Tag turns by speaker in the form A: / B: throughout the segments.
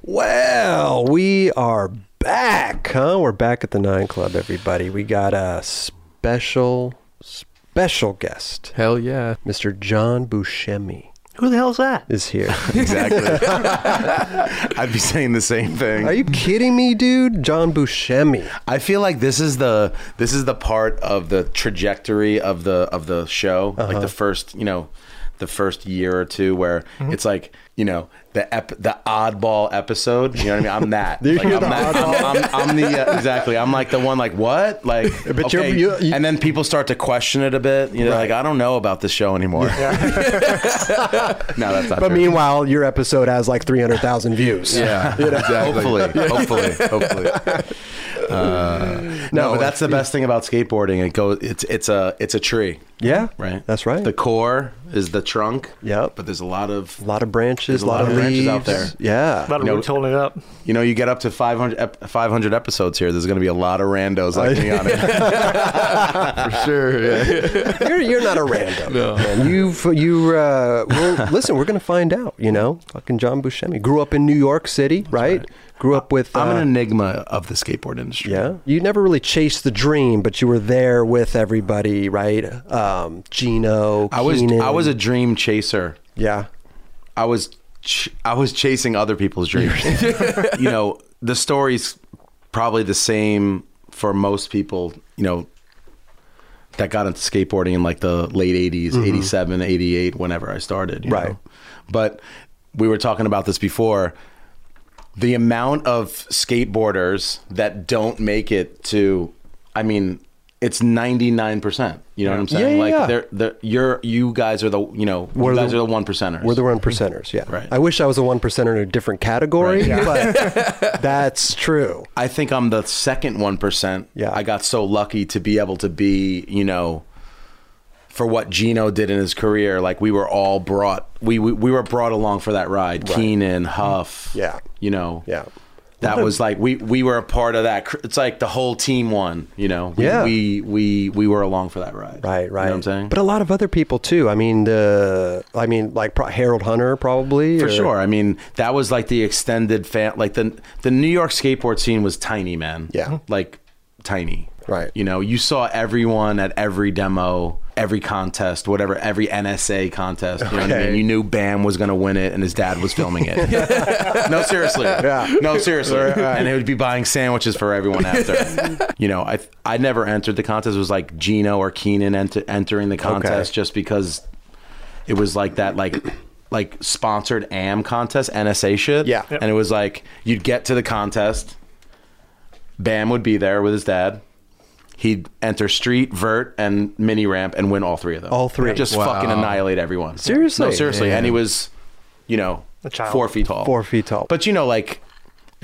A: Well, we are back, huh? We're back at the Nine Club, everybody. We got a special, special guest.
B: Hell yeah.
A: Mr. John Buscemi
C: Who the hell's that?
A: is here.
D: Exactly. I'd be saying the same thing.
A: Are you kidding me, dude? John Buscemi.
D: I feel like this is the this is the part of the trajectory of the of the show,
A: Uh-huh.
D: like the first you know, the first year or two where
A: Mm-hmm.
D: it's like you know the ep- the oddball episode. You know what I mean? I'm that.
A: You're
D: Like, I'm,
A: the
D: that I'm, I'm, I'm the uh, exactly. I'm like the one like what like.
A: But you're- you- you-
D: and then people start to question it a bit. You know, like I don't know about this show anymore. no, that's not.
A: But
D: true.
A: meanwhile, your episode has like 300,000 views.
D: Yeah, hopefully, hopefully, hopefully. Uh, no, but that's the best thing about skateboarding. It goes, it's it's a it's a tree,
A: Yeah.
D: right?
A: That's right.
D: The core is the trunk.
A: Yep.
D: But there's a lot of
A: a lot of branches,
D: There's a lot of branches
A: leaves.
D: out there.
A: Yeah.
C: A lot of
D: No.
C: roots holding it up.
D: you know you get up to 500, ep- 500 episodes here. There's going to be a lot of randos like me on it.
B: For sure. Yeah.
A: you're, you're not a random. Man, You've you uh, well, listen. We're gonna find out. You know, fucking John Buscemi grew up in New York City, right? Grew up with.
D: I'm
A: uh,
D: an enigma of the skateboard industry.
A: yeah, you never really chased the dream, but you were there with everybody, right? Um, Gino,
D: I was
A: Keenan.
D: I was a dream chaser.
A: yeah,
D: I was ch- I was chasing other people's dreams. you know, the story's probably the same for most people, you know, that got into skateboarding in like the late 80s, 87, 88 whenever I started, you
A: Mm-hmm. Right.
D: know. But we were talking about this before the amount of skateboarders that don't make it to I mean it's 99%. You know what I'm saying?
A: Yeah, yeah,
D: like
A: yeah.
D: they're they're you're you guys are the, you know,
A: We're
D: you
A: the-
D: guys are the one percenters.
A: we're the one percenters. Yeah,
D: Right.
A: I wish I was a one percenter in a different category,
D: Right.
A: but that's true.
D: I think I'm the second one percent.
A: Yeah.
D: I got so lucky to be able to be, you know, for what Gino did in his career. Like we were all brought, we we, we were brought along for that ride. Keenan, Huff,
A: Yeah.
D: you know,
A: Yeah.
D: That was like we we were a part of that. cr- It's like the whole team won. You know, we,
A: Yeah.
D: we we we were along for that ride.
A: Right,
D: You
A: right.
D: know what I'm saying,
A: but a lot of other people too. I mean, the I mean, like pro- Harold Hunter probably
D: for
A: or-
D: sure. I mean, that was like the extended fan. Like the the New York skateboard scene was tiny, man.
A: Yeah.
D: like tiny.
A: Right.
D: You know, you saw everyone at every demo, every contest, whatever, every NSA contest. You know what I
A: Okay.
D: mean? You knew Bam was going to win it, and his dad was filming it. no, seriously. Yeah. No, seriously. And he would be buying sandwiches for everyone after. you know, I I never entered the contest. It was like Gino or Keenan ent- entering the contest just because it was like that like like sponsored am contest nsa shit
A: Yeah.
C: Yep.
D: and it was like you'd get to the contest bam would be there with his dad he'd enter street vert and mini ramp and win all three of them
A: All three.
D: just
B: Wow.
D: fucking annihilate everyone
A: Seriously?
D: no seriously
B: Yeah.
D: and he was you know
C: A child.
D: four feet tall
A: Four feet tall.
D: but you know like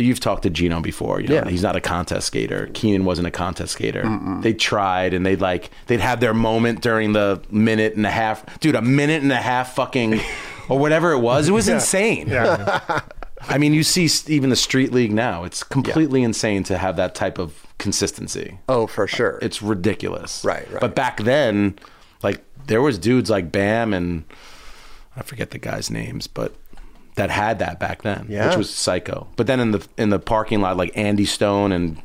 D: You've talked to Gino before. You know,
A: Yeah.
D: He's not a contest skater. Keenan wasn't a contest skater. They tried and they'd like, they'd have their moment during the minute and a half. Dude, a minute and a half fucking, or whatever it was. It was insane.
C: Yeah.
D: I mean, you see s- even the Street League now. It's completely insane to have that type of consistency.
A: oh, for sure.
D: It's ridiculous.
A: Right, right.
D: But back then, like, there was dudes like Bam and I forget the guys' names, but that had that back then,
A: Yeah.
D: which was psycho. But then in the in the parking lot, like Andy Stone and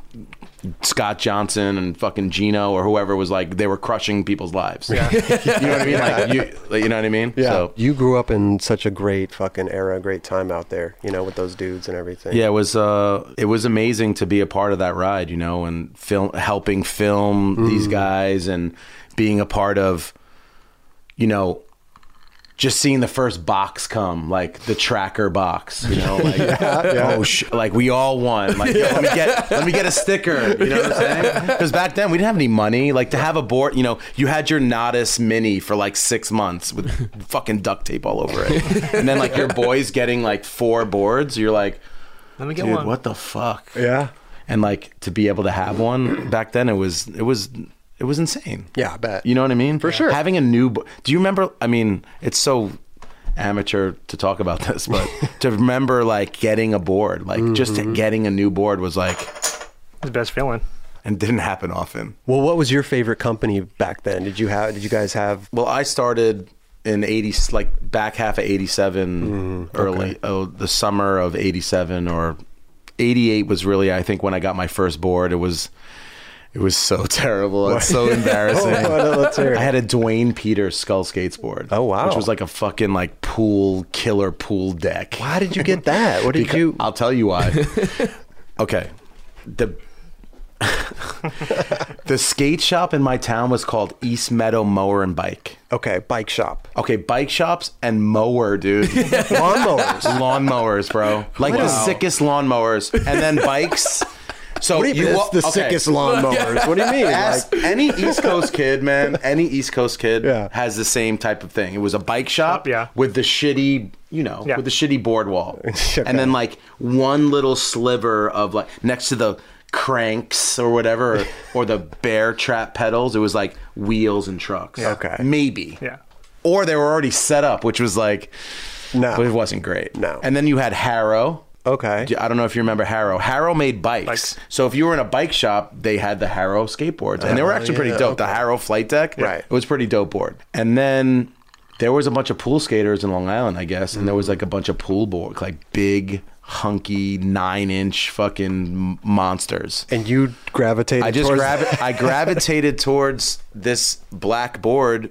D: Scott Johnson and fucking Gino or whoever was like they were crushing people's lives. you know what I mean? Like, you, like, you know what I mean?
A: Yeah.
D: So,
A: you grew up in such a great fucking era, great time out there, you know, with those dudes and everything.
D: Yeah, it was uh, it was amazing to be a part of that ride, you know, and film helping film these guys and being a part of, you know, just seeing the first box come, like the tracker box, you know, like oh, sh- like we all won, like yo, let me get let me get a sticker, you know what I'm saying? Because back then we didn't have any money, like to have a board, you know, you had your Nodis Mini for like six months with fucking duct tape all over it, and then like your boys getting like four boards, you're like.
C: Let me get
D: Dude,
C: one.
D: what the fuck?
A: Yeah.
D: And like to be able to have one back then, it was it was it was insane.
A: Yeah, I bet.
D: You know what I mean? For
A: sure.
D: Having a new. bo- Do you remember? I mean, it's so amateur to talk about this, but to remember like getting a board, like just
A: Mm-hmm.
D: getting a new board was like,
C: The best feeling.
D: and didn't happen often.
A: Well, what was your favorite company back then? Did you have? Did you guys have?
D: Well, I started in 80 like back half of 87
A: Mm-hmm.
D: early oh the summer of 87 or 88 was really i think when i got my first board it was it was so terrible it's so embarrassing
A: Oh, let's hear it.
D: i had a dwayne peters skull skates board
A: Oh, wow.
D: which was like a fucking like pool killer pool deck
A: Why did you get that? What did
D: Beca-
A: you?
D: I'll tell you why. okay. The the skate shop in my town was called East Meadow Mower and Bike.
A: Okay, bike shop,
D: Okay, bike shops and mower, dude.
A: lawnmowers.
D: lawnmowers, bro. Like the sickest lawnmowers, and then bikes. So
A: What do Oh, you mean?
D: wa-
A: It's the
D: okay.
A: sickest lawnmowers. What do you mean?
D: Ask any East Coast kid, man. Any East Coast kid
A: Yeah.
D: has the same type of thing. It was a bike shop,
C: yeah.
D: with the shitty, you know,
C: Yeah.
D: with the shitty board wall,
A: Okay.
D: and then like one little sliver of like next to the cranks or whatever, or, or the bear trap pedals. It was like wheels and trucks.
A: Okay.
D: maybe.
C: Yeah.
D: Or they were already set up, which was like,
A: No.
D: it wasn't great.
A: No.
D: And then you had Harrow.
A: Okay.
D: I don't know if you remember Harrow. Harrow made bikes.
C: Bikes.
D: So if you were in a bike shop, they had the Harrow skateboards, and they were actually pretty
A: Oh, yeah,
D: dope. The Harrow flight deck,
A: Right.
D: It was pretty dope board. And then there was a bunch of pool skaters in Long Island, I guess, and there was like a bunch of pool board, like big, hunky, nine-inch fucking monsters.
A: And you gravitated.
D: I just
A: towards
D: gravi- I gravitated towards this black board.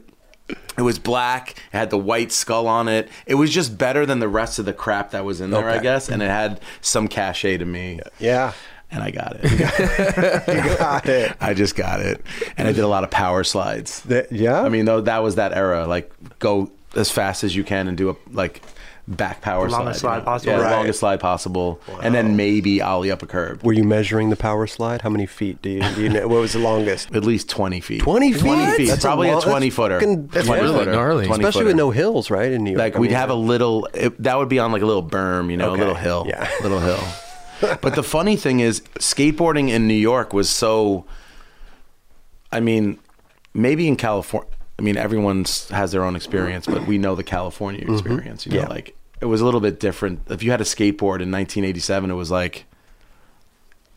D: It was black. It had the white skull on it. It was just better than the rest of the crap that was in there, I
A: Okay.
D: guess. And it had some cachet to me.
A: Yeah,
D: And I got it.
A: you got it.
D: I just got it. And I did a lot of power slides.
A: That- yeah?
D: I mean, though that was that era. Like go as fast as you can and do a like back power
C: The longest
D: slide.
C: slide possible.
D: Yeah, the
A: Right.
D: longest slide possible. And then maybe ollie up a curb.
A: Were you measuring the power slide? How many feet do you? Do you know, what was the longest?
D: At least twenty feet.
A: 20 feet? That's a
D: probably a,
A: long- that's
D: twenty footer.
A: fucking- that's
D: really
A: really
B: gnarly.
A: Especially with no hills, right? In New York,
D: like
A: I
D: we'd
A: mean,
D: have a little it, that would be on like a little berm you know
A: Okay.
D: a little hill
A: Yeah.
D: little hill but the funny thing is skateboarding in new york was so i mean maybe in california i mean everyone's has their own experience but we know the california experience you know
A: Mm-hmm. Yeah.
D: like it was a little bit different if you had a skateboard in 1987 it was like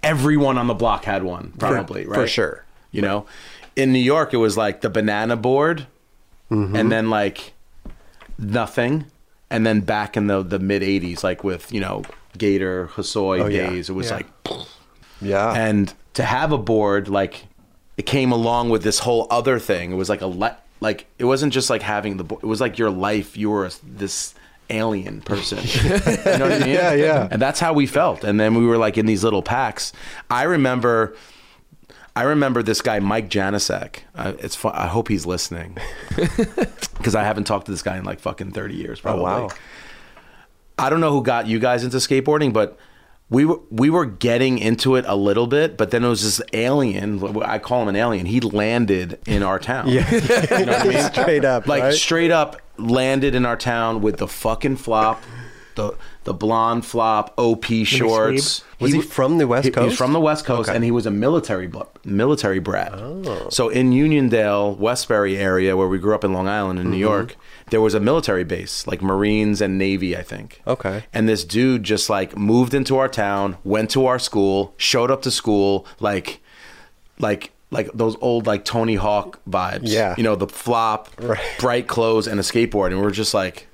D: everyone on the block had one probably
A: for
D: right
A: sure.
D: you know in new york it was like the banana board and then like nothing and then back in the the mid 80s like with you know gator hosoi
A: yeah.
D: days it was
C: Yeah.
D: like
A: yeah.
D: and to have a board like it came along with this whole other thing it was like a li- like it wasn't just like having the board it was like your life you were a, this alien person you know what i mean
A: Yeah, yeah.
D: and that's how we felt and then we were like in these little packs i remember I remember this guy Mike Janicek. Uh, it's fun. I hope he's listening because I haven't talked to this guy in like fucking thirty years. Probably.
A: Oh, wow.
D: I don't know who got you guys into skateboarding, but we were we were getting into it a little bit. But then it was this alien. wh- I call him an alien. He landed in our town.
A: yeah.
D: You know what I mean?
A: Straight up,
D: like
A: right?
D: straight up landed in our town with the fucking flop, the the blonde flop, OP shorts.
A: Was he
D: w-
A: from the West
D: he- He was
A: Coast?
D: from the West Coast, and he was a military bu- military brat.
A: Oh.
D: So in Uniondale, Westbury area, where we grew up in Long Island
A: Mm-hmm.
D: in New York, there was a military base, like Marines and Navy, I think.
A: Okay.
D: And this dude just like moved into our town, went to our school, showed up to school, like, like. Like those old like Tony Hawk vibes,
A: Yeah.
D: You know the flop,
A: Right.
D: bright clothes, and a skateboard, and we're just like,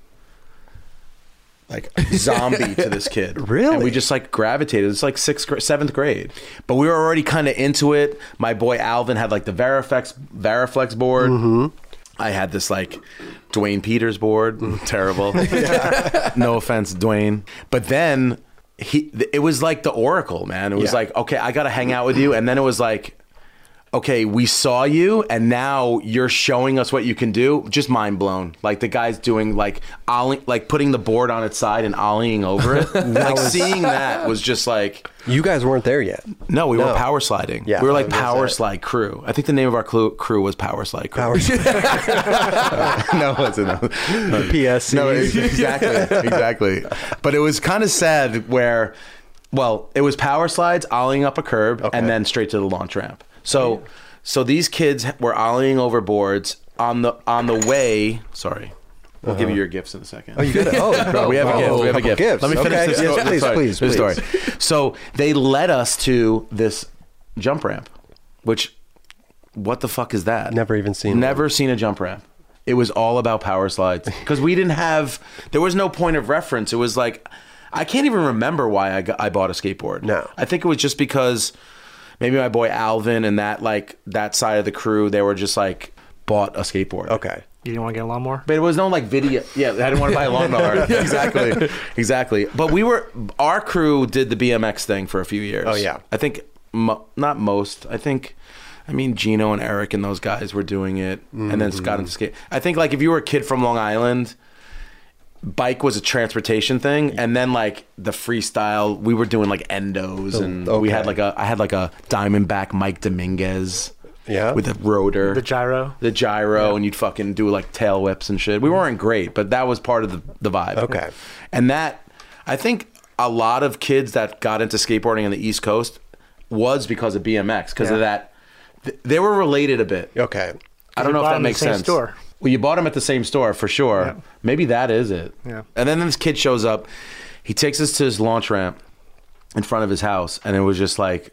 D: like zombie to this kid.
A: Really?
D: And we just like gravitated. It's like sixth, gra- seventh grade, but we were already kind of into it. My boy Alvin had like the Veriflex Veriflex board.
A: Mm-hmm.
D: I had this like Dwayne Peters board. Terrible. no offense, Dwayne. But then he, th- it was like the Oracle, man. It was
A: Yeah.
D: like, okay, I gotta hang out with you, and then it was like. Okay, we saw you, and now you're showing us what you can do. Just mind blown. Like the guy's doing, like ollie, like putting the board on its side and ollieing over it. like seeing that was just like,
A: you guys weren't there yet.
D: no, we
A: No.
D: were power sliding.
A: Yeah,
D: we were
A: I
D: like
A: was gonna
D: power
A: say.
D: slide crew. I think the name of our clu- crew was power slide crew.
A: Power slide.
D: no, it's enough.
A: PSCs.
D: No, it's- exactly, exactly. But it was kind of sad where, well, it was power slides, ollieing up a curb, and then straight to the launch ramp. So, so these kids were ollieing over boards on the on the way. Sorry, we'll give you your gifts in a second.
A: Oh, you got it. Oh,
D: No, we have a gift. We have a
A: couple
D: gift.
A: gifts.
D: Let me finish
A: okay.
D: this,
A: yes,
D: sto-
A: please,
D: sorry,
A: please,
D: this
A: please.
D: story. So they led us to this jump ramp, which, what the fuck is that?
A: Never even seen
D: Never seen a jump ramp. It was all about power slides because we didn't have. There was no point of reference. It was like I can't even remember why I got, I bought a skateboard.
A: No.
D: I think it was just because maybe my boy Alvin and that like that side of the crew they were just like bought a skateboard.
A: Okay.
C: You didn't want to get a lawnmower?
D: But it was no like video. Yeah, I didn't want to buy a lawnmower. exactly, exactly. But we were our crew did the BMX thing for a few years.
A: Oh, yeah.
D: I think mo- not most. I think, I mean Gino and Eric and those guys were doing it, and then Scott and
A: Mm-hmm.
D: skate. I think like if you were a kid from Long Island, bike was a transportation thing, and then like the freestyle, we were doing like endos, and we
A: Oh, okay.
D: had like a I had like a Diamondback Mike Dominguez.
A: Yeah.
D: with a rotor
C: The gyro.
D: the gyro and you'd fucking do like tail whips and shit. We weren't great, but that was part of the, the vibe.
A: Okay.
D: And that, I think a lot of kids that got into skateboarding on the East Coast was because of BMX, because of
C: Yeah.
D: that. th- They were related a bit.
A: Okay.
D: I don't
C: You
D: know
C: bought
D: if that
C: them at the
D: makes
C: same
D: sense.
C: store.
D: Well, you bought them at the same store for sure.
C: Yeah.
D: Maybe that is it.
C: Yeah.
D: And then this kid shows up. He takes us to his launch ramp in front of his house, and it was just like,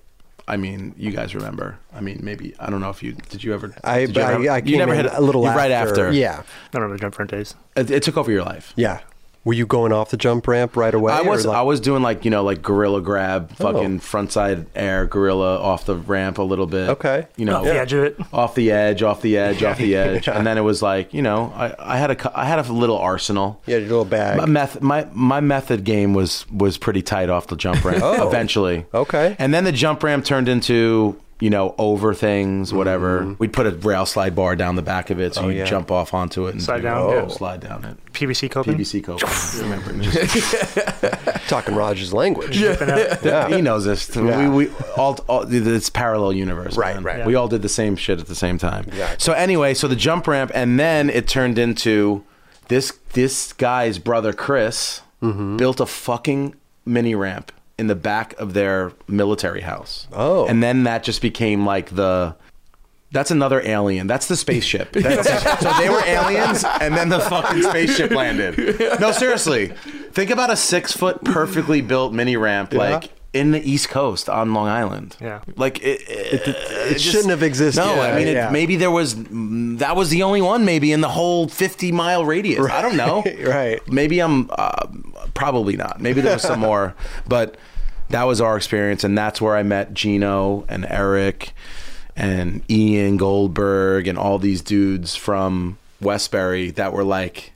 D: I mean, you guys remember? I mean, maybe I don't know if you did. You ever?
A: I,
D: did you
A: I,
D: ever-
A: I
D: you
A: came in
D: it-
A: a little
D: you-
A: after,
D: right after.
A: Yeah.
C: I remember the jump front days.
D: it, it took over your life.
A: Yeah. Were you going off the jump ramp right away?
D: I
A: or
D: was
A: like-
D: I was doing like you know like gorilla grab,
A: Oh.
D: fucking frontside air gorilla off the ramp a little bit.
A: Okay.
D: you know
C: Off the edge of it.
D: off the edge, off the edge, off the edge, and then it was like you know I, I had a cu- I had a little arsenal.
A: Yeah, your little bag.
D: My meth my my method game was was pretty tight off the jump ramp.
A: Oh.
D: Eventually,
A: Okay.
D: and then the jump ramp turned into you know over things whatever. We'd put a rail slide bar down the back of it, so you
A: Mm-hmm. Oh, yeah.
D: would jump off onto it and
C: Slide
D: do-
C: down,
D: Oh.
C: yeah.
D: slide down it.
C: PVC coping.
D: PVC code. Remember, just
A: talking Roger's language.
D: He knows this.
A: Yeah.
D: We, we all, all it's parallel universe.
A: Right,
D: man.
A: right.
D: We all did the same shit at the same time.
A: Exactly.
D: So anyway, so the jump ramp, and then it turned into this this guy's brother Chris
A: Mm-hmm.
D: built a fucking mini ramp in the back of their military house.
A: Oh.
D: and then that just became like the. That's another alien. That's the spaceship. That's- so they were aliens, and then the fucking spaceship landed. No, seriously. Think about a six foot, perfectly built mini ramp, like in the East Coast on Long Island.
C: Yeah.
D: Like it, it,
A: it shouldn't have existed.
D: No, I mean, it,
A: Yeah.
D: maybe there was that was the only one, maybe in the whole fifty mile radius. I don't know.
A: Right.
D: Maybe I'm uh, probably not. Maybe there was some more, but that was our experience, and that's where I met Gino and Eric and Ian Goldberg and all these dudes from Westbury that were like,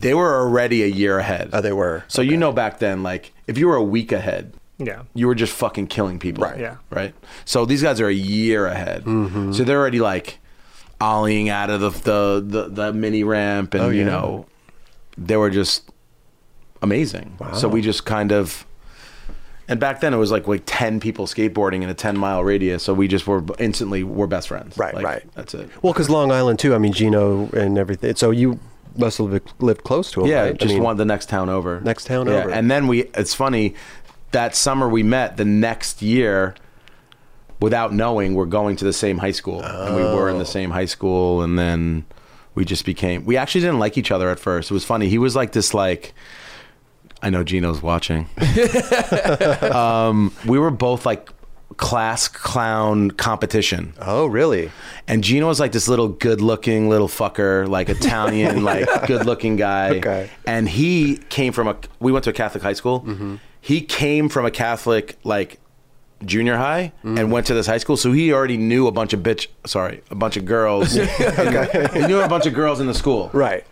D: they were already a year ahead.
A: Oh, they were.
D: So you know back then, like if you were a week ahead,
C: Yeah.
D: you were just fucking killing people.
A: Right.
C: Yeah.
D: Right. So these guys are a year ahead.
A: Mm-hmm.
D: So they're already like ollieing out of the the the, the mini ramp, and you
A: Oh, yeah.
D: know, they were just amazing. So we just kind of. And back then it was like like ten people skateboarding in a ten mile radius, so we just were instantly we're best friends.
A: Right,
D: Like,
A: right.
D: That's it.
A: Well, because Long Island too. I mean, Gino and everything. So you must have lived close to him.
D: Yeah,
A: right? I
D: just
A: mean,
D: one the next town over.
A: Next town
D: Yeah,
A: over.
D: And then we it's funny that summer we met the next year without knowing we're going to the same high school. And we were in
A: Oh.
D: the same high school and then we just became we actually didn't like each other at first. It was funny. He was like this like I know Gino's watching. um, we were both like class clown competition.
A: Oh, really?
D: And Gino was like this little good looking little fucker, like Italian, like good looking guy.
A: Okay.
D: And he came from a, we went to a Catholic high school.
A: Mm-hmm.
D: He came from a Catholic, like, junior high
A: Mm.
D: and went to this high school so he already knew a bunch of bitch sorry a bunch of girls he knew a bunch of girls in the school
A: Right.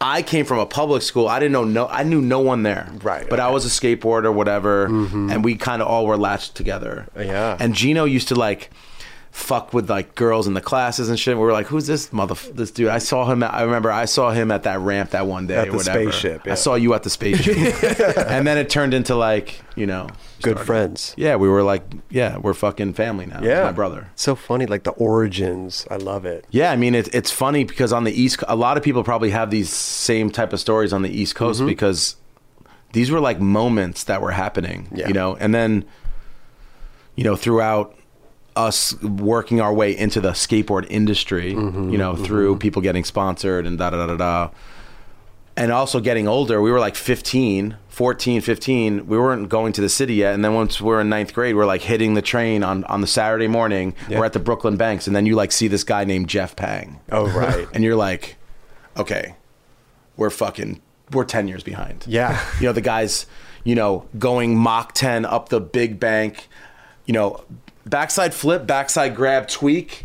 D: I came from a public school. I didn't know no. I knew no one there.
A: Right,
D: But I
A: okay. Mm-hmm.
D: was a skateboarder, whatever, and we kind of all were latched together.
A: Yeah.
D: And Gino used to like fuck with like girls in the classes and shit. We were like, "Who's this mother? This dude?" I saw him. At, I remember I saw him at that ramp that one day.
A: At
D: or
A: the
D: whatever.
A: spaceship, yeah.
D: I saw you at the spaceship, and then it turned into like you know,
A: Good friends.
D: yeah, we were like, yeah, we're fucking family now. He's
A: Yeah.
D: my brother.
A: So funny, like the origins. I love it.
D: Yeah, I mean it, it's funny because on the East, Co- a lot of people probably have these same type of stories on the East Coast
A: Mm-hmm.
D: because these were like moments that were happening,
A: Yeah.
D: you know. And then, you know, throughout us working our way into the skateboard industry, you know, through people getting sponsored and da da da da da, and also getting older, we were like 15, 14, 15. We weren't going to the city yet. And then once we were in ninth grade, we are like hitting the train on, on the Saturday morning. We're at the Brooklyn Banks. And then you like see this guy named Jeff Pang.
A: Oh, right.
D: And you're like, okay, we're fucking we're 10 years behind.
A: Yeah.
D: You know, the guys, you know, going Mach 10 up the big bank, you know, backside flip, backside grab, tweak,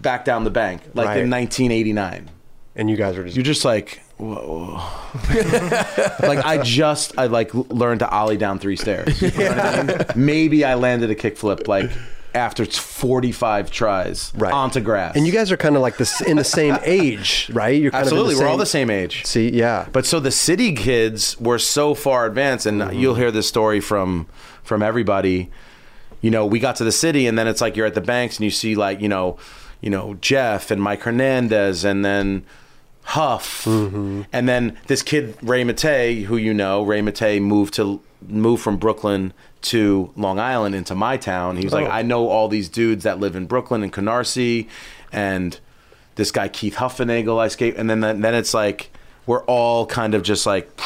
D: back down the bank, like in
A: Right.
D: 1989.
A: And you guys are just
D: You're just like, whoa. like, I just, I like learned to Ollie down three stairs. You know what I mean? Maybe I landed a kickflip like after 45 tries
A: right
D: onto grass.
A: And you guys are kind of like this in the same age, right? You're kind
D: Absolutely.
A: Of in
D: We're all the same age.
A: See, yeah,
D: But so the city kids were so far advanced, and you'll hear this story from from everybody. You know, we got to the city, and then it's like you're at the banks, and you see like you know, you know Jeff and Mike Hernandez, and then Huff, and then this kid Ray Matey, who you know, Ray Matey moved to moved from Brooklyn to Long Island into my town. He was like, I know all these dudes that live in Brooklyn and Canarsie, and this guy Keith Huffenagel I skate, and then then it's like we're all kind of just like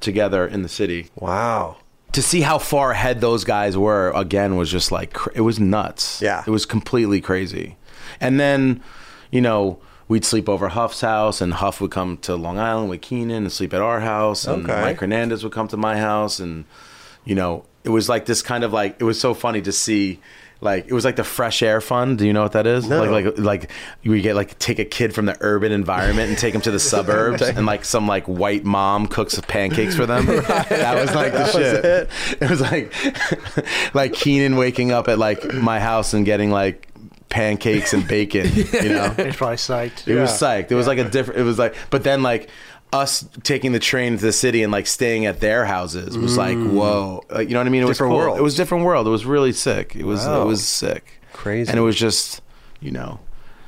D: together in the city.
A: wow.
D: To see how far ahead those guys were again was just like cr- it was nuts.
A: Yeah.
D: it was completely crazy. And then you know we'd sleep over Huff's house, and Huff would come to Long Island with Keenan and sleep at our house, and
A: Okay.
D: Mike Hernandez would come to my house, and you know it was like this kind of like it was so funny to see. Like it was like the fresh air fund. Do you know what that is?
A: No.
D: Like like like we get like take a kid from the urban environment and take him to the suburbs and like some like white mom cooks pancakes for them. That was like the shit. It. was like like Keenan waking up at like my house and getting like pancakes and bacon, you know.
C: He's probably psyched.
D: It was psyched. It was like a different. It was like, but then like us taking the train to the city and like staying at their houses was like, whoa, Like, you know what I mean? It
A: Mm. Different
D: was cool.
A: world.
D: It was a different world. It was really sick. It was
A: Wow.
D: it was sick,
A: Crazy.
D: and it was just you know,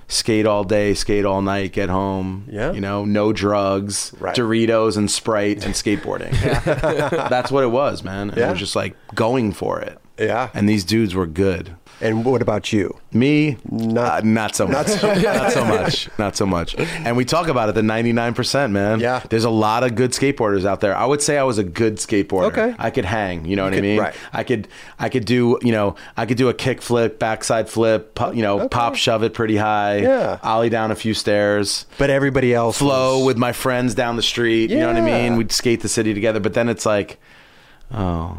D: skate all day, skate all night, get home.
A: Yeah.
D: you know, no drugs,
A: Right.
D: Doritos and Sprite and skateboarding. That's what it was, man. And
A: Yeah.
D: It was just like going for it.
A: Yeah.
D: and these dudes were good.
A: And what about you?
D: Me,
A: Uh, Not-
D: not, Uh, not so much. Not so, much. Not so much. And we talk about it, the 99%, man.
A: Yeah.
D: There's a lot of good skateboarders out there. I would say I was a good skateboarder.
A: Okay.
D: I could hang, you know what
A: could-
D: I mean?
A: right.
D: I could, I could do, you know, I could do a kick flip, backside flip, pu- you know, pop shove it pretty high.
A: Yeah.
D: Ollie down a few stairs
A: But everybody else
D: flow
A: was-
D: with my friends down the street. You know what I
A: Yeah.
D: mean? We'd skate the city together. But then it's like, oh,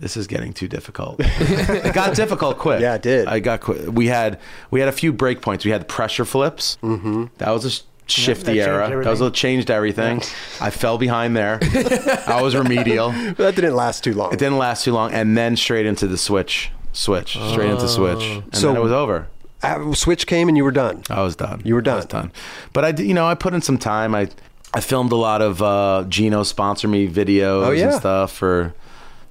D: this is getting too difficult. it got difficult quick.
A: Yeah, it did.
D: I got quick. We had we had a few break points. We had pressure flips. Mm-hmm. That was a sh- shifty
C: that changed
D: era. That was
C: everything.
D: what changed everything. I fell behind there. I was remedial.
A: But that didn't last too long.
D: It didn't last too long, and then straight into the switch. Switch straight into switch, and
A: So-
D: then it was over.
A: Uh, Switch came and you were done.
D: I was done.
A: You were done.
D: I was done. But I, did- you know, I put in some time. I, I filmed a lot of uh, Gino sponsor me videos
A: Oh, yeah.
D: and stuff for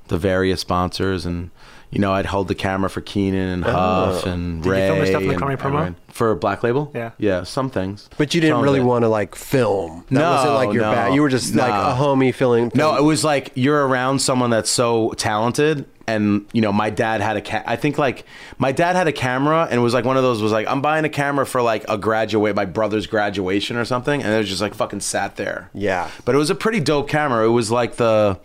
D: the various sponsors, and you know, I'd hold the camera for Keenan and Huff and
C: Did you
D: Ray.
C: film this stuff in the
D: and
C: Comedy Promo?
D: everyone. for Black Label?
C: Yeah.
D: yeah, some things.
A: But you didn't
D: Some
A: really
D: of it.
A: want to like film. That
D: No,
A: wasn't like your
D: no,
A: bad. You were just like
D: no.
A: a homie feeling.
D: No, it was like you're around someone that's so talented. And you know, my dad had a ca- I think like my dad had a camera, and it was like one of those was like I'm buying a camera for like a graduate, my brother's graduation or something, and it was just like fucking sat there.
A: Yeah.
D: but it was a pretty dope camera. It was like the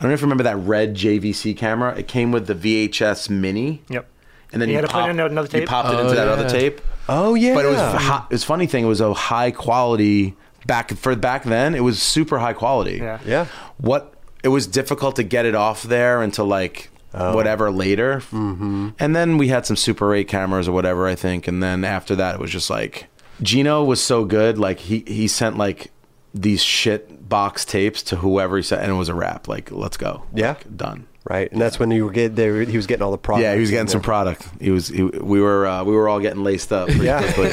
D: I don't know if you remember that red JVC camera. It came with the VHS mini.
C: Yep.
D: And then you,
C: You had to put it
D: pop-
C: into another
D: You
C: tape?
D: popped it
E: Oh,
D: into that other
E: yeah.
D: tape.
A: Oh, yeah.
D: But it was hi- it was funny thing. It was a high quality back for back then. It was super high quality.
C: Yeah.
A: Yeah.
D: What it was difficult to get it off there until like
A: Oh.
D: whatever later. Mm-hmm. And then we had some Super 8 cameras or whatever I think. And then after that, it was just like Gino was so good. Like he he sent like these shit box tapes to whoever he sent, and it was a wrap. Like let's go.
A: Yeah.
D: Like, done.
A: right, and that's when you were get there. He was getting all the products.
D: Yeah, he was getting
A: and
D: some product. He was. He, we were. Uh, we were all getting laced up. Pretty
A: Yeah.
D: quickly.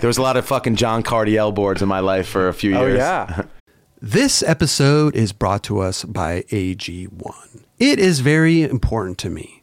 D: there was a lot of fucking John Cardiel boards in my life for a few
A: Oh
D: years.
A: yeah.
F: This episode is brought to us by AG1. It is very important to me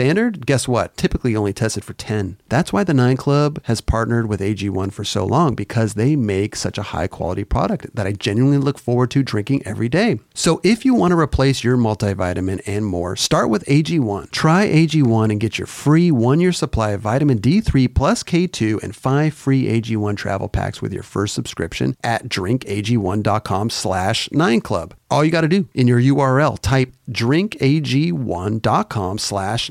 F: standard, guess what? Typically only tested for 10. That's why the 9 Club has partnered with AG1 for so long because they make such a high quality product that I genuinely look forward to drinking every day. So if you want to replace your multivitamin and more, start with AG1. Try AG1 and get your free 1-year supply of vitamin D3 plus K2 and 5 free AG1 travel packs with your first subscription at drinkag1.com/9club. slash 9club. All you got to do in your URL, type drinkag1.com slash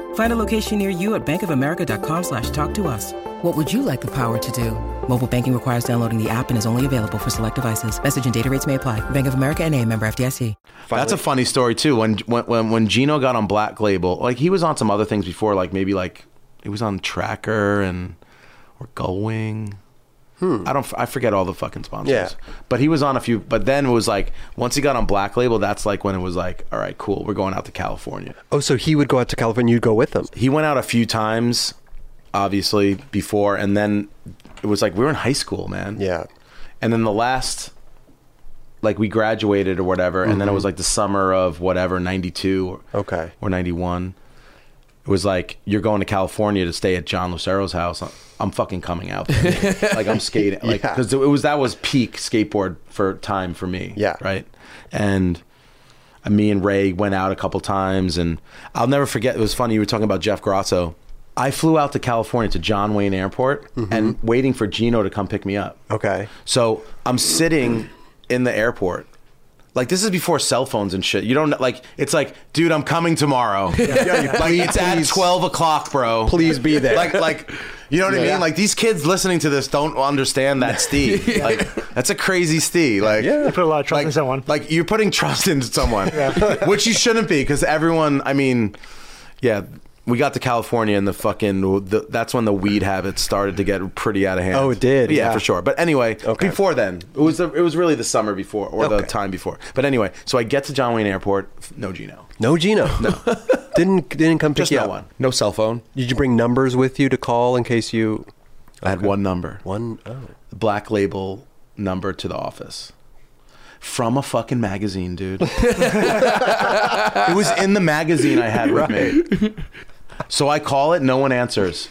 E: Find a location near you at bankofamerica.com slash talk to us. What would you like the power to do? Mobile banking requires downloading the app and is only available for select devices. Message and data rates may apply. Bank of America and a member FDIC.
D: That's a funny story too. When when when when Gino got on Black Label, like he was on some other things before, like maybe like he was on Tracker and or Gullwing. I don't. f- I forget all the fucking sponsors.
A: Hmm. Yeah.
D: But he was on a few. But then it was like once he got on Black Label, that's like when it was like, all right, cool, we're going out to California.
A: Oh, so he would go out to California, you'd go with him.
D: He went out a few times, obviously before, and then it was like we were in high school, man.
A: Yeah.
D: And then the last, like we graduated or whatever, and then it was like the summer of whatever, 92 or,
A: Mm-hmm. Okay.
D: or 91. It was like, you're going to California to stay at John Lucero's house. I'm, I'm fucking coming out. there. like I'm skating. Like,
A: Yeah.
D: cause it was, that was peak skateboard for time for me.
A: Yeah.
D: Right. And me and Ray went out a couple times and I'll never forget. It was funny. You were talking about Jeff Grosso. I flew out to California to John Wayne airport and waiting for Gino to come pick me up.
A: Okay.
D: So I'm sitting in the airport. Like this is before cell phones and shit. You don't like. It's like, dude, I'm coming tomorrow. like it's at twelve o'clock, bro.
A: Please be there.
D: Like, like, you know what I
A: Yeah.
D: mean? Like these kids listening to this don't understand that Steve. Like that's a crazy Steve. Like
A: Yeah.
C: Put a lot of trust
D: like,
C: in someone.
D: Like you're putting trust into someone, which you shouldn't be, because everyone. I mean, yeah, we got to California and the fucking. The, that's when the weed habit started to get pretty out of hand.
A: Oh, it did,
D: Yeah,
A: yeah.
D: for sure. But anyway,
A: Okay.
D: before then, it was the, it was really the summer before or the
A: Okay.
D: time before. But anyway, so I get to John Wayne Airport. f- No Gino,
A: No Gino. No. didn't didn't come pick
D: just
A: you
D: no
A: up.
D: one.
G: No cell phone.
A: Did you bring numbers with you to call in case you
D: I had one number,
A: one oh.
D: black label number to the office. From a fucking magazine, dude. it was in the magazine I had with me. So I call it, no one answers.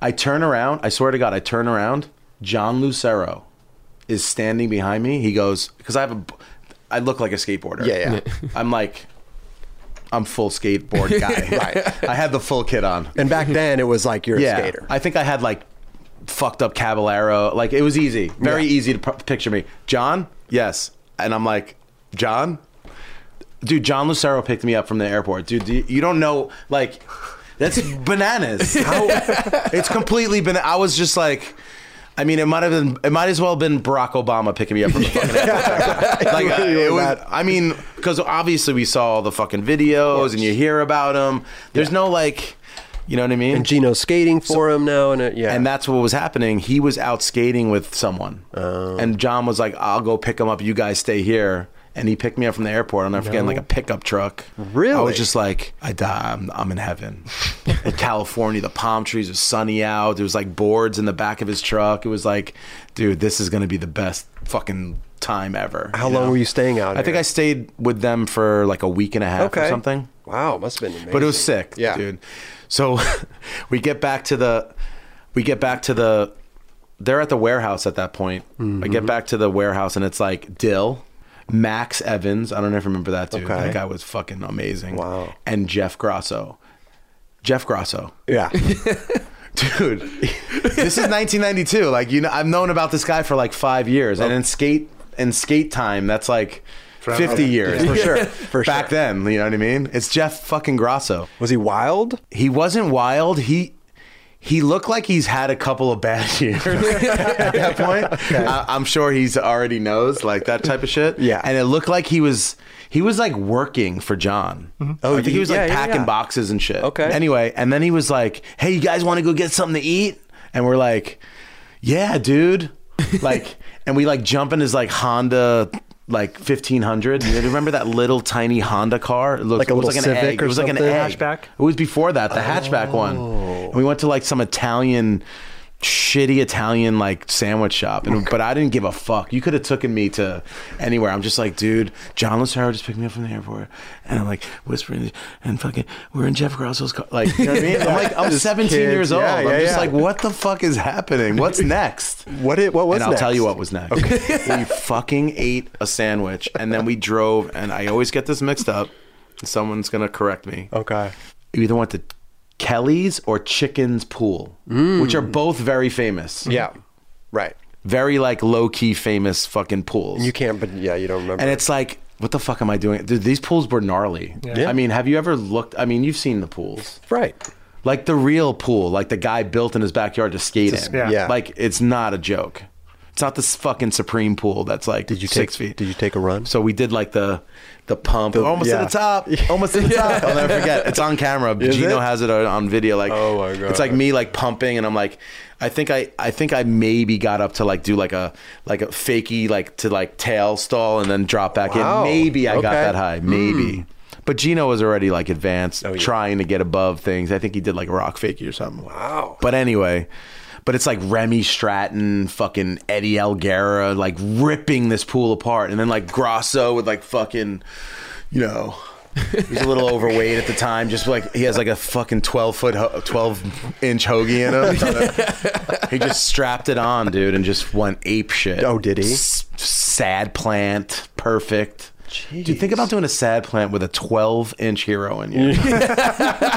D: I turn around, I swear to God, I turn around. John Lucero is standing behind me. He goes, because I have a, b- I look like a skateboarder.
A: Yeah, yeah.
D: I'm like, I'm full skateboard guy. right. I had the full kit on.
A: And back then it was like you're
D: Yeah.
A: a skater.
D: I think I had like fucked up Caballero. Like it was easy, very easy to p- picture me. John, yes, and I'm like, John, dude. John Lucero picked me up from the airport, dude. Do you, you don't know, like, that's bananas. How, it's completely been. I was just like. I mean, it might have been. It might as well have been Barack Obama picking me up from the fucking airport. like uh, it was. I mean, because obviously we saw all the fucking videos and you hear about them. There's no like, you know what I mean?
A: and Gino's skating for him now and it, yeah.
D: And that's what was happening. He was out skating with someone.
A: Oh.
D: And John was like, I'll go pick him up. You guys stay here. And he picked me up from the airport. I'm never forgetting, like a pickup truck.
A: Really?
D: I was just like, I die. I'm, I'm in heaven. in California, the palm trees was sunny out. There was like boards in the back of his truck. It was like, dude, this is going to be the best fucking time ever.
A: How long were you staying out
D: I think
A: here?
D: I stayed with them for like a week and a half or something.
A: Wow, must have been amazing.
D: But it was sick,
A: Yeah.
D: dude. So we get back to the we get back to the they're at the warehouse at that point. I get back to the warehouse and it's like Dill, Max Evans, I don't know if you remember that dude.
A: Okay.
D: That guy was fucking amazing.
A: Wow.
D: And Jeff Grosso. Jeff Grosso.
A: yeah.
D: Dude, this is 1992. Like you know, I've known about this guy for like five years, and in skate in skate time, that's like 50 years for sure. For back then, you know what I mean? It's Jeff fucking Grosso
A: Was he wild?
D: he wasn't wild. He he looked like he's had a couple of bad years at that point. I, I'm sure he's already knows like that type of shit.
A: Yeah.
D: and it looked like he was he was like working for John.
A: Oh,
D: I think he
A: you-
D: was
A: yeah,
D: like
A: yeah,
D: packing
A: yeah.
D: boxes and shit.
A: Okay.
D: Anyway, and then he was like, "Hey, you guys want to go get something to eat?" And we're like, "Yeah, dude." like, and we like jump in his like Honda like 1500. You remember that little tiny Honda car? It looked,
A: Like a
D: it was
A: little
D: like an
A: Civic
D: egg.
A: or
D: It was like
A: something?
D: an egg.
C: Hatchback?
D: It was before that, the hatchback one.
A: Oh.
D: And we went to like some Italian shitty Italian like sandwich shop. And but I didn't give a fuck. You could have taken me to anywhere. I'm just like, dude, John Lucero just picked me up from the airport and I'm like whispering and fucking we're in Jeff Grosso's car. Like you know what I mean? I'm like I'm 17
A: kid,
D: years old.
A: yeah, yeah,
D: I'm just
A: yeah.
D: like, what the fuck is happening? What's next?
A: What it? What was?
D: and I'll tell
A: next?
D: you what was next. we fucking ate a sandwich and then we drove and I always get this mixed up. Someone's gonna correct me.
A: Okay.
D: You either went to Kelly's or Chicken's Pool, which are both very famous.
A: Yeah. Right.
D: Very like low key famous fucking pools.
A: You can't. But yeah, you don't remember.
D: and it's like, what the fuck am I doing? Dude, these pools were gnarly.
C: Yeah.
D: I mean, have you ever looked? I mean, you've seen the pools.
A: right.
D: Like the real pool, like the guy built in his backyard to skate in.
C: yeah.
A: Yeah.
D: Like it's not a joke. It's not this fucking supreme pool that's like
A: Did you
D: six
A: take,
D: feet.
A: Did you take a run?
D: So we did like the the pump, almost
A: yeah.
D: to the top, almost to the top. I'll never forget. It's on camera. Gino
A: it?
D: has it on, on video. Like,
A: Oh my God.
D: it's like me like pumping, and I'm like, I think I, I think I maybe got up to like do like a like a fakey like to like tail stall and then drop back
A: Wow.
D: in. Maybe I got
A: Okay. Hmm.
D: that high, maybe. But Gino was already like advanced,
A: Oh, yeah.
D: trying to get above things. I think he did like a rock fakey or something.
A: Wow.
D: But anyway, but it's like Remy Stratton, fucking Eddie Elguera, like ripping this pool apart, and then like Grosso with like fucking, you know. He's a little overweight at the time. Just like he has like a fucking twelve foot, ho- twelve inch hoagie in him. he just strapped it on, dude, and just went ape shit.
A: Oh, did he?
D: S- sad plant, perfect. Dude, think about doing a sad plant with a twelve inch hero in you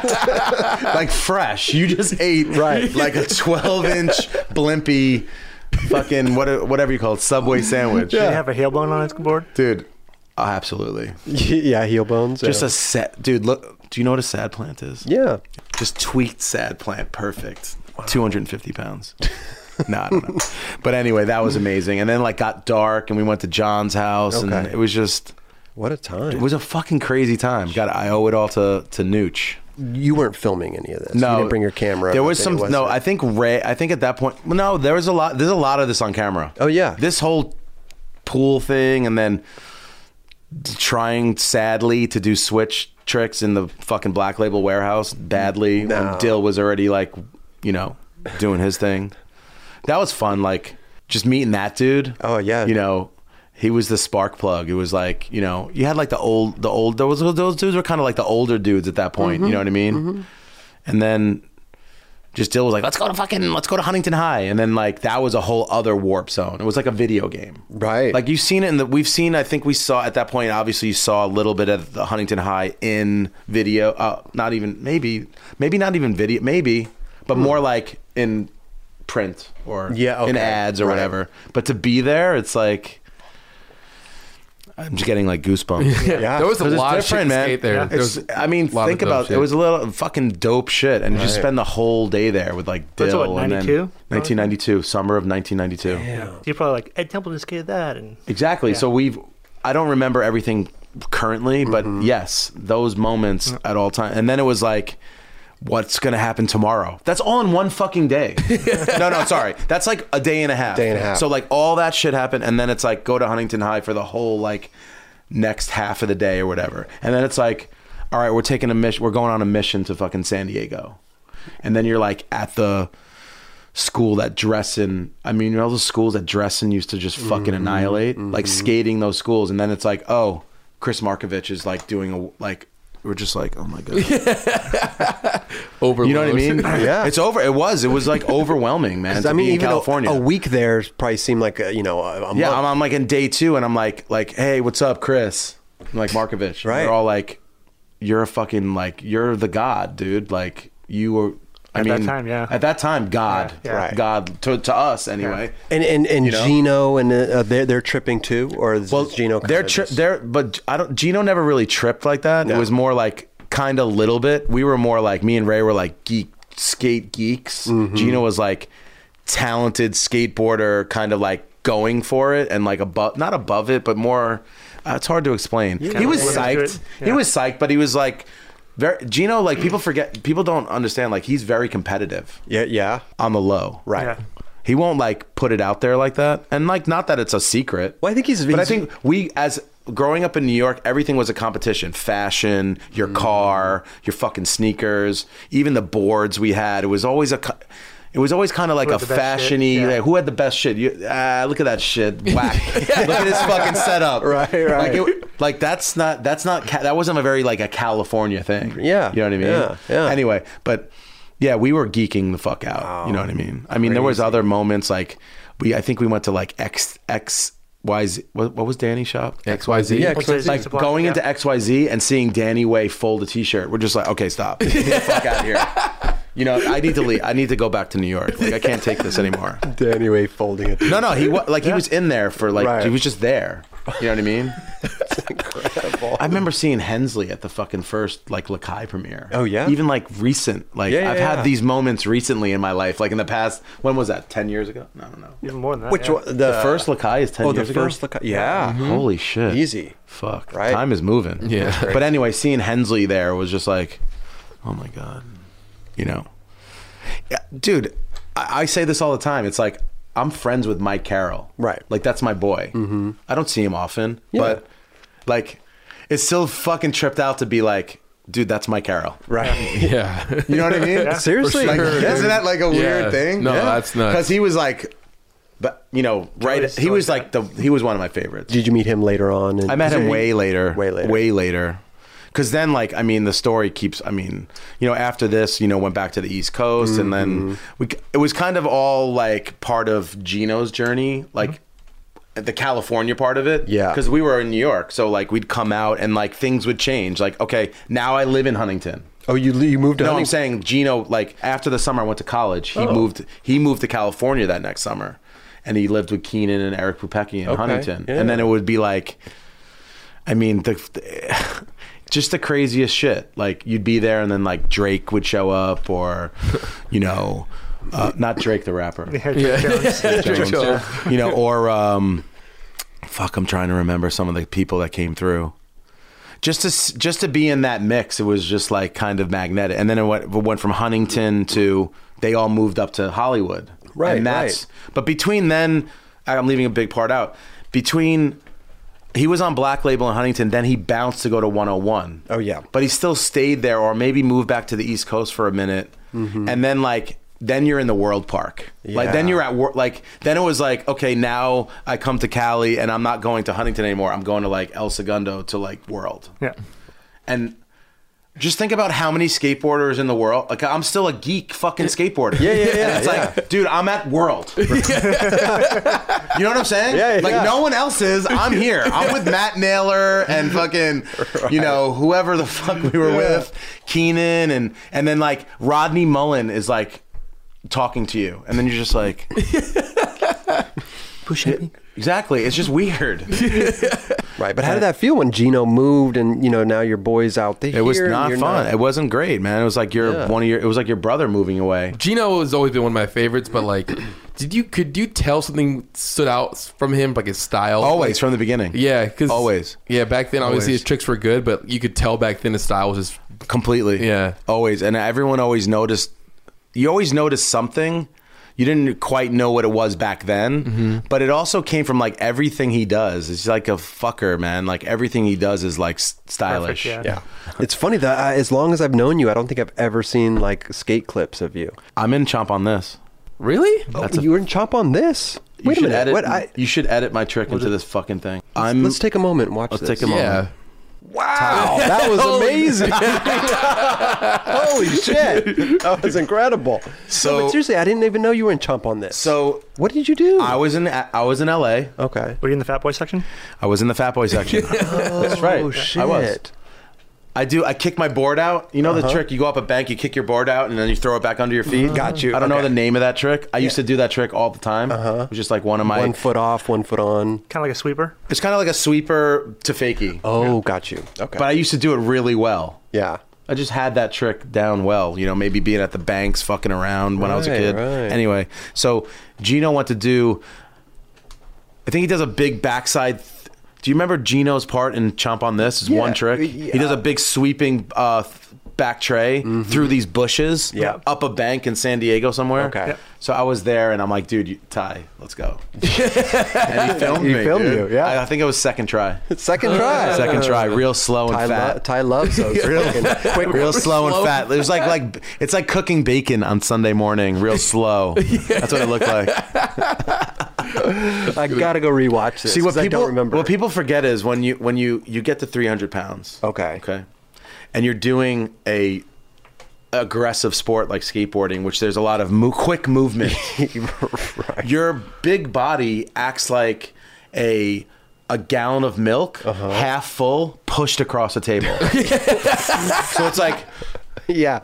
D: like fresh. You just ate right like a 12 inch blimpy fucking what, whatever you call it subway sandwich.
C: Did it have a heel bone on its board?
D: Dude, oh, absolutely.
A: yeah, heel bones.
D: Just
A: yeah.
D: a set. Dude, look, do you know what a sad plant is?
A: yeah.
D: Just tweaked sad plant perfect. 250 pounds. no, I don't know. But anyway, that was amazing. And then like got dark and we went to John's house and
A: Okay.
D: it was just
A: What a time.
D: it was a fucking crazy time. God, I owe it all to to Nooch.
A: you weren't filming any of this.
D: No,
A: you didn't bring your camera.
D: There
A: I
D: was
A: think
D: some.
A: it
D: no,
A: it?
D: I think Ray. I think at that point, no, there was a lot. There's a lot of this on camera.
A: Oh, yeah.
D: this whole pool thing, and then trying sadly to do switch tricks in the fucking black label warehouse badly. When Dill was already like, you know, doing his thing. That was fun. Like just meeting that dude.
A: Oh, yeah.
D: You know. He was the spark plug. It was like you know you had like the old the old those those dudes were kind of like the older dudes at that point.
A: Mm-hmm.
D: you know what I mean? And then just Dill was like, let's go to fucking, let's go to Huntington High. And then like that was a whole other warp zone. It was like a video game.
A: Right.
D: Like you've seen it in the, we've seen, I think we saw at that point, obviously you saw a little bit of the Huntington High in video. Uh, not even, maybe, maybe not even video, maybe, but more like in print or
A: Yeah,
D: in
A: okay.
D: ads or
A: Right.
D: whatever. But to be there, it's like, I'm just getting like goosebumps.
A: Yeah.
B: There was a
D: Because it's
B: lot of shit to
D: different, man.
B: skate there.
C: Yeah.
B: There
D: It's-
B: was
D: I mean,
B: a lot of
D: think
B: dope
D: about it.
B: shit.
D: Was a little fucking dope shit, and you just
A: Right.
D: spend the whole day there with like Dill.
C: That's what,
D: and then-
C: 92?
D: 1992, summer of 1992.
C: Yeah. You're probably like Ed Temple just skated that, and
D: Exactly. So we've. I don't remember everything currently, but
B: Mm-hmm.
D: yes, those moments at all time. And then it was like, what's gonna happen tomorrow? That's all in one fucking day. no, no, sorry. That's like a day and a half.
A: Day and a half.
D: So like all that shit happened, and then it's like go to Huntington High for the whole like next half of the day or whatever. And then it's like, all right, we're taking a mission. We're going on a mission to fucking San Diego. And then you're like at the school that Dressin, I mean, you know, those schools that Dressin used to just fucking
A: Mm-hmm.
D: annihilate, like skating those schools. And then it's like, oh, Chris Markovich is like doing a, like, we're just like, oh my God.
B: overload.
D: You know what I mean?
A: Yeah.
D: It's over. It was. It was like overwhelming, man. To
A: I mean,
D: be in
A: even a-
D: California.
A: A, week there probably seemed like a, you know a, a
D: yeah, I'm,
A: month.
D: I'm like in day two and I'm like, like, hey, what's up, Chris? I'm like Markovich.
A: Right.
D: They're all like, you're a fucking, like, you're the god, dude. Like, you were. I
C: At that
D: mean,
C: time, yeah.
D: At that time, God,
C: Yeah, yeah.
A: Right.
D: God to, to us anyway.
A: and and and
D: know?
A: Gino and uh, uh, they're they're tripping too, or is
D: Well,
A: Gino?
D: they're
A: kinda
D: tri-
A: just-
D: they're but I don't. Gino never really tripped like that. It
A: No.
D: was more like kind of little bit. We were more like me and Ray were like geek skate geeks. Gino was like talented skateboarder, kind of like going for it and like above, not above it, but more. Uh, it's hard to explain. He
C: Kinda
D: was
C: like into
D: psyched.
C: it.
D: He
C: Yeah.
D: was psyched, but he was like very Gino. Like people forget, people don't understand. Like he's very competitive
A: yeah yeah
D: on the low.
A: right
C: yeah.
D: He won't like put it out there like that, and like not that it's a secret.
A: Well, I think he's-
D: But I
A: he's-
D: think we as growing up in New York, everything was a competition: fashion, your
A: Mm.
D: car, your fucking sneakers, even the boards we had. It was always a. co- It was always kind of like
C: had
D: a
C: the best shit?
D: fashiony.
C: Yeah.
D: like, who had the best shit? You, ah, look at that shit. Whack. look at this fucking setup.
A: Right, right.
D: Like, it, like that's not that's not ca- that wasn't a very like a California thing.
A: Yeah,
D: You know what I mean?
A: yeah, yeah.
D: Anyway, but yeah, we were geeking the fuck out. you know
C: Oh,
D: what I mean? I mean, there was other moments like we. I think we went to like X X Y Z. What, what was Danny's shop?
B: XYZ.
A: Yeah,
C: I'll say it's
A: XYZ.
D: like
C: supply,
D: going
C: yeah.
D: into XYZ and seeing Danny Way fold a t-shirt. We're just like, okay, stop. Get the fuck out of here. You know, I need to leave. I need to go back to New York. Like, I can't take this anymore.
A: Danny Way folding it.
D: No, no, he was like he was in there for like
A: Right.
D: he was just there. You know what I mean? I remember seeing Hensley at the fucking first like Lakai premiere.
A: Oh, yeah?
D: even like recent. Like
A: Yeah, yeah,
D: I've
A: yeah.
D: had these moments recently in my life. Like in the past, when was that? Ten years ago? No, I don't know.
C: Even more than that.
A: Which
C: yeah.
A: one? The,
D: The first Lakai is ten
A: Oh, the
D: years ago.
A: first look. Yeah. Mm-hmm.
D: Holy shit!
A: Easy.
D: Fuck.
A: Right?
D: Time is moving.
B: Yeah.
D: But anyway, seeing Hensley there was just like, oh my god, you know, yeah, dude. I, I say this all the time. It's like I'm friends with Mike Carroll.
A: Right.
D: Like that's my boy. Mm-hmm. I don't see him often, but like, it's still fucking tripped out to be like, dude, that's Mike Carroll.
A: Right.
B: Yeah.
D: You know what I mean?
A: Seriously.
D: Like, isn't that like a
B: Yeah.
D: weird thing?
B: No, that's nuts.
D: Because he was like, but you know, right?
C: it's
D: He was
C: like
D: like the he was one of my favorites.
A: Did you meet him later on? in-
D: I met him way later.
A: Way later.
D: Way later. Because then, like, I mean, the story keeps. I mean, you know, after this, you know, went back to the East Coast, and then we. It was kind of all like part of Gino's journey, like the California part of it.
A: Yeah.
D: Because we were in New York, so like we'd come out and like things would change. Like, okay, now I live in Huntington.
A: Oh, you you moved to Oh.
D: No, I'm
A: Huntington?
D: saying Gino. Like after the summer I went to college, he moved. He moved to California that next summer, and he lived with Keenan and Eric Pupecki in Huntington. And then it would be like, I mean, the, just the craziest shit. Like you'd be there, and then like Drake would show up, or you know, uh, not Drake the rapper.
C: Yeah. Jones.
D: Jones. you know, or um, fuck, I'm trying to remember some of the people that came through. Just to s- just to be in that mix, it was just like kind of magnetic. And then it went, went from Huntington to they all moved up to Hollywood,
A: Right,
D: And that's but between then, I'm leaving a big part out. Between he was on Black Label in Huntington, then he bounced to go to 101.
A: Oh, yeah.
D: But he still stayed there or maybe moved back to the East Coast for a minute.
A: Mm-hmm.
D: And then like then you're in the World Park. Like then
A: Yeah.
D: you're at work like then it was like okay, now I come to Cali and I'm not going to Huntington anymore. I'm going to like El Segundo to like World.
C: Yeah.
D: And just think about how many skateboarders in the world. Like I'm still a geek fucking skateboarder. Yeah,
A: yeah, yeah,
D: it's like, dude, I'm at World. you know what I'm saying?
A: Yeah, yeah,
D: Like
A: yeah.
D: no one else is. I'm here. I'm with Matt Naylor and fucking, you know, whoever the fuck we were with, Keenan and and then like Rodney Mullen is like talking to you, and then you're just like.
C: Push it.
D: Exactly. It's just weird.
A: Right. But how did that feel when Gino moved and, you know, now your boy's out there?
D: It was
A: and
D: not
A: you're
D: fun. It wasn't great, man. It was like your
A: Yeah.
D: one of your. It was like your brother moving away.
B: Gino has always been one of my favorites, but like, did you could you tell something stood out from him, like his style?
D: Always from the beginning.
B: Yeah, because
D: Always.
B: Yeah, back then obviously
F: Always.
B: his tricks were good, but you could tell back then his style was just
D: Completely.
B: Yeah.
D: Always. And everyone always noticed you always noticed something. You didn't quite know what it was back then,
A: Mm-hmm.
D: but it also came from like everything he does. It's like a fucker, man. Like everything he does is like s- stylish.
C: yeah.
A: Yeah. It's funny that I, as long as I've known you, I don't think I've ever seen like skate clips of you.
D: I'm in chomp on this.
B: really.
A: oh, you were in chop on this.
D: You
A: Wait a
D: should
A: minute.
D: edit.
A: what I,
D: you should edit my trick into this fucking thing. I'm.
A: let's take a moment and watch
D: Let's
A: this.
D: take a moment.
B: Yeah.
A: Wow, that was amazing. Holy shit. That was incredible. So,
D: So-
A: but seriously, I didn't even know you were in chomp on this.
D: So
A: what did you do?
D: I was in. I was in L.A.
A: okay.
C: Were you in the fat boy section?
D: I was in the fat boy section. That's right.
A: Oh shit. Uh-huh.
D: I was. I do. I kick my board out. You know the trick? You go up a bank, you kick your board out, and then you throw it back under your feet.
A: Mm-hmm. Got you.
D: I don't know
A: Okay.
D: the name of that trick. I used to do that trick all the time. Uh-huh. It was just like one of my.
A: One foot off, one foot on.
C: Kind of like a sweeper.
D: It's kind of like a sweeper to fakie,
A: Oh, got you. Okay.
D: but I used to do it really well.
A: yeah.
D: I just had that trick down well. You know, maybe being at the banks, fucking around when I was a
A: Right,
D: kid.
A: right.
D: Anyway, so Gino went to do. I think he does a big backside. Th- do you remember Gino's part in Chomp on This? It's
A: Yeah,
D: one trick.
A: uh,
D: He does a big sweeping uh, th- back tray through these bushes
A: Yeah.
D: up a bank in San Diego somewhere.
A: Okay. Yep.
D: So I was there and I'm like, dude, you, Ty, let's go. and he filmed
A: He
D: me.
A: filmed
D: dude.
A: you, yeah.
D: I, I think it was second try.
A: Second try.
D: Second try, real slow and
A: Ty,
D: fat.
A: lo- Ty loves those. fucking quick
D: real slow,
B: slow.
D: and fat. It was like like it's like cooking bacon on Sunday morning, real slow. That's what it looked like.
A: I gotta go rewatch this.
D: See what
A: 'cause
D: people
A: I don't remember.
D: what people forget is when you when you you get to 300 pounds.
A: Okay.
D: Okay. And you're doing a aggressive sport like skateboarding, which there's a lot of mo- quick movement. Your big body acts like a a gallon of milk,
A: Uh-huh.
D: half full, pushed across a table. so it's like
A: yeah,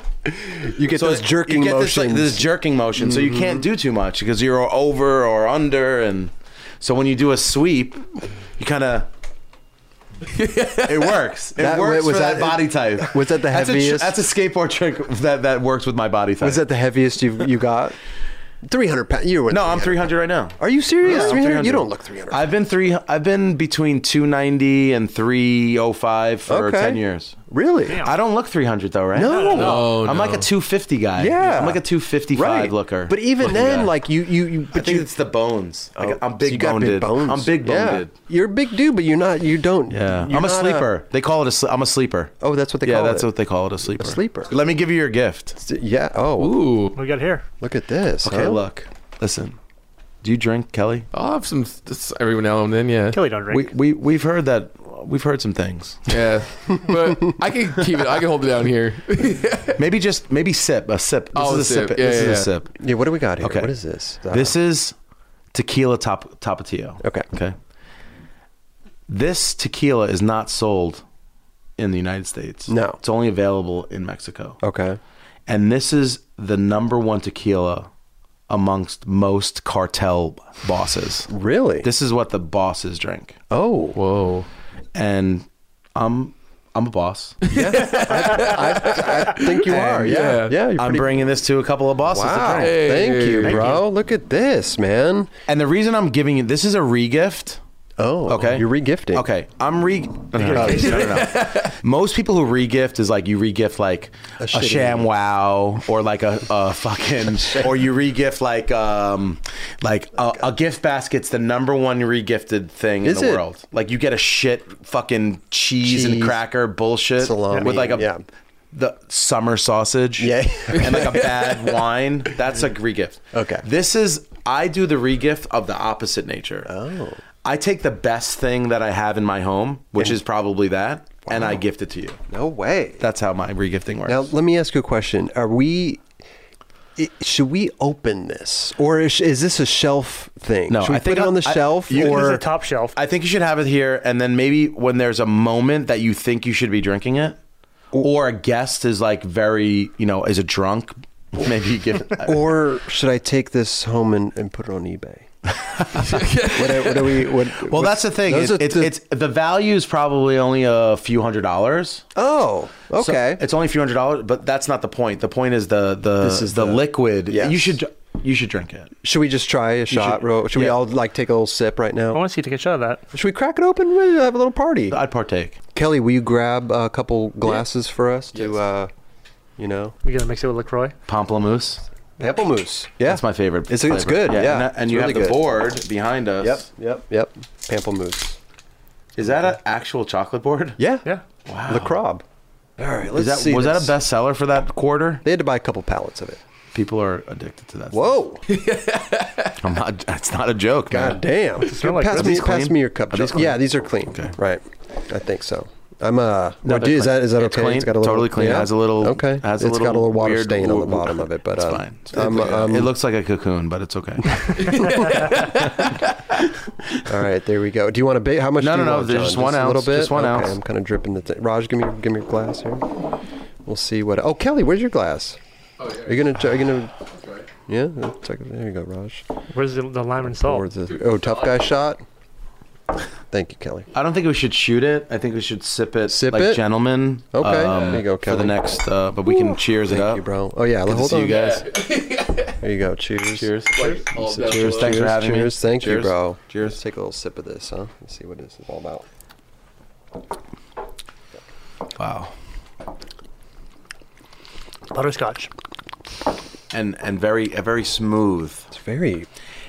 A: you get those
D: it's-
A: jerking Mm-hmm.
D: you get This, like,
A: motions.
D: this jerking motion, so you can't do too much because you're over or under, and so when you do a sweep, you kind of. it works. It
A: That-
D: works
A: was
D: for
A: that-
D: that, body type.
A: was that the
D: That's a tr-
A: heaviest?
D: That's a, skateboard trick that, that works with my body type.
A: Was that the heaviest you you got? Three hundred pounds. You were
D: no, I'm 300 right now.
A: Are you serious?
D: Yeah, I'm
A: 300? You don't look 300.
D: I've been three. I've been between 290 and 305 for 10 years.
A: Really?
D: I don't look 300 though, right?
A: No.
B: No,
D: Oh, I'm
B: Oh, no.
D: like a 250 guy.
A: Yeah.
D: I'm like a 255
A: Right.
D: looker.
A: But even then,
D: guy.
A: like you, you, you
D: I
A: but
D: think
A: you,
D: it's the bones. I
A: so
D: got- I'm big
A: you got
D: Oh, boned.
A: big bones.
D: I'm big
A: Yeah.
D: boned.
A: You're a big dude, but you're not. You don't.
D: Yeah,
A: you're
D: I'm a
A: not
D: sleeper. they call it a. Sl- I'm a sleeper.
A: Oh, that's what they
D: yeah,
A: call
D: that's
A: it.
D: what they call it. A sleeper.
A: sleeper.
D: Let me give you your gift.
A: yeah. Oh,
B: Ooh,
C: What we got here?
A: look at this.
D: Okay,
A: huh?
D: look, listen. Do you drink, Kelly?
B: I'll have some s- every now and then. Yeah,
C: Kelly don't
D: We
C: drink.
D: we we've heard that. We've heard some things.
B: yeah. But I can keep it. I can hold it down here.
D: Maybe just maybe sip a sip. This
B: Oh,
D: is
B: a
D: a sip.
B: sip. Yeah,
D: This
B: yeah,
D: is
B: yeah.
D: a sip.
A: Yeah. What do we got here?
D: Okay.
A: What is this? Uh,
D: This is tequila top tapatio.
A: Okay.
D: Okay. This tequila is not sold in the United States.
A: No.
D: It's only available in Mexico.
A: Uh, Okay.
D: And this is the number one tequila amongst most cartel bosses.
A: Really?
D: This is what the bosses drink.
A: oh.
B: Whoa.
D: And I'm I'm a boss.
A: I think you are. Yeah. Yeah.
B: yeah.
A: you're
D: I'm
A: pretty-
D: bringing this to a couple of bosses to
A: Wow.
D: drink.
B: Hey.
A: Thank you,
B: Thank
A: bro. Look at this, man.
D: And the reason I'm giving you this is a re-gift.
A: Oh.
D: Okay.
A: You're regifting.
D: Okay, I'm re. No, no, no, no. Most people who regift is like you regift like a,
A: shitty-
D: sham wow or like a, a fucking or you regift like um like a, a gift basket's the number one regifted thing
A: Is
D: in the
A: it?
D: world. Like you get a shit fucking cheese, and
A: Cheese,
D: cracker bullshit
A: salami,
D: with like a
A: yeah.
D: the summer sausage
A: Yeah.
D: and like a bad wine. That's a regift.
A: Okay.
D: This is I do the regift of the opposite nature. Oh. I take the best thing that I have in my home, which is probably that, and I gift it to you.
A: No way.
D: That's how my regifting works.
A: Now, let me ask you a question. Are we, i should we open this? Or is, is this a shelf thing?
D: No,
A: should we
D: I think
A: put it on the
D: I-
A: shelf?
D: you-
C: This is
A: or
C: a top shelf.
D: I think you should have it here, and then maybe when there's a moment that you think you should be drinking it, or a guest is like very, you know, is a drunk, maybe you give it.
A: or should I take this home and, and put it on eBay? what, are, what are we? What,
D: Well,
A: what-
D: that's the thing.
A: those
D: It's,
A: are
D: it's,
A: the-
D: it's the value is probably only a few hundred dollars.
A: oh,
D: So
A: okay.
D: it's only a few hundred dollars, but that's not the point. The point is the the
A: This is
D: the,
A: the-
D: liquid.
A: Yes.
D: You should you should drink it.
A: should we just try a shot?
D: should-
A: Should, should we
D: yeah.
A: all like take a little sip right
C: I
A: now?
C: want to see you take a shot of that.
A: Should we crack it open? We'll have a little party.
D: I'd partake.
A: Kelly, will you grab a couple glasses for us to, uh, you know,
C: We gotta mix it with Lacroix.
D: Pamplemousse.
A: apple mousse? Yeah,
D: That's my favorite.
A: It's- it's
D: flavor.
A: good, yeah.
D: and, that- and
A: It's
D: you
A: really
D: have the
A: good.
D: board behind us.
A: Yep, yep, yep. Apple mousse.
D: Is that an actual chocolate board?
A: Yeah.
C: Yeah.
D: Wow.
A: The Crob. All right, let's
D: Is that
A: see.
D: was
A: this.
D: that a bestseller for that quarter?
A: They had to buy a couple pallets of it.
D: People are addicted to that.
A: Whoa!
D: stuff. I'm not. That's not a joke.
A: God
D: man.
A: damn!
C: smell like?
A: pass
C: Are
A: me,
C: these
A: pass
D: clean?
A: me your cup.
D: Are these
A: Joe.
D: clean?
A: yeah, these are clean.
D: Okay.
A: Right. I think so. I'm uh.
D: No,
A: what do-
D: they're
A: is
D: clean.
A: that is that
D: It's
A: okay?
D: clean.
A: It's got a little
D: Totally clean. It
A: Yeah?
D: has a little-
A: Okay.
D: it has a
A: It's got a
D: little
A: little water
D: weird
A: stain on the
D: wo-
A: bottom of it, but
D: It's
A: uh,
D: fine.
A: I'm, um,
D: it looks like a cocoon, but it's okay.
A: all right. There we go. Do you want a bit? How much?
D: No,
A: do you
D: no, no,
A: want,
D: there's
A: John?
D: just one
A: a little
D: ounce,
A: bit.
D: just one
A: okay,
D: ounce.
A: I'm kind of dripping the. thing. Raj, give me your- give me your glass here. We'll see what. Oh, Kelly, where's your glass? Oh, yeah. Are you gonna? Are you gonna? Yeah. Take it- There you go, Raj.
C: Where's the, the lime and
A: Or
C: salt?
A: the oh tough guy shot. Thank you, Kelly.
D: I don't think we should shoot it. I think we should sip it,
A: Sip
D: like
A: it?
D: gentlemen. Um,
A: Okay. There you go,
D: for the
A: Kelly.
D: next, uh, but we can cheers it
A: Thank
D: up.
A: you, bro. Oh yeah,
D: Good to
A: hold
D: see
A: on.
D: you guys.
A: There you go. Cheers.
D: Cheers.
B: Like, all down
D: Cheers.
B: below.
D: Thanks for
A: Cheers,
D: having me.
A: cheers. Thank you,
D: Cheers.
A: bro. Let's
D: Cheers.
A: take a little sip of this, huh? Let's see what this is all about.
D: Wow.
C: Butterscotch.
D: and and very uh, very smooth.
A: It's very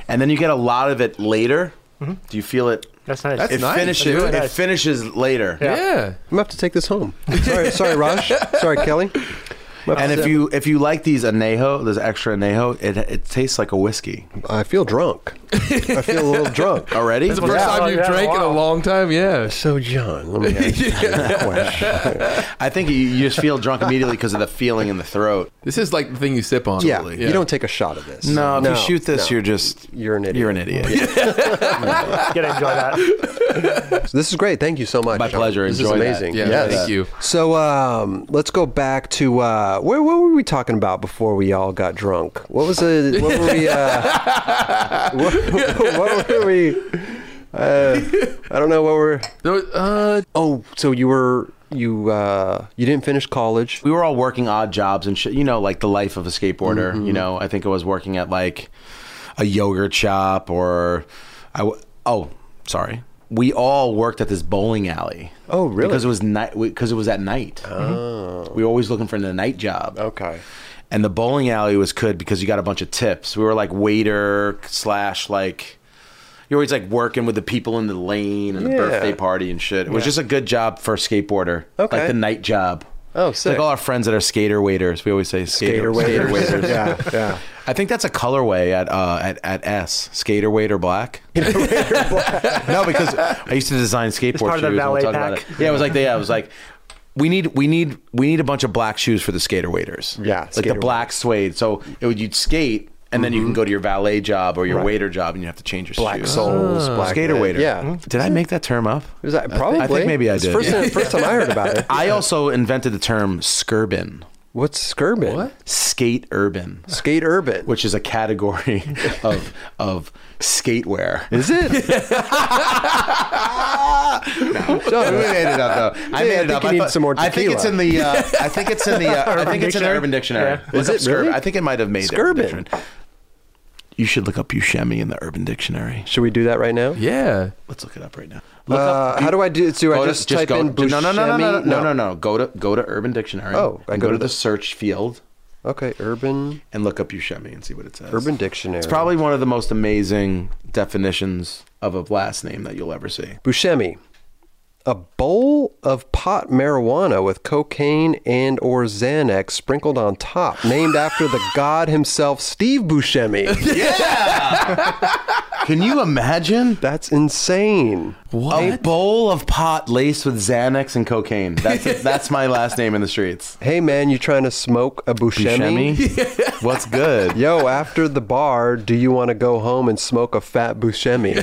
D: And then you get a lot of it later.
A: Mm-hmm.
D: Do you feel it?
C: That's nice.
B: That's
D: It
B: nice.
D: finishes.
B: That's really
D: It
B: nice.
D: finishes later.
C: Yeah.
B: Yeah.
A: I'm gonna have to take this home. Sorry, sorry, Raj. Sorry, Kelly. I'm gonna have to
D: And if
A: say-
D: you if you like these anejo, this extra anejo, it it tastes like a whiskey
A: I feel drunk. I feel a little drunk.
D: already.
B: It's the first
C: Yeah. Oh,
B: time you've
C: yeah,
B: drank in a
C: wow.
B: long time. Yeah.
A: So, John, let me ask you a question.
D: I think you, you just feel drunk immediately because of the feeling in the throat.
B: This is like the thing you sip on.
A: Yeah, you don't take a shot of this.
D: No, if you shoot this,
A: no.
D: you're just
A: You're an idiot.
D: You're an idiot.
C: You gotta enjoy that.
A: So this is great. Thank you so much.
D: My
A: John.
D: pleasure.
A: This
D: Enjoy that.
A: is amazing.
B: Yeah,
A: Yes.
B: thank you.
A: So um, let's go back to uh, where, where were we talking about before we all got drunk? What was it? What were we? Uh, what, what were we? Uh, I don't know what we're.
B: There was- uh,
A: Oh, so you were you uh, you didn't finish college.
D: we were all working odd jobs and shit. You know, like the life of a skateboarder.
A: Mm-hmm.
D: You know, I think I was working at like a yogurt shop or I. W- oh, sorry. We all worked at this bowling alley.
A: Oh, really? Mm-hmm.
D: Because it was night. Because it was at night. Oh. We were always looking for the night job.
A: Okay.
D: And the bowling alley was good because you got a bunch of tips. We were like waiter slash like you're always like working with the people in the lane and
A: Yeah.
D: the birthday party and shit. It was just a good job for a skateboarder.
A: Okay.
D: Like the night job.
A: Oh,
D: It's
A: sick.
D: Like all our friends that are skater waiters. We always say
A: Gator
D: skater,
A: waiters.
D: skater waiters.
A: yeah, yeah.
D: I think that's a colorway at uh, at, at S. Skater waiter black. no, because I used to design skateboard
C: part of
D: shoes.
C: the
D: and we'll
C: valet
D: talk about
C: pack.
D: it. Yeah, it was like yeah, it was like we need we need we need a bunch of black shoes for the skater waiters.
A: Yeah,
D: like
A: skater
D: the black suede. So it would you'd skate and then you can go to your valet job or your waiter job and you have to change your
A: Black
D: shoes. Ah.
A: souls, black
D: skater
A: men.
D: waiter. Hmm?
A: Yeah.
D: Did I make that term up?
A: Was that probably?
D: I think maybe I
A: It's
D: did.
A: First,
D: Yeah.
A: time, first time I heard about it.
D: I also invented the term skirbin,
A: What's Skirbin?
B: What?
D: skate urban.
A: Skate urban.
D: which is a category of of skatewear.
A: is it?
D: we made it up though. I
A: Yeah,
D: made
A: I
D: it
A: think
D: up.
A: you
D: I,
A: need
D: thought-
A: some more
D: I think it's in the. Uh, I think it's in the. Uh, I think it's in the
C: Dictionary?
D: Urban Dictionary.
C: Yeah.
D: Look
A: Is
D: up
A: it really?
D: Skirb- I think it might have made the
A: Skirbin.
D: Urban Dictionary. You should look up Buscemi in the Urban Dictionary.
A: Should we do that right now?
B: yeah.
D: Let's look it up right now.
A: Uh,
D: Look up.
A: how do I do it? Do I
D: go to-
A: just, type
D: oh, go-
A: in Buscemi?
D: no, no, no, no, no, no, no, no. Go to go to Urban Dictionary.
A: Oh, I
D: and
A: go
D: go,
A: to
D: to the,
A: the-
D: search field
A: Okay, urban
D: and look up Buscemi and see what it says.
A: urban dictionary.
D: It's probably one of the most amazing definitions of a last name that you'll ever see.
A: Buscemi. A bowl of pot marijuana with cocaine and or Xanax sprinkled on top, named after the god himself, Steve Buscemi.
D: Can you imagine?
A: That's insane.
D: A bowl of pot laced with Xanax and cocaine. That's that's my last name in the streets.
A: Hey man, you trying to smoke a Buscemi?
D: Buscemi? What's good?
A: Yo, after the bar, do you want to go home and smoke a fat Buscemi?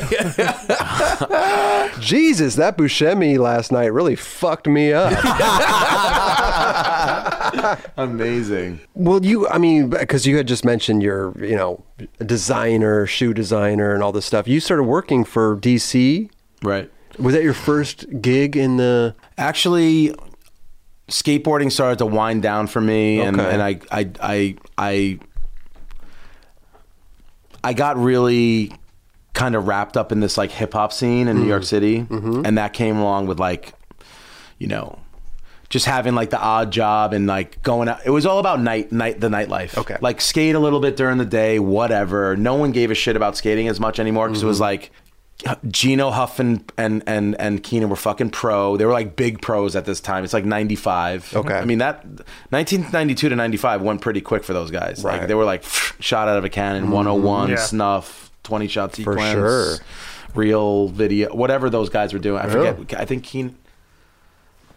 A: Jesus, that Buscemi last night really fucked me up.
D: Amazing.
A: Well, you, I mean, because you had just mentioned your, you know, designer, shoe designer, and all this stuff. You started working for DC.
D: Right.
A: Was that your first gig in the?
D: Actually, skateboarding started to wind down for me, and,
A: Okay.
D: and I, I I I I got really kind of wrapped up in this like hip hop scene in New York City, and that came along with like, you know. Just having like the odd job and like going out. It was all about night, night, the nightlife.
A: Okay.
D: Like skate a little bit during the day, whatever. No one gave a shit about skating as much anymore because it
A: Mm-hmm.
D: was like Gino Huff and and and and Keenan were fucking pro. They were like big pros at this time. It's like ninety five.
A: Okay.
D: I mean that nineteen ninety two to ninety five went pretty quick for those guys.
A: Right. Mm-hmm.
D: Like they were like shot out of a cannon, one hundred one
C: Yeah.
D: snuff, twenty shot sequence,
A: sure.
D: real video, whatever those guys were doing. I forget. I think Keenan.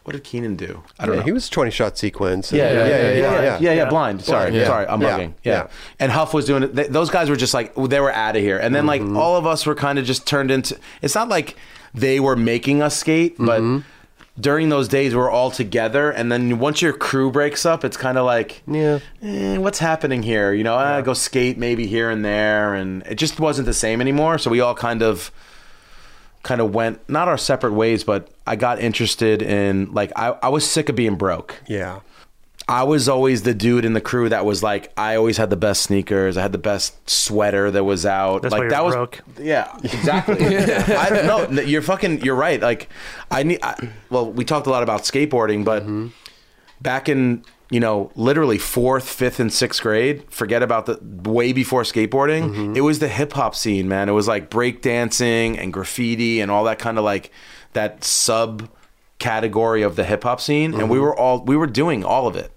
D: What did Keenan do? I don't
A: Yeah,
D: know.
A: He was twenty shot sequence.
D: Yeah, yeah, yeah, yeah, yeah, yeah, blind. Sorry,
B: Yeah.
D: sorry, I'm
A: Yeah.
D: bugging.
A: Yeah.
D: Yeah. and Huff was doing it. Th- those guys were just like they were out of here, and then like all of us were kind of just turned into. It's not like they were making us skate, but during those days we are all together, and then once your crew breaks up, it's kind of like
A: Yeah.
D: eh, what's happening here? You know, ah, go skate maybe here and there, and it just wasn't the same anymore. So we all kind of kind of went not our separate ways but i got interested in like I, I was sick of being broke
A: yeah.
D: I was always the dude in the crew that was like, I always had the best sneakers. I had the best sweater that was out.
C: That's
D: like
C: why you're
D: that was
C: broke.
D: yeah, exactly. I don't know. No, You're fucking. You're right. Like I need. I, well, we talked a lot about skateboarding, but back in you know, literally fourth, fifth, and sixth grade. Forget about the way before skateboarding. It was the hip hop scene, man. It was like break dancing and graffiti and all that kind of like that sub category of the hip hop scene. And we were all we were doing all of it.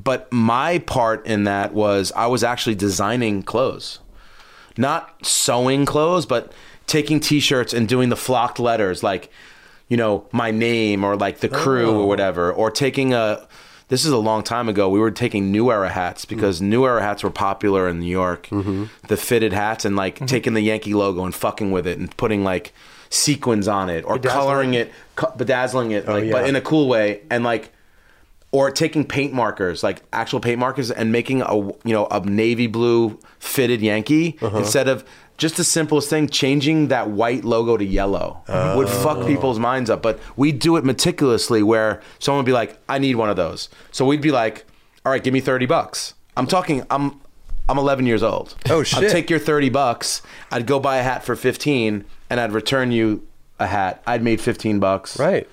D: But my part in that was I was actually designing clothes not sewing clothes, but taking t-shirts and doing the flocked letters, like, you know, my name or like the crew or whatever, or taking a, this is a long time ago. We were taking new era hats because new era hats were popular in New York, the fitted hats and like taking the Yankee logo and fucking with it and putting like sequins on it or coloring it, co- bedazzling it, like, but in a cool way. And like, or taking paint markers, like actual paint markers, and making a you know a navy blue fitted Yankee
A: Uh-huh.
D: instead of just the simplest thing, changing that white logo to yellow would
A: Oh.
D: fuck people's minds up. But we do it meticulously, where someone would be like, "I need one of those," so we'd be like, "All right, give me thirty bucks." I'm talking. I'm I'm 11 years old.
A: Oh,
D: I'd
A: shit.
D: take your 30 bucks. I'd go buy a hat for 15, and I'd return you a hat. I'd made 15 bucks
A: Right.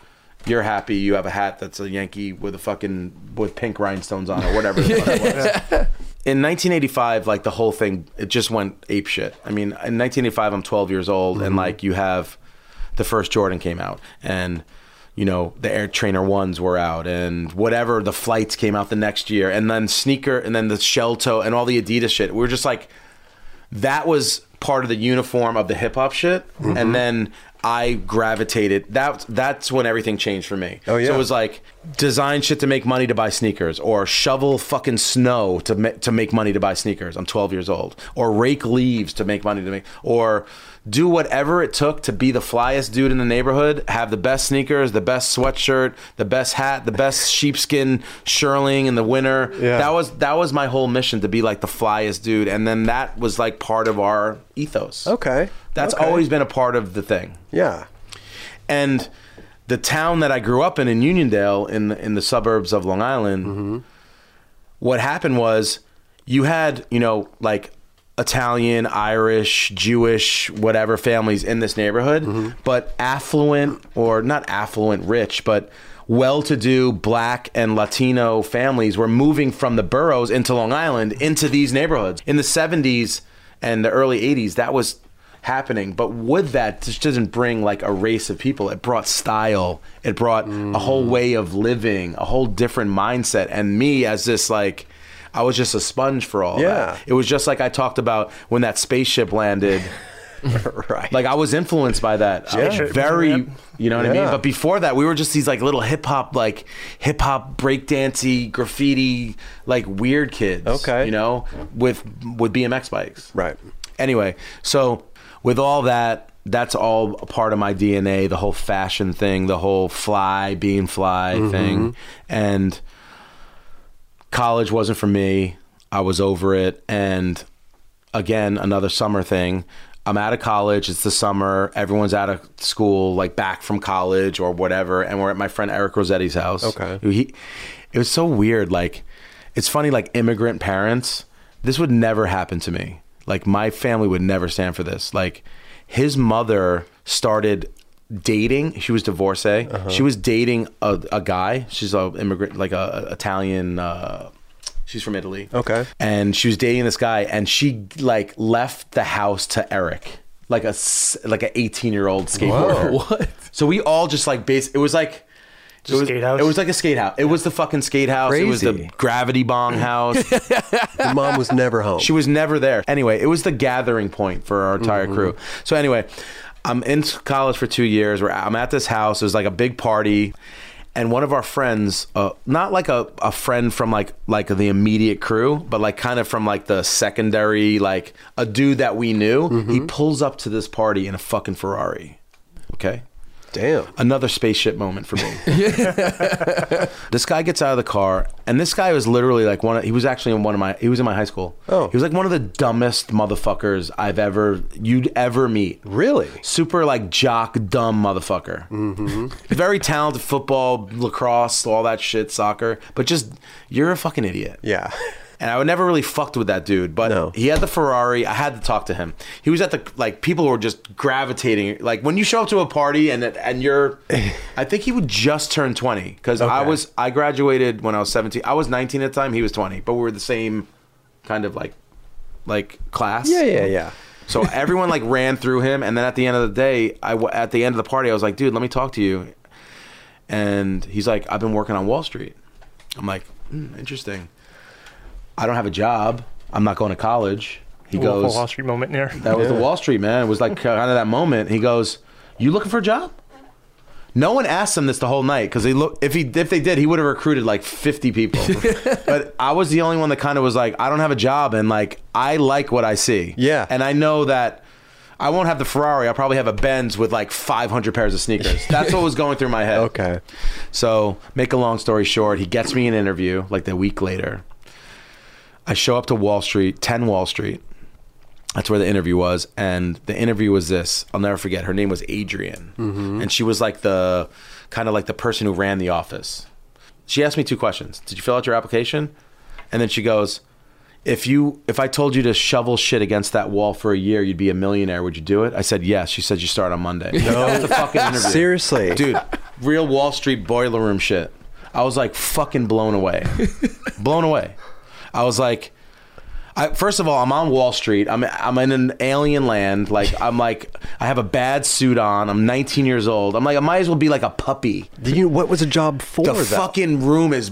D: you're happy you have a hat that's a Yankee with a fucking with pink rhinestones on or whatever. The fuck it was. In 1985, like the whole thing, it just went ape shit. I mean, in 1985, I'm 12 years old, and like you have the first Jordan came out, and you know the Air Trainer ones were out, and whatever the flights came out the next year, and then sneaker, and then the shell toe, and all the Adidas shit. We were just like, that was part of the uniform of the hip hop shit, and then I gravitated. That that's when everything changed for me. Oh
A: yeah.
D: so it was like design shit to make money to buy sneakers, or shovel fucking snow to ma- to make money to buy sneakers. I'm 12 years old, or rake leaves to make money to make, or do whatever it took to be the flyest dude in the neighborhood, have the best sneakers, the best sweatshirt, the best hat, the best sheepskin shirling in the winter.
A: Yeah.
D: That was was- that was my whole mission to be like the flyest dude, and then that was like part of our ethos.
A: Okay.
D: that's
A: Okay.
D: always been a part of the thing.
A: Yeah.
D: And the town that I grew up in in Uniondale, in the, in the suburbs of Long Island, what happened was you had you know like Italian, Irish, Jewish, whatever families in this neighborhood, but affluent or not affluent, rich, but well-to-do black and latino families were moving from the boroughs into long island into these neighborhoods in the 70s and the early 80s that was happening. But with that, this doesn't bring like a race of people. It brought style. It brought a whole way of living, a whole different mindset. And me as this like, I was just a sponge for all
A: Yeah.
D: that. It was just like I talked about when that spaceship landed.
A: Right.
D: Like I was influenced by that. I was
C: Spaceship,
D: very,
C: yep.
D: you know what I
A: Yeah.
D: mean. But before that, we were just these like little hip hop, like hip hop breakdancey, graffiti, like weird kids.
A: Okay.
D: you know, with with BMX bikes.
A: Right.
D: Anyway, so with all that, that's all a part of my DNA, the whole fashion thing, the whole fly being fly
A: Mm-hmm.
D: thing. And college wasn't for me. I was over it. And again, another summer thing. I'm out of college. It's the summer. Everyone's out of school, like back from college or whatever. And we're at my friend Eric Rossetti's house.
A: Okay.
D: He, it was so weird. Like, it's funny, like, immigrant parents, this would never happen to me. Like, my family would never stand for this. Like, his mother started dating. She was divorcee. She was dating a, a guy. She's a immigrant, like a, a Italian. Uh, she's from Italy.
A: Okay.
D: And she was dating this guy, and she like left the house to Eric, like a s- like an eighteen year old skateboarder. What? So we all just like base. It was like. it was,
C: skate house?
D: it was like a skate house. It was the fucking skate house. It was the
A: Crazy.
D: gravity bong house.
A: The mom was never home.
D: She was never there. Anyway, it was the gathering point for our entire crew. So anyway, I'm in college for two years. Where I'm at this house. It was like a big party, and one of our friends, uh, not like a, a friend from like like the immediate crew, but like kind of from like the secondary, like a dude that we knew. He pulls up to this party in a fucking Ferrari. Okay
A: Damn.
D: another spaceship moment for me. this guy gets out of the car, and this guy was literally like one. Of, he was actually in one of my. He was in my high school.
A: Oh.
D: he was like one of the dumbest motherfuckers I've ever you'd ever meet.
A: Really? Mm-hmm.
D: Super like jock dumb motherfucker. Very talented football, lacrosse, all that shit, soccer, but just you're a fucking idiot.
A: Yeah.
D: And I would never really fucked with that dude, but
A: No.
D: he had the Ferrari. I had to talk to him. He was at the like people were just gravitating. Like when you show up to a party and and you're, I think he would just turn twenty because I
A: Okay.
D: was I graduated when I was seventeen. I was nineteen at the time. He was twenty, but we were the same kind of like like class.
A: Yeah, yeah, yeah.
D: So everyone like ran through him, and then at the end of the day, I w- at the end of the party, I was like, "Dude, let me talk to you." And he's like, "I've been working on Wall Street." I'm like, "Hmm, "Interesting. I don't have a job. I'm not going to college." He
C: Wolf of
D: goes,
C: Wall Street moment there.
D: "That was the Wall Street man." It was like kind of that moment. He goes, "You looking for a job?" No one asked him this the whole night because he look if he if they did he would have recruited like fifty people, but I was the only one that kind of was like I don't have a job and like I like what I see
A: Yeah.
D: and I know that I won't have the Ferrari I'll probably have a Benz with like five hundred pairs of sneakers that's what was going through my head
A: Okay.
D: so make a long story short he gets me an interview like the week later I show up to Wall Street ten Wall Street that's where the interview was and the interview was this i'll never forget her name was adrian and she was like the kind of like the person who ran the office she asked me two questions did you fill out your application and then she goes if you if i told you to shovel shit against that wall for a year you'd be a millionaire would you do it i said yes she said you start on monday no that's the fucking interview
A: Seriously.
D: dude real wall street boiler room shit i was like fucking blown away blown away i was like I, first of all, I'm on Wall Street. I'm I'm in an alien land. Like I'm like I have a bad suit on. I'm 19 years old. I'm like I might as well be like a puppy.
A: Did you what was a job for
D: The
A: that?
D: fucking room is.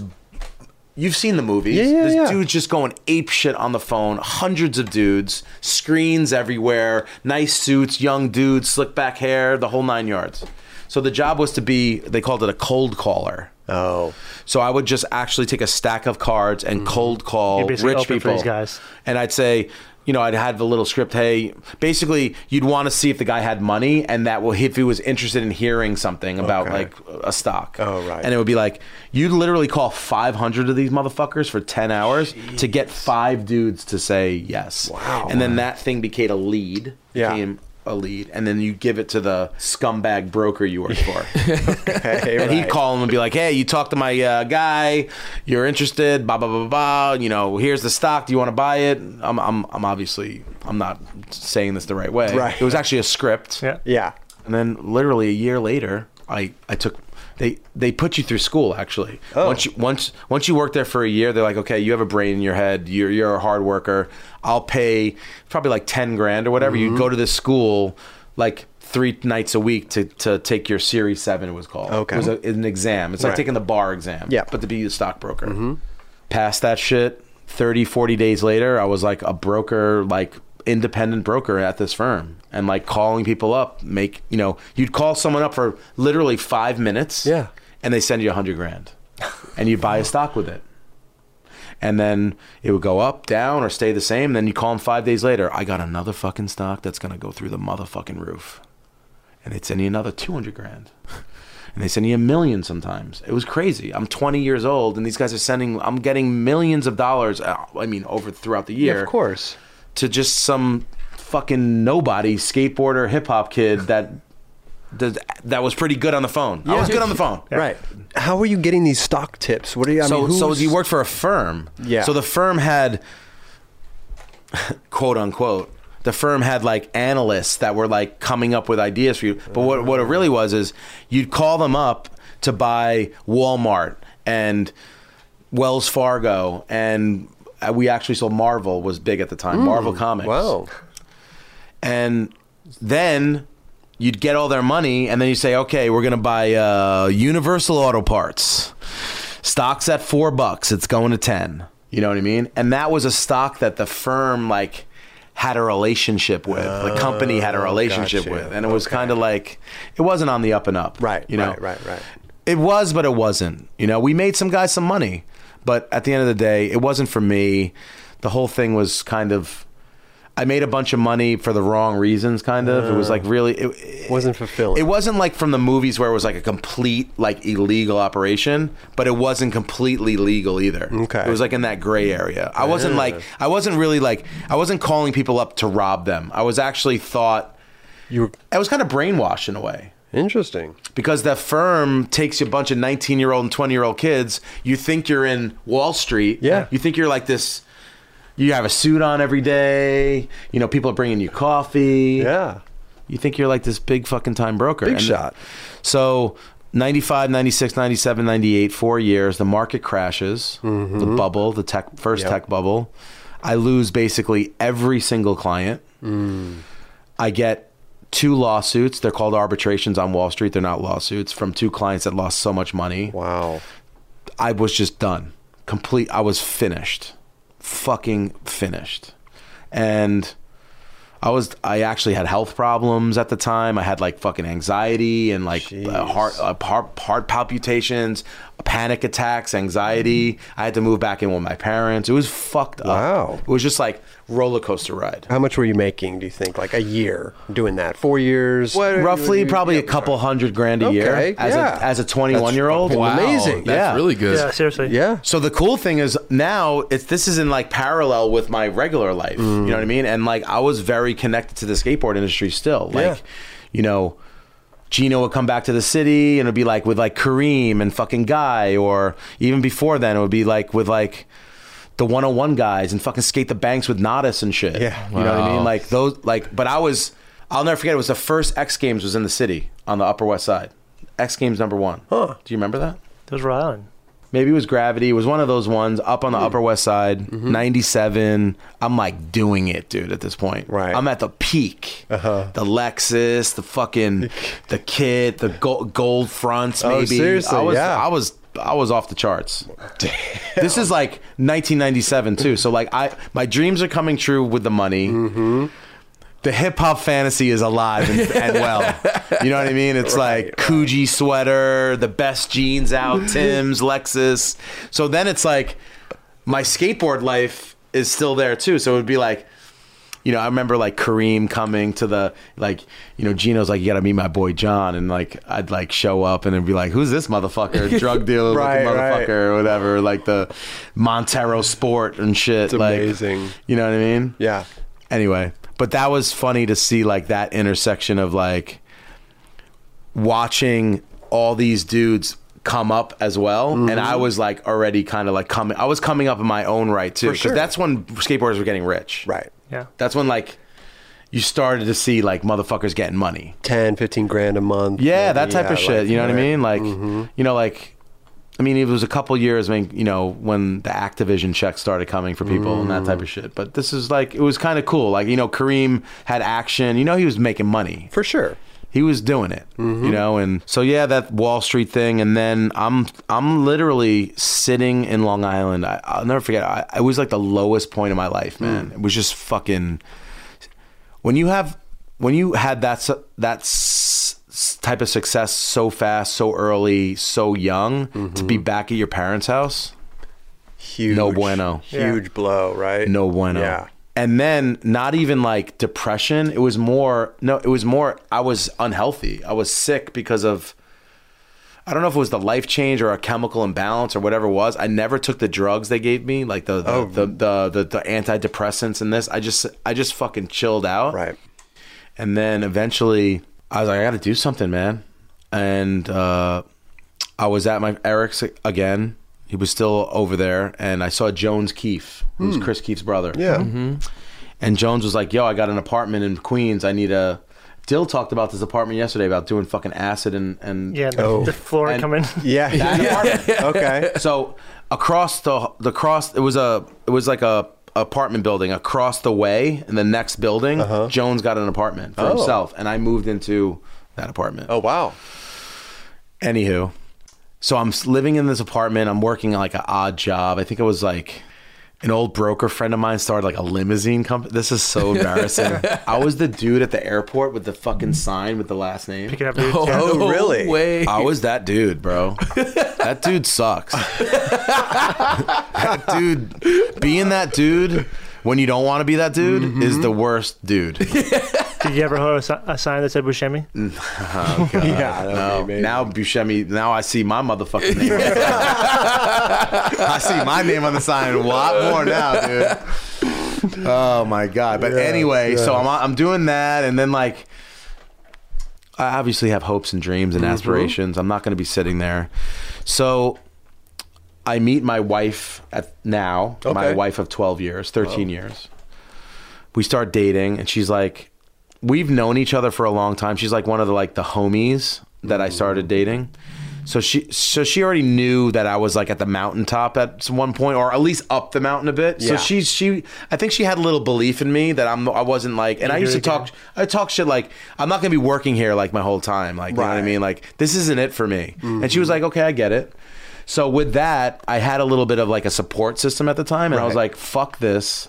D: You've seen the movies.
A: yeah,
D: this
A: yeah.
D: dude's just going ape shit on the phone. Hundreds of dudes, screens everywhere, nice suits, young dudes, slick back hair, the whole nine yards. So the job was to be. They called it a cold caller.
A: oh. Mm-hmm.
D: So I would just actually take a stack of cards and cold call
C: You'd basically
D: rich
C: open for
D: people.
C: these guys.
D: And I'd say, you know, I'd have the little script. Hey, basically, you'd want to see if the guy had money and that will if he was interested in hearing something about
A: Okay.
D: like a stock.
A: Oh, right.
D: And it would be like you'd literally call 500 of these motherfuckers for 10 hours to get five dudes to say yes.
A: Wow.
D: And then that thing became a lead.
A: Yeah.
D: Became a lead, and then you give it to the scumbag broker you work for.
A: Hey, right.
D: And he'd call him and be like, "Hey, you talked to my uh, guy. You're interested. Blah blah blah blah. blah. You know, here's the stock. Do you want to buy it?" I'm, I'm, I'm obviously, I'm not saying this the right way.
A: Right.
D: It was actually a script.
C: Yeah.
A: Yeah.
D: And then literally a year later, I, I took they they put you through school actually.
A: Oh.
D: Once you once once you work there for a year, they're like, okay, you have a brain in your head. You're you're a hard worker. I'll pay probably like ten grand or whatever.
A: Mm-hmm.
D: You go to this school like three nights a week to, to take your series seven. It was called.
A: Okay.
D: it was a, an exam. It's like
A: Right.
D: taking the bar exam.
A: Yeah. Mm-hmm.
D: but to be a stockbroker. Pass that shit. 30, 40 days later, I was like a broker, like independent broker at this firm and like calling people up, make, you know, you'd call someone up for literally five minutes.
A: Yeah.
D: And they send you a hundred grand and you buy a stock with it. And then it would go up, down, or stay the same. Then you call them five days later. I got another fucking stock that's going to go through the motherfucking roof. And they'd send you another 200 grand and they send you a million sometimes. It was crazy. I'm 20 years old, and these guys are sending. I'm getting millions of dollars. uh, I mean, over throughout the year,
A: Of course.
D: to just some fucking nobody skateboarder hip hop kid that that that was pretty good on the phone. I was good on the phone.
A: Right. How are you getting these stock tips? What are you I
D: so
A: mean,
D: so
A: who's-
D: you worked for a firm.
A: Yeah.
D: So the firm had quote unquote the firm had like analysts that were like coming up with ideas for you. But what what it really was is you'd call them up to buy Walmart and Wells Fargo and uh, we actually sold Marvel was big at the time.
A: Hmm.
D: Marvel Comics
A: Wow.
D: and then you'd get all their money and then you say okay we're going to buy uh, universal auto parts stocks at four bucks it's going to ten you know what i mean and that was a stock that the firm like had a relationship with the company had a relationship
A: Oh, gotcha.
D: with and it was kind of like it wasn't on the up and up
A: Right.
D: you know
A: Right, right, right.
D: it was, but it wasn't. You know, we made some guys some money, but at the end of the day, it wasn't for me. The whole thing was kind of. I made a bunch of money for the wrong reasons, kind of. it was like really. It, it-
A: Wasn't fulfilling.
D: It wasn't like from the movies where it was like a complete, like illegal operation, but it wasn't completely legal either.
A: Okay.
D: It was like in that gray area. I wasn't like. I wasn't really like. I wasn't calling people up to rob them. I was actually thought.
A: You were
D: I was kind of brainwashed in a way
A: interesting.
D: because that firm takes you a bunch of 19 year old and 20 year old kids. You think you're in Wall Street.
A: Yeah.
D: You think you're like this you have a suit on every day. You know, people are bringing you coffee.
A: Yeah.
D: You think you're like this big fucking time broker.
A: Big
D: And-
A: shot.
D: So 95, 96, 97, 98, four years, the market crashes,
A: Mm-hmm.
D: the bubble, the tech first tech bubble. I lose basically every single client.
A: Mm.
D: I get two lawsuits. They're called arbitrations on Wall Street. They're not lawsuits from two clients that lost so much money.
A: Wow.
D: I was just done. Complete. I was finished. Fucking finished. And I was. I actually had health problems at the time. I had like fucking anxiety and like uh, heart, uh, heart heart palpitations, panic attacks, anxiety. I had to move back in with my parents. It was fucked up.
A: Mm-hmm. Wow.
D: It was just like roller coaster ride.
A: How much were you making? Do you think like a year doing that? Four years? What,
D: Roughly, probably a couple hundred grand a year
A: Okay,
D: as
A: yeah.
D: a as a twenty one year old.
A: fucking Wow. amazing.
B: That's
D: Yeah.
B: really good.
C: Yeah, seriously.
A: Yeah.
D: So the cool thing is now it's this is in like parallel with my regular life. You
A: Mm.
D: know what I mean? And like I was very connected to the skateboard industry still. Like,
A: Yeah.
D: you know, Gino would come back to the city and it'd be like with like Kareem and fucking Guy, or even before then it would be like with like the 101 guys and fucking skate the banks with Nodis and shit.
A: Yeah.
D: You know what I mean?
B: Wow.
D: Like those like but I was I'll never forget it was the first X Games was in the city on the Upper West Side. X Games number one. Huh. Do you remember that?
C: Those were on.
D: maybe it was gravity it was one of those ones up on the upper west side 97 i'm like doing it dude at this point
A: Right.
D: i'm at the peak uh-huh. the lexus the fucking the kit the gold, gold fronts
A: Oh,
D: maybe
A: seriously,
D: i was
A: yeah.
D: i was i was off the charts this is like 1997 too so like i my dreams are coming true with the money
A: Mm-hmm.
D: the hip hop fantasy is alive and, and well. You know what I mean? It's like Coogee sweater, the best jeans out, Tim's, Lexus. So then it's like my skateboard life is still there too. So it would be like, you know, I remember like Kareem coming to the like, you know, Gino's like, you gotta meet my boy John, and like I'd like show up and it'd be like, who's this motherfucker, drug dealer, looking
A: Right, right.
D: motherfucker, or whatever, like the Montero Sport and shit. like,
A: amazing.
D: You know what I mean?
A: Yeah.
D: anyway but that was funny to see like that intersection of like watching all these dudes come up as well
A: Mm-hmm.
D: and i was like already kind of like coming i was coming up in my own right too because
A: sure.
D: that's when skateboarders were getting rich
A: Right.
C: Yeah.
D: that's when like you started to see like motherfuckers getting money
A: 10, 15 grand a month.
D: yeah, that
A: maybe,
D: type of
A: yeah,
D: shit.
A: like, Mm-hmm.
D: you know what I
A: right.
D: mean? Like, you know, like, I mean, it was a couple years. I mean, you know, when the Activision checks started coming for people and
A: Mm.
D: that type of shit. But this is like, it was kind of cool. Like, you know, Kareem had action. You know, he was making money.
A: For sure.
D: He was doing it. You know, and so yeah, that Wall Street thing. And then I'm, I'm literally sitting in Long Island. I, I'll never forget. I, it was like the lowest point of my life, man. It was just fucking when you have when you had that su- that s- s- type of success so fast, so early, so young to be back at your parents' house,
A: Huge.
D: No bueno.
A: Huge blow, right?
D: no bueno.
A: Yeah.
D: And then not even like depression. It was more no. It was more. I was unhealthy. I was sick because of. I don't know if it was the life change or a chemical imbalance or whatever it was. I never took the drugs they gave me, like the the,
A: Oh.
D: the, the, the the antidepressants and this. I just I just fucking chilled out.
A: Right.
D: And then eventually, I was like, I got to do something, man. And uh, I was at my Eric's again. He was still over there, and I saw Jones Keefe, who's Chris Keefe's brother.
A: Hmm. Yeah.
D: Mm-hmm. And Jones was like, "Yo, I got an apartment in Queens. I need a." Dill talked about this apartment yesterday about doing fucking acid and and
C: Yeah. The, the floor
D: And-
C: coming.
A: Yeah.
D: That apartment.
A: okay.
D: So across the the cross, it was a it was like a apartment building across the way in the next building. Jones got an apartment for himself, and I moved into that apartment.
A: Oh, wow.
D: Anywho, so I'm s- living in this apartment. I'm working like an odd job. I think it was like an old broker friend of mine started like a limousine company. This is so embarrassing. I was the dude at the airport with the fucking sign with the last name.
C: Picking up dudes. yeah.
A: Oh, really?
B: Way.
D: I was that dude, bro. That dude sucks. that dude, being that dude when you don't want to be that dude is the worst dude.
C: Did you ever hold a, si- a sign that said Buscemi?
A: Yeah.
D: No, now Buscemi. Now I see my motherfucking name. I see my name on the sign a lot more now, dude. Oh my god! But anyway, so I'm I'm doing that, and then like, I
A: Mm-hmm.
D: obviously have hopes and dreams and aspirations. I'm not going to be sitting there. So I meet my wife at now, my
A: Okay.
D: wife of 12 years, 13 years. We start dating and she's like we've known each other for a long time. She's like one of the like the homies that I started dating. So she so she already knew that I was like at the mountaintop at one point or at least up the mountain a bit. So
A: Yeah.
D: she she I think she had a little belief in me that I'm I wasn't like and I used to talk I talk shit like I'm not going to be working here like my whole time like you know what I
A: Right. Mm-hmm.
D: mean like this isn't it for me. And she was like okay, I get it. So with that, I had a little bit of like a support system at the time and I was
A: Right.
D: like fuck this.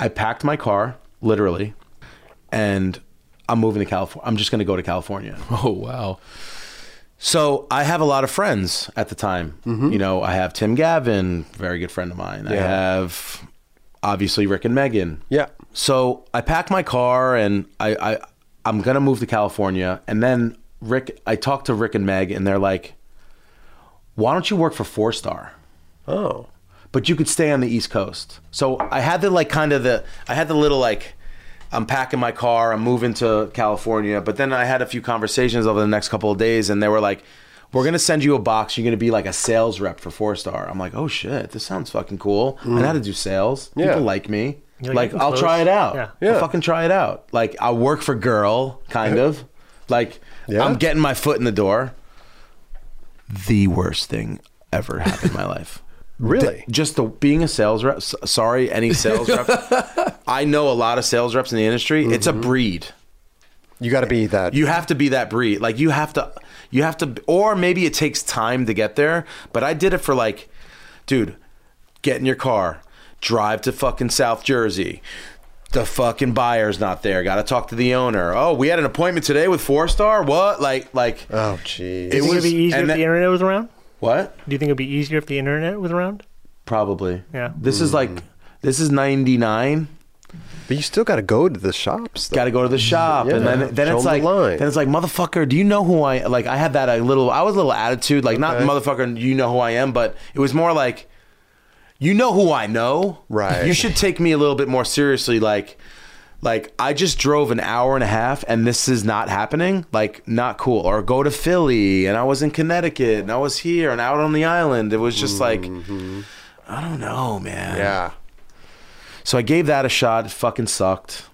D: I packed my car, literally, and I'm moving to California. I'm just going to go to California.
B: Oh wow.
D: So I have a lot of friends at the time. You know, I have Tim Gavin, very good friend of mine. I
A: Mm-hmm. Yeah.
D: have obviously Rick and Megan.
A: Yeah.
D: So I pack my car and I, I I'm gonna move to California. And then Rick, I talked to Rick and Meg, and they're like, "Why don't you work for Four Star?"
A: Oh.
D: but you could stay on the East Coast. So I had the like kind of the I had the little like I'm packing my car, I'm moving to California, but then I had a few conversations over the next couple of days and they were like we're gonna send you a box. You're gonna be like a sales rep for Four Star. I'm like, oh shit, this sounds fucking cool. I know how to do sales.
A: Mm. Yeah.
D: People like me.
C: You're like, I
D: like
C: can
D: I'll
C: close.
D: try it out.
C: Yeah.
D: I'll
A: Yeah.
D: fucking try it out. Like I'll work for Girl, kind of. Like
A: Yeah.
D: I'm getting my foot in the door. The worst thing ever happened in my life.
A: Really?
D: Just the being a sales rep. s- Sorry, any sales rep. I know a lot of sales reps in the industry. It's a breed.
A: you got to be that.
D: You have to be that breed. Like you have to, you have to, or maybe it takes time to get there. But I did it for like, dude, get in your car, drive to fucking South Jersey. The fucking buyer's not there. Got to talk to the owner. Oh, we had an appointment today with four star. What? Like, like
A: oh, jeez.
D: it
C: Would it
D: was
C: be easier if
D: and
C: the
D: that-
C: internet was around?
D: what?
C: Do you think it'd be easier if the internet was around?
D: Probably.
C: Yeah.
D: This
A: Hmm.
D: is like, this is ninety nine.
A: But you still got to go to the shops. Though.
D: got to go to the shop and
A: Yeah.
D: then then
A: Show
D: it's
A: 'em
D: like
A: the line.
D: then it's like motherfucker do you know who i like i had that a little i was a little attitude like not
A: Okay.
D: motherfucker you know who i am but it was more like you know who i know
A: Right.
D: you should take me a little bit more seriously like like i just drove an hour and a half and this is not happening like not cool or go to philly and i was in connecticut and i was here and out on the island it was just
A: Hmm.
D: like i don't know man
A: Yeah.
D: so I gave that a shot. It fucking sucked.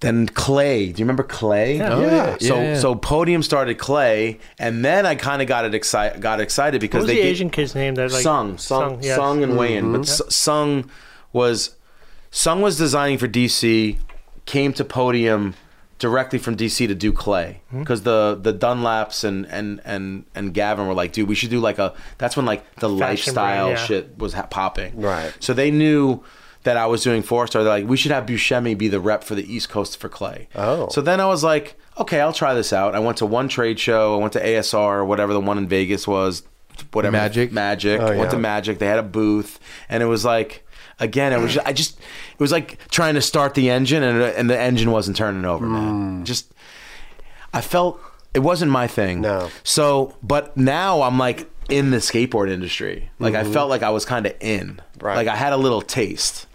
D: Then Clay. Do you remember Clay?
C: Yeah. Oh,
A: yeah.
D: So
B: Yeah, yeah.
D: so Podium started Clay, and then I kind of got it excited. Got excited because
C: What was
D: they
C: the
D: gave-
C: Asian kid's name that like
D: Sung, Sung,
C: yeah.
D: Sung and Wayne.
A: Mm-hmm.
D: But S- Sung was Sung was designing for DC. Came to Podium directly from DC to do Clay
A: Mm-hmm.
D: because the the Dunlaps and and and and Gavin were like, dude, we should do like a. That's when like the lifestyle
C: brand, yeah.
D: shit was ha- popping.
A: Right.
D: So they knew. That I was doing four star, they're like, we should have Buscemi be the rep for the East Coast for Clay.
A: Oh.
D: so then I was like, okay, I'll try this out. I went to one trade show, I went to ASR, or whatever the one in Vegas was, whatever
B: Magic?
D: Magic.
A: Oh,
D: Went to
A: yeah.
D: Magic. They had a booth, and it was like again, it was just, I just it was like trying to start the engine, and uh, and the engine wasn't turning over, man.
A: Mm.
D: Just I felt it wasn't my thing.
A: No.
D: So, but now I'm like in the skateboard industry. Like I felt like I was kind of in.
A: Mm-hmm. Right.
D: Like I had a little taste.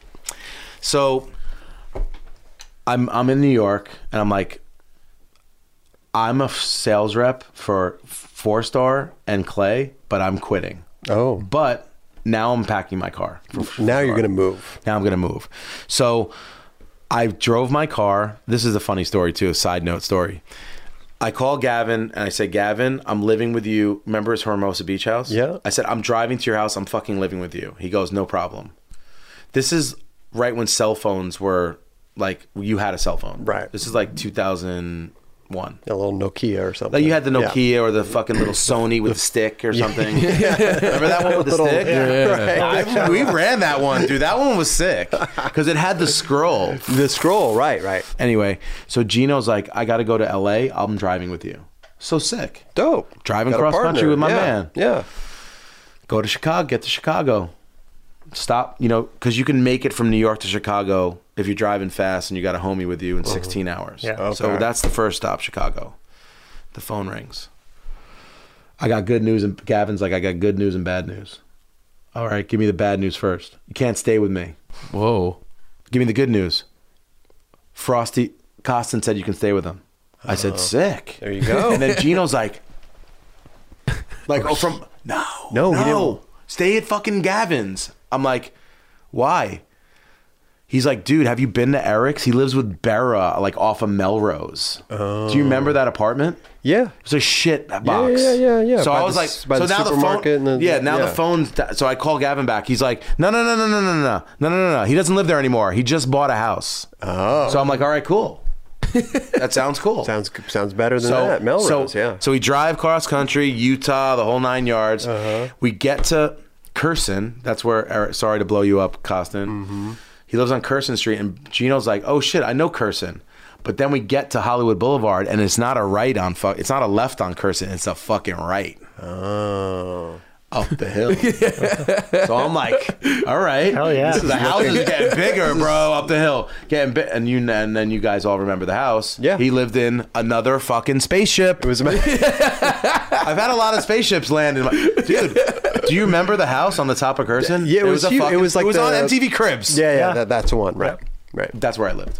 D: So I'm I'm in New York, and I'm like. I'm a sales rep for Four Star and Clay, but I'm quitting.
A: Oh.
D: But now I'm packing my car.
A: Now you're going to move.
D: Now I'm going to move. So I drove my car. This is a funny story, too, a side note story. I call Gavin and I say, Gavin, I'm living with you. Remember his Hermosa Beach house?
A: Yeah.
D: I said, I'm driving to your house. I'm fucking living with you. He goes, No problem. This is right when cell phones were like, you had a cell phone.
A: Right.
D: This is like 2001.
A: A little Nokia or something.
D: Like Oh, you had the
A: Yeah.
D: Nokia or the fucking little Sony with the stick or something. Remember that one with the
A: Little-
D: stick?
A: yeah. Right.
D: I- we ran that one, dude. That one was sick because it had the scroll.
A: The scroll, right, right.
D: Anyway, so Gino's like, I got to go to LA. I'm driving with you. So sick.
A: Dope.
D: Driving
A: Got a
D: cross country
A: partner.
D: with my
A: Yeah,
D: man.
A: Yeah.
D: Go to Chicago. Get to Chicago. Stop. You know, because you can make it from New York to Chicago if you're driving fast and you got a homie with you in
A: Mm-hmm.
D: 16 hours.
C: Yeah. Okay.
D: So that's the first stop, Chicago. The phone rings. I got good news, and Gavin's like, I got good news and bad news. All right, give me the bad news first. You can't stay with me.
B: Whoa.
D: Give me the good news. Frosty Costin said you can stay with him. I said, sick.
A: There you go.
D: And then Gino's like, Like, oh, from no,
A: No,
D: no,
A: he didn't.
D: stay at fucking Gavin's. I'm like, why? He's like, dude, have you been to Eric's? He lives with Bera, like off of Melrose. Do you remember that apartment?
A: Yeah.
D: It was a shit box.
A: yeah, yeah, yeah.
D: So
A: By
D: I
A: the
D: was
A: s-
D: like,
A: by
D: so
A: the
D: now the phone,
A: supermarket and the-
D: yeah, now
A: yeah.
D: the phone's. d- So I call Gavin back. He's like, no, no, no, no, no, no, no, no, no, no, no. He doesn't live there anymore. He just bought a house. Oh. So I'm like, all right, cool. that sounds cool.
A: Sounds sounds better than that. Melrose,
D: so,
A: yeah.
D: So we drive cross country, Utah, the whole nine yards.
A: Uh-huh.
D: We get to Curson. That's where Eric, sorry to blow you up, Costin.
A: Mm-hmm.
D: He lives on Curson Street, and Gino's like, "Oh shit, I know Curson." But then we get to Hollywood Boulevard, and it's not a right on fuck. It's not a left on Curson. It's a fucking right. Oh. Up the hill, so I'm like, "All right,
C: Hell yeah.
D: the house is getting bigger, bro. Up the hill, getting big." And you, and then you guys all remember the house.
A: Yeah.
D: he lived in another fucking spaceship.
A: it was amazing.
D: I've had a lot of spaceships land in my dude. Do you remember the house on the top of Curson?
A: Yeah, it was huge. It was like
D: it was
A: the-
D: on MTV Cribs.
A: yeah, yeah,
C: Yeah.
A: That, that's the one, right? Right.
D: that's where I lived.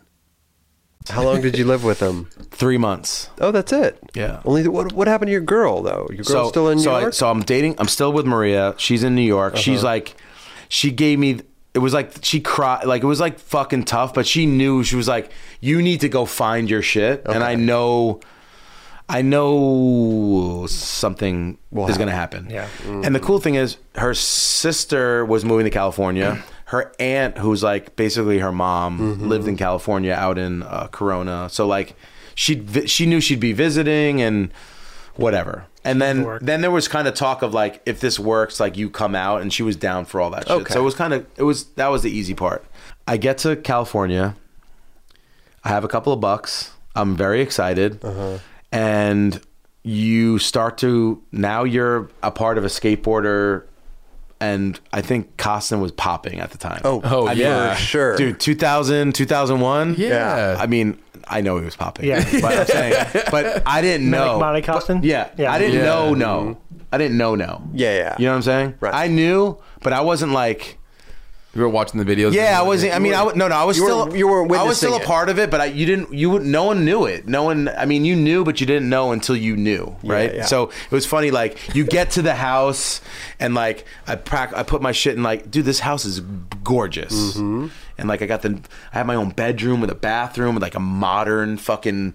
A: How long did you live with him?
D: Three months.
A: Oh, that's it.
D: Yeah.
A: Only what what happened to your girl though? Your girl's still in New
D: so I-
A: York. Uh-huh.
D: so I'm dating. I'm still with Maria. She's in New York. She's like, she gave me. It was like she cried. Like it was like fucking tough. But she knew she was like, you need to go find your shit. And I know, I know something is going to happen.
C: Yeah.
D: And the cool thing is, her sister was moving to California. Her aunt, who's like basically her mom, lived in California, out in uh, Corona. So like, she would she knew she'd be visiting and whatever. And then
C: work.
D: then there was kind of talk of like if this works, like you come out, and she was down for all that shit.
A: Okay.
D: So it was kind of it was that was the easy part. I get to California, I have a couple of bucks, I'm very excited, and you start to now you're a part of a skateboarder. And I think Costin was popping at the time.
A: Oh,
B: Oh,
D: I
B: yeah.
A: For sure.
D: dude, 2000, 2001.
B: Yeah.
D: I mean, I know he was popping.
C: Yeah.
D: But I'm saying, but I didn't
C: Like
D: know.
C: Monte
D: But-
C: Carlo?
D: Yeah.
C: Yeah.
D: I didn't
B: Yeah.
D: know. No. I didn't know. No.
A: Mm-hmm. Yeah, yeah.
D: You know what I'm saying?
A: Right.
D: I knew, but I wasn't like.
B: we were watching the videos.
D: Yeah, I wasn't. I mean, I,
A: weren't-
D: w- no, no, I was
A: you
D: still.
A: weren't- you weren't
D: I was still
A: witnessing
D: a
A: it.
D: part of it, but I, you didn't. You would. No one knew it. No one. I mean, you knew, but you didn't know until you knew, right?
A: yeah.
D: So it was funny. Like you get to the house, and like I pack, I put my shit in. Like, dude, this house is gorgeous.
A: Mm-hmm.
D: And like I got the, I have my own bedroom with a bathroom with like a modern fucking,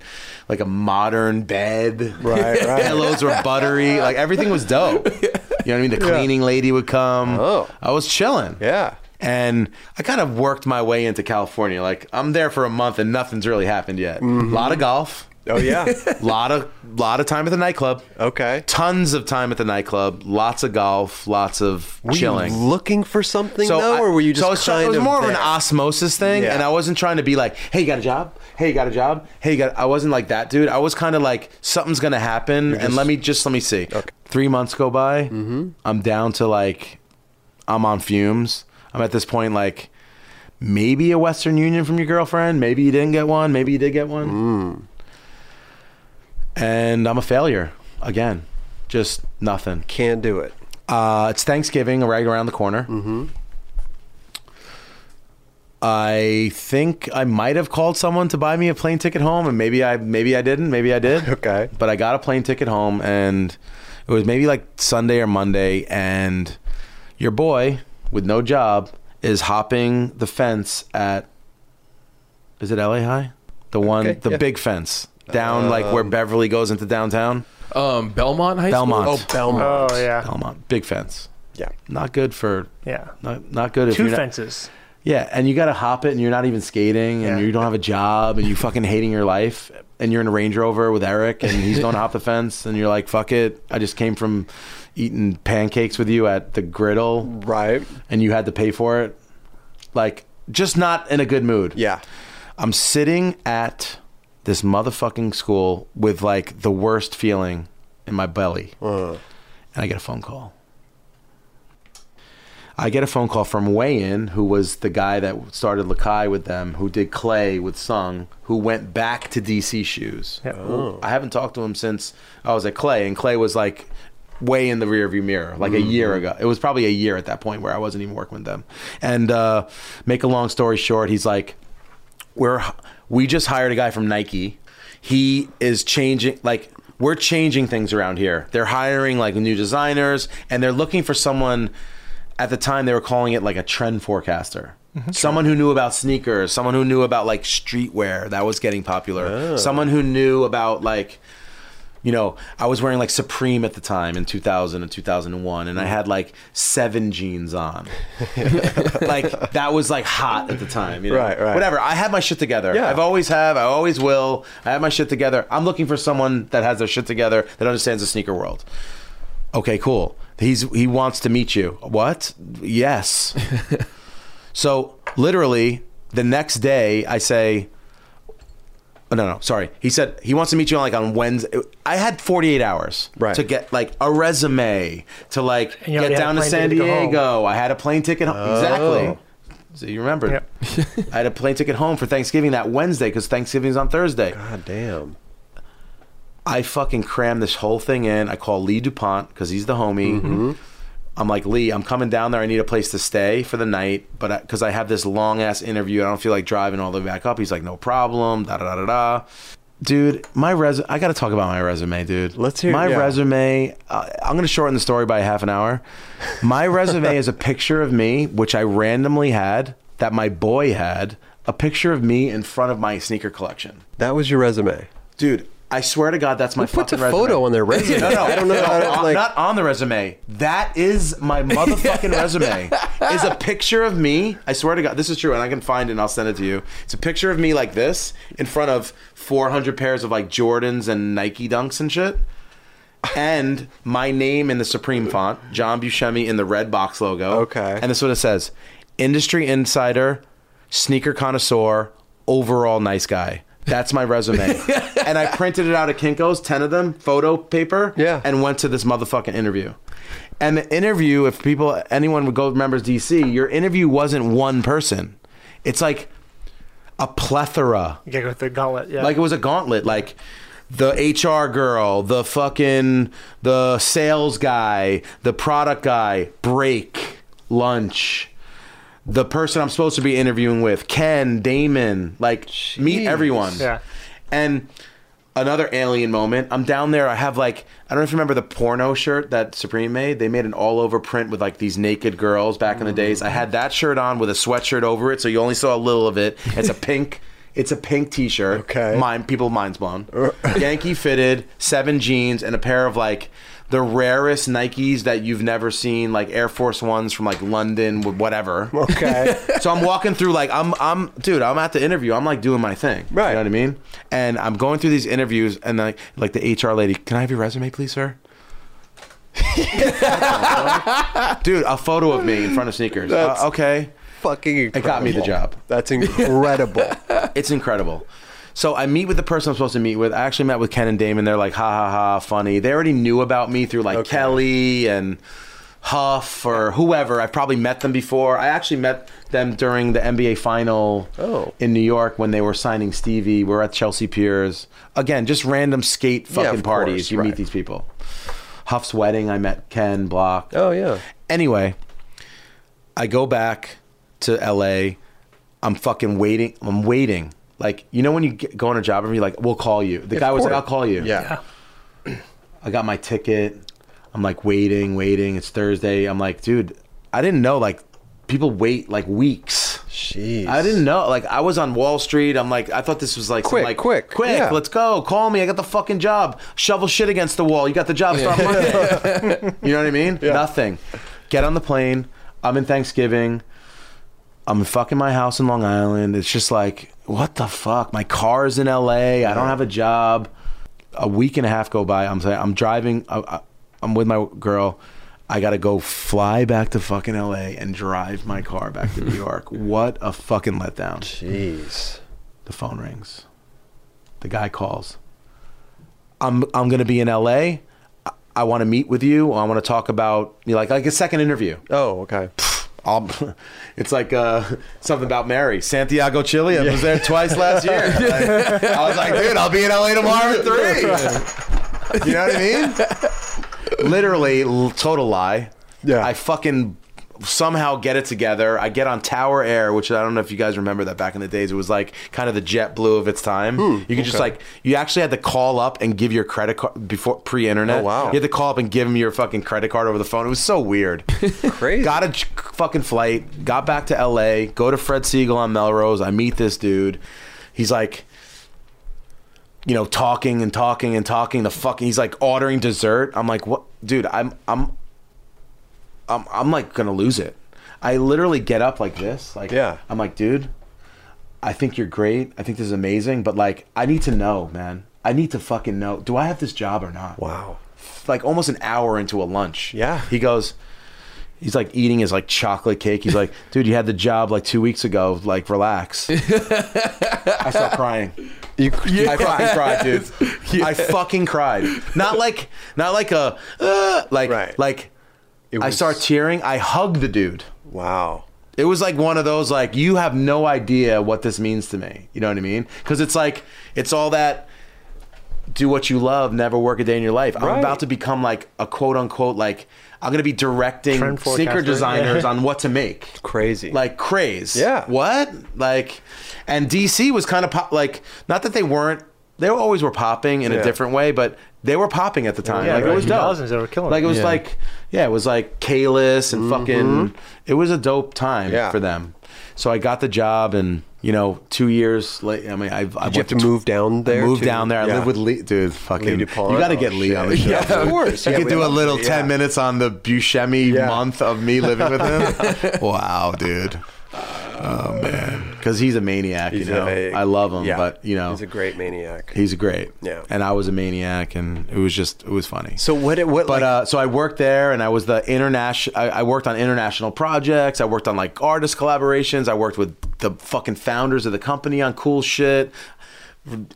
D: like a modern bed.
A: Right, right.
D: Pillows were buttery. Like everything was dope. You know what I mean? The cleaning lady would come.
A: Oh.
D: I was chilling
A: Yeah.
D: and I kind of worked my way into California. Like I'm there for a month and nothing's really happened yet. A lot of golf,
A: Mm-hmm. Oh yeah.
D: a lot of lot of time at the nightclub.
A: Okay.
D: Tons of time at the nightclub, lots of golf, lots of
A: Were
D: chilling.
A: you looking for something
D: so
A: though,
D: I-
A: or were you just
D: so I was try-
A: kind
D: it was
A: of
D: more of an
A: there?
D: osmosis thing,
A: Yeah.
D: and I wasn't trying to be like, "Hey, you got a job? Hey, you got a job? Hey, you got." I wasn't like that, dude. I was kind of like, "Something's gonna happen," and let me just let me see. Three months go by.
A: Mm-hmm.
D: I'm down to like, I'm on fumes. I'm at this point like, maybe a Western Union from your girlfriend. Maybe you didn't get one. Maybe you did get one.
A: Mm.
D: And I'm a failure again. Just nothing.
A: Can't do it.
D: Uh, it's Thanksgiving right around the corner. Mm-hmm. I think I might have called someone to buy me a plane ticket home, and maybe I maybe I didn't, maybe I did.
A: Okay.
D: but I got a plane ticket home, and it was maybe like Sunday or Monday, and your boy with no job is hopping the fence at is it LA High, the one
A: Okay,
D: the
A: yeah. Um,
D: big fence down like where Beverly goes into downtown
B: Um, Belmont High
D: Belmont,
A: Oh, Belmont.
C: Oh yeah,
D: Belmont, big fence,
A: Yeah.
D: not good for
C: yeah.
D: not not good if
C: Two
D: you're not,
C: fences.
D: yeah, and you got to hop it, and you're not even skating,
C: Yeah.
D: and you don't have a job, and you fucking hating your life, and you're in a Range Rover with Eric, and he's going to hop the fence, and you're like, fuck it, I just came from eating pancakes with you at the griddle,
A: Right.
D: and you had to pay for it, like just not in a good mood.
A: Yeah.
D: I'm sitting at this motherfucking school with like the worst feeling in my belly. and I get a phone call. I get a phone call from Wayan, who was the guy that started Lakai with them, who did Clay with Sung, who went back to DC Shoes.
C: Yeah.
D: I haven't talked to him since I was at Clay, and Clay was like way in the rearview mirror, like a year ago. It was probably a year at that point where I wasn't even working with them. And uh, make a long story short, he's like, we're we just hired a guy from Nike. He is changing like we're changing things around here. They're hiring like new designers and they're looking for someone at the time they were calling it like a trend forecaster.
A: Mm-hmm.
D: Someone who knew about sneakers, someone who knew about like streetwear that was getting popular.
A: Oh.
D: Someone who knew about like you know, I was wearing like Supreme at the time in 2000 and 2001, and I had like seven jeans on. like that was like hot at the time. You know?
A: Right, right.
D: Whatever. I had my shit together.
A: Yeah.
D: I've always have. I always will. I have my shit together. I'm looking for someone that has their shit together that understands the sneaker world. Okay, cool. He's he wants to meet you. What? Yes. so literally the next day, I say, Oh, no, no, sorry. He said he wants to meet you on like on Wednesday. I had 48 hours
A: Right.
D: to get like a resume to like
C: And you
D: get
C: already had
D: down
C: a
D: to
C: plane
D: San
C: ticket to go home. Oh.
D: Diego. I had a plane ticket. Home. Exactly. So you remembered.
C: Yep.
D: I had a plane ticket home for Thanksgiving that Wednesday because Thanksgiving's on Thursday.
A: God damn.
D: I fucking cram this whole thing in. I call Lee DuPont because he's the homie.
A: Mm-hmm.
D: I'm like, Lee, I'm coming down there. I need a place to stay for the night, but because I, have this long ass interview, I don't feel like driving all the way back up. He's like, no problem. Da da da da da. Dude, my res. I got to talk about my resume, dude.
A: Let's hear-
D: my
A: yeah.
D: resume. Uh, I'm gonna shorten the story by half an hour. My resume is a picture of me, which I randomly had that my boy had. A picture of me in front of my sneaker collection,
A: That was your resume.
D: dude. I swear to God, that's my
A: Who puts a
D: fucking resume.
A: photo on their resume?
D: No, no,
A: I don't know.
D: no,
A: how to,
D: on-
A: like,
D: not on the resume. That is my motherfucking resume. Is a picture of me. I swear to God, this is true, and I can find it and I'll send it to you. It's a picture of me like this in front of 400 pairs of like Jordans and Nike Dunks and shit, and my name in the Supreme font, John Buscemi in the red box logo.
A: Okay.
D: and this is what it says: Industry Insider, sneaker connoisseur, overall nice guy. That's my resume. and I printed it out at Kinko's, 10 of them, photo paper,
A: Yeah.
D: and went to this motherfucking interview. And the interview, if people, anyone would go remembers DC, your interview wasn't one person. It's like a plethora.
C: You gotta go through the gauntlet. Yeah.
D: Like it was a gauntlet. Like the HR girl, the fucking the sales guy, the product guy, break, lunch. The person I'm supposed to be interviewing with, Ken, Damon, like meet everyone.
C: Yeah.
D: And another alien moment. I'm down there. I have like I don't know if you remember the porno shirt that Supreme made. They made an all over print with like these naked girls back in the days. I had that shirt on with a sweatshirt over it, so you only saw a little of it. It's a pink. It's a pink T-shirt.
A: Okay.
D: Mine, people, minds blown. Yankee fitted, seven jeans, and a pair of like the rarest Nikes that you've never seen, like Air Force Ones from like London, whatever.
A: okay.
D: So I'm walking through like I'm I'm dude, I'm at the interview. I'm like doing my thing.
A: Right.
D: You know what I mean? And I'm going through these interviews and like like the HR lady, "Can I have your resume, please, sir?" dude, a photo of me in front of sneakers. Uh,
A: That's-
D: okay.
A: Fucking
D: It
A: incredible.
D: got me the job.
A: That's incredible.
D: It's incredible. So I meet with the person I'm supposed to meet with. I actually met with Ken and Damon. They're like, ha ha ha, funny. They already knew about me through like Kelly and Huff or whoever. I've probably met them before. I actually met them during the NBA final
A: Oh.
D: in New York when they were signing Stevie. We're at Chelsea Piers. Again, just random skate
A: Yeah,
D: fucking
A: of
D: parties.
A: course,
D: you
A: right.
D: meet these people. Huff's wedding, I met Ken Block.
A: oh yeah.
D: Anyway, I go back to LA. I'm fucking waiting. I'm waiting. Like, you know, when you get, go on a job and you're like, we'll call you. The guy was like, I'll call you.
A: Yeah.
D: I got my ticket. I'm like waiting, waiting. It's Thursday. I'm like, dude, I didn't know like people wait like weeks.
A: Jeez.
D: I didn't know. Like I was on Wall Street. I'm like, I thought this was like some,
A: Quick,
D: like
A: quick,
D: quick.
A: yeah.
D: Let's go. Call me. I got the fucking job. Shovel shit against the wall. You got the job. Start Monday. you know what I mean? Nothing. Get on the plane. I'm in Thanksgiving. I'm in fucking my house in Long Island. It's just like, what the fuck? My car's in LA. I don't have a job. A week and a half go by. I'm saying I'm driving. I, I, I'm with my girl. I gotta go fly back to fucking LA and drive my car back to New York. What a fucking letdown.
A: Jeez.
D: The phone rings. The guy calls. I'm I'm gonna be in LA. I- I want to meet with you. I want to talk about you know, like like a second interview.
A: Oh, okay.
D: I'll, it's like uh, something about Mary Santiago, Chile. I was there twice last year. Like, I was like, dude, I'll be in LA tomorrow at three. You know what I mean? Literally, l- total lie.
A: Yeah.
D: I fucking somehow get it together. I get on Tower Air, which I don't know if you guys remember that back in the days. It was like kind of the jet blue of its time.
A: Hmm,
D: you could just like you actually had to call up and give your credit card before pre-internet.
A: Oh, wow.
D: You had to call up and give them your fucking credit card over the phone. It was so weird.
A: Crazy.
D: Got a ch- fucking flight. Got back to LA. Go to Fred Siegel on Melrose. I meet this dude. He's like, you know, talking and talking and talking. The fucking. He's like ordering dessert. I'm like, what, dude? I'm I'm I'm I'm like gonna lose it. I literally get up like this. Like
A: Yeah.
D: I'm like, dude. I think you're great. I think this is amazing. But like, I need to know, man. I need to fucking know. Do I have this job or not?
A: Wow.
D: like almost an hour into a lunch.
A: Yeah.
D: He goes, he's like eating his like chocolate cake. He's like, dude, you had the job like two weeks ago. Like, relax. I start crying.
A: You,
D: I fucking cried, dude. I fucking cried. Not like, not like a, uh, like,
A: Right.
D: like.
A: It
D: I
A: was-
D: start tearing. I hug the dude.
A: Wow.
D: It was like one of those like you have no idea what this means to me. You know what I mean? Because it's like it's all that do what you love, never work a day in your life. I'm
A: Right.
D: about to become like a quote unquote like I'm gonna be directing
C: Trend
D: sneaker
C: forecaster.
D: designers
C: Yeah.
D: on what to make.
A: Crazy.
D: Like craze.
A: Yeah.
D: What? Like, and DC was kind of pop. Like, not that they weren't. They always were popping in
A: Yeah.
D: a different way, but they were popping at the time.
C: Yeah,
D: like it
C: right.
D: was dope.
C: 2000s, they were killing
D: Like it
C: it.
D: was like, yeah, it was like Kalis and fucking. It was a dope time
A: Mm-hmm. Yeah.
D: for them. So I got the job, and you know, two years late. I mean, I've, I
A: Did you have to move down there?
D: Move
A: to-
D: down there. I
A: Yeah.
D: live with Lee, dude. Fucking,
A: Lee
D: you
A: DuPont?
D: got
A: Oh,
D: to get Lee
A: shit.
D: on the show.
A: Yeah, of
D: dude.
A: course.
D: You
A: Yeah,
D: could
A: we
D: do a
A: love
D: little
A: Lee,
D: ten
A: yeah.
D: minutes on the Buscemi
A: Yeah.
D: month of me living with him. wow, dude. Oh man, because he's a maniac.
A: He's
D: you know,
A: a-
D: I love him,
A: yeah.
D: but you know,
A: he's a great maniac.
D: he's great.
A: Yeah.
D: and I was a maniac, and it was just it was funny.
A: so what? What?
D: But
A: like,
D: uh, so I worked there, and I was the international. I, I worked on international projects. I worked on like artist collaborations. I worked with the fucking founders of the company on cool shit.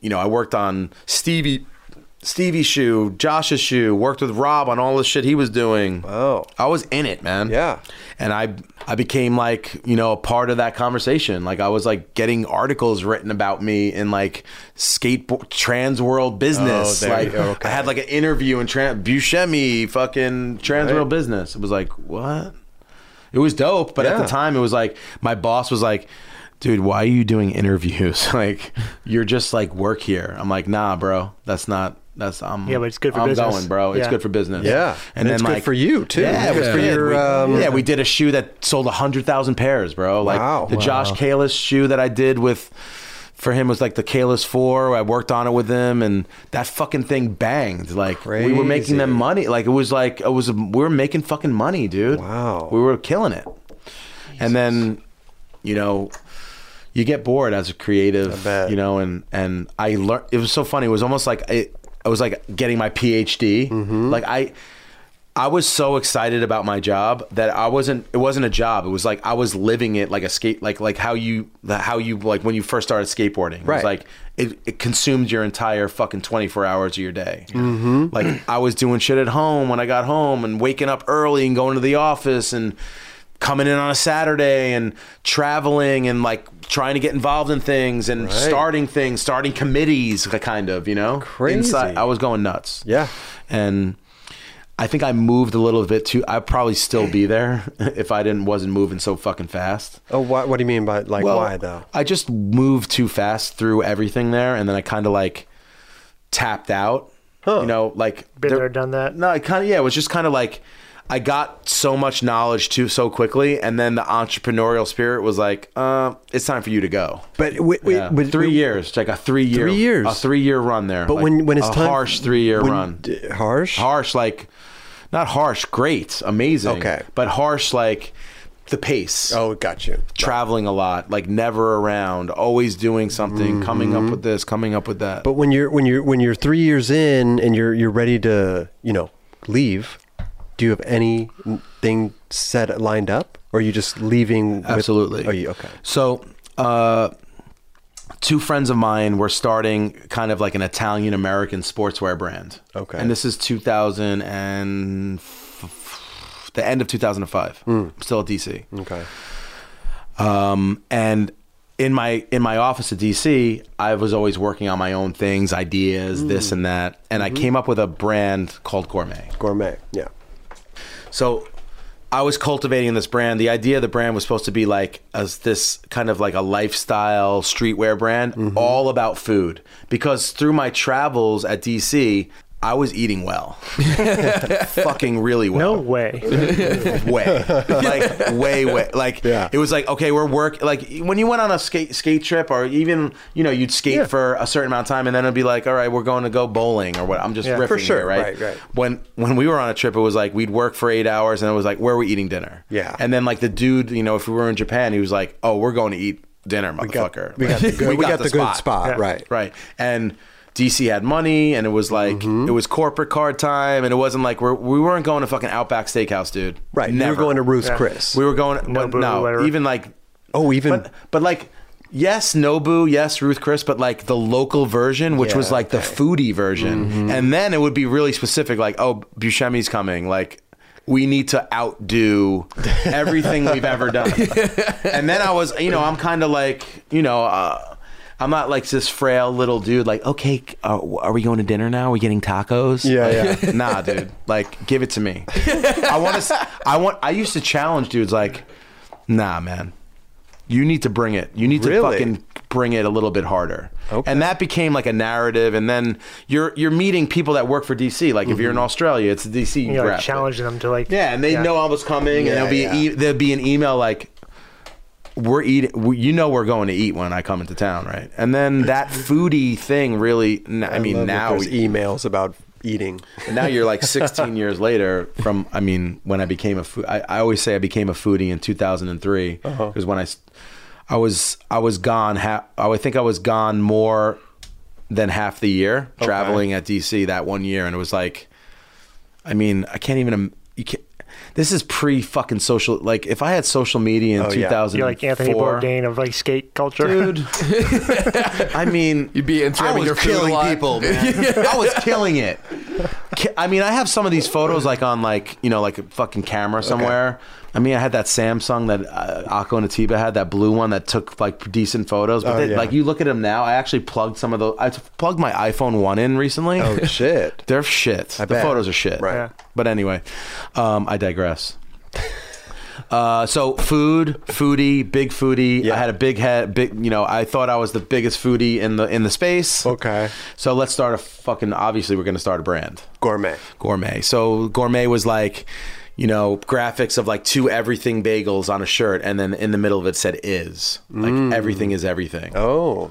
D: You know, I worked on Stevie, Stevie shoe, Josh's shoe. Worked with Rob on all the shit he was doing.
A: Wow.
D: I was in it, man.
A: Yeah.
D: and I I became like you know a part of that conversation. Like I was like getting articles written about me in like skateboard trans world business.
A: Oh, there
D: like
A: you- okay.
D: I had like an interview in tran Buscemi fucking trans world business. It was like what? It was dope, but at the
A: Yeah.
D: time it was like my boss was like. Dude, why are you doing interviews? Like, you're just like work here. I'm like, nah, bro. That's not. That's I'm.
C: Yeah, but it's good for
D: I'm
C: business.
D: going, bro. It's
C: Yeah.
D: good for business.
A: Yeah.
D: and,
A: And
D: then
A: it's good
D: like-
A: for you, too.
D: Yeah, it was
A: Yeah.
D: for
A: Your,
D: you. We-
A: um,
D: yeah, we did a shoe that sold hundred thousand pairs, bro. Like
A: Wow.
D: the Josh Kalis shoe that I did with for him was like the Kalis Four. I worked on it with him, and that fucking thing banged. Like we were making them
A: Crazy.
D: money. Like it was like it was we were making fucking money, dude.
A: Wow.
D: we were killing it. And then, you know, you get bored as a creative,
A: bet.
D: you know, and and I learned. It was so funny. It was almost like I, I was like getting my PhD. Like I, I was so excited about my job that I wasn't. It wasn't a job. It was like I was living it like a skate, like like how you the- how you like when you first started skateboarding. It
A: Right.
D: was like it, it consumed your entire fucking 24 hours of your day. Like I was doing shit at home when I got home and waking up early and going to the office and coming in on a Saturday and traveling and like trying to get involved in things and starting things, starting committees, kind of, you know?
A: Crazy.
D: I was going nuts.
A: Yeah.
D: And I think I moved a little bit too. I'd probably still be there if I didn't wasn't moving so fucking fast.
A: oh, what? What do you mean by like
D: Well,
A: why though?
D: I just moved too fast through everything there, and then I kind of like tapped out. You know, like
C: Been there, done that.
D: No, I kind of yeah. It was just kind of like I got so much knowledge too so quickly, and then the entrepreneurial spirit was like, uh, it's time for you to go.
A: But wait, wait,
D: Yeah.
A: but
D: three years, like a three year,
F: Three years.
D: a three year run there.
A: But
D: like
A: when when it's
D: a
A: time
D: harsh three year
A: when-
D: run,
A: d- harsh.
D: harsh like not harsh, great, amazing,
A: Okay.
D: but harsh like the pace
A: Oh, got you.
D: traveling a lot, like never around, always doing something, coming up with this, coming up with that.
A: Mm-hmm. But when you're when you're when you're three years in and you're you're ready to you know leave, do you have anything set lined up, or are Oh, you just leaving? with-
D: absolutely.
A: Are you okay?
D: So, uh, two friends of mine were starting kind of like an Italian American sportswear brand.
A: Okay.
D: And this is 2000 and f- the end of 2005.
A: Hmm.
D: I'm still at DC.
A: Okay.
D: Um, and in my in my office at DC, I was always working on my own things, ideas,
A: Hmm.
D: this and that, and
A: Mm-hmm.
D: I came up with a brand called Gourmet.
A: Gourmet. Yeah.
D: So I was cultivating this brand. The idea of the brand was supposed to be like as this kind of like a lifestyle streetwear brand, all about food. Because through my travels at DC, I was eating well, fucking really well
C: No way.
D: way, like way, way, like
A: Yeah.
D: it was like okay, we're work. Like when you went on a skate skate trip, or even you know you'd skate for a certain amount of time, and then it'd be like, all right, we're going to go bowling or what. I'm just riffing
A: For
D: here,
A: sure,
D: right?
A: right, right.
D: When when we were on a trip, it was like we'd work for eight hours, and it was like where are we eating dinner?
A: Yeah.
D: and then like the dude, you know, if we were in Japan, he was like, oh, we're going to eat dinner, motherfucker.
A: We got the
D: Like,
A: good, we got the good spot.
C: Yeah.
A: Right.
D: Right. And DC had money and it was like
A: Mm-hmm.
D: it was corporate card time and it wasn't like we're, we weren't going to fucking Outback Steakhouse, dude.
A: Right.
D: Never.
A: We were going to Ruth's
C: Yeah.
A: Chris.
D: We were going
C: No
D: but
C: boo,
D: no,
C: whatever.
D: even like
A: oh, even
D: but but like yes, Nobu, yes, Ruth Chris, but like the local version, which was
A: Yeah, Mm-hmm.
D: like the foodie version. And then it would be really specific, like, oh, Buscemi's coming, like we need to outdo everything we've ever done. and then I was, you know, I'm kind of like, you know, uh, I'm not like this frail little dude. Like, okay, uh, are we going to dinner now? Are we getting tacos?
A: Yeah,
D: Like, nah, dude. Like, give it to me. I want to. I want. I used to challenge dudes. Like, nah, man. You need to bring it. You need to
A: Really?
D: fucking bring it a little bit harder. Okay. And that became like a narrative. And then you're you're meeting people that work for DC. Like, if you're in Australia, it's a DC.
C: You know, like
D: rep.
C: challenge them to like.
D: Yeah, and they know I was coming, and
A: Yeah,
D: there'll be an e- there'll be an email like, "We're eating. We, you know, we're going to eat when I come into town, right?" And then that foodie thing really. n- I, mean,
A: love that
D: now
A: there's emails about eating.
D: now you're like 16 years later from. I mean, when I became a food, I, I always say I became a foodie in 2003 because
C: Uh-huh.
D: when I, s- I was I was gone. Ha- I would think I was gone more than half the year traveling at DC that one year, and it was like. I mean, I can't even. im- You can't, this is pre fucking social. Like, if I had social media in
A: Oh, yeah.
D: 2004,
C: You're like Anthony Bourdain of like skate culture.
D: dude. I mean,
B: You'd be Instagramming
D: I was
B: your food a
D: killing
B: lot.
D: people, man. I was killing it. Ki- I mean, I have some of these photos like on like you know like a fucking camera somewhere. I mean, I had that Samsung that uh, Akko Natiba had, that blue one that took like decent photos. But
A: Oh,
D: they-
A: yeah.
D: like you look at them now, I actually plugged some of those. I t- plugged my iPhone one in recently.
A: Oh shit.
D: They're shit.
A: I
D: the
A: bet.
D: photos are shit.
A: Right.
C: Yeah.
D: But anyway, um, I digress. Uh, so food, foodie, big foodie.
A: Yeah.
D: I had a big head, big. You know, I thought I was the biggest foodie in the in the space.
A: Okay.
D: So let's start a fucking. Obviously, we're gonna start a brand,
A: Gourmet.
D: gourmet. So gourmet was like, you know, graphics of like two everything bagels on a shirt, and then in the middle of it said is like everything is everything
A: Mm. Oh.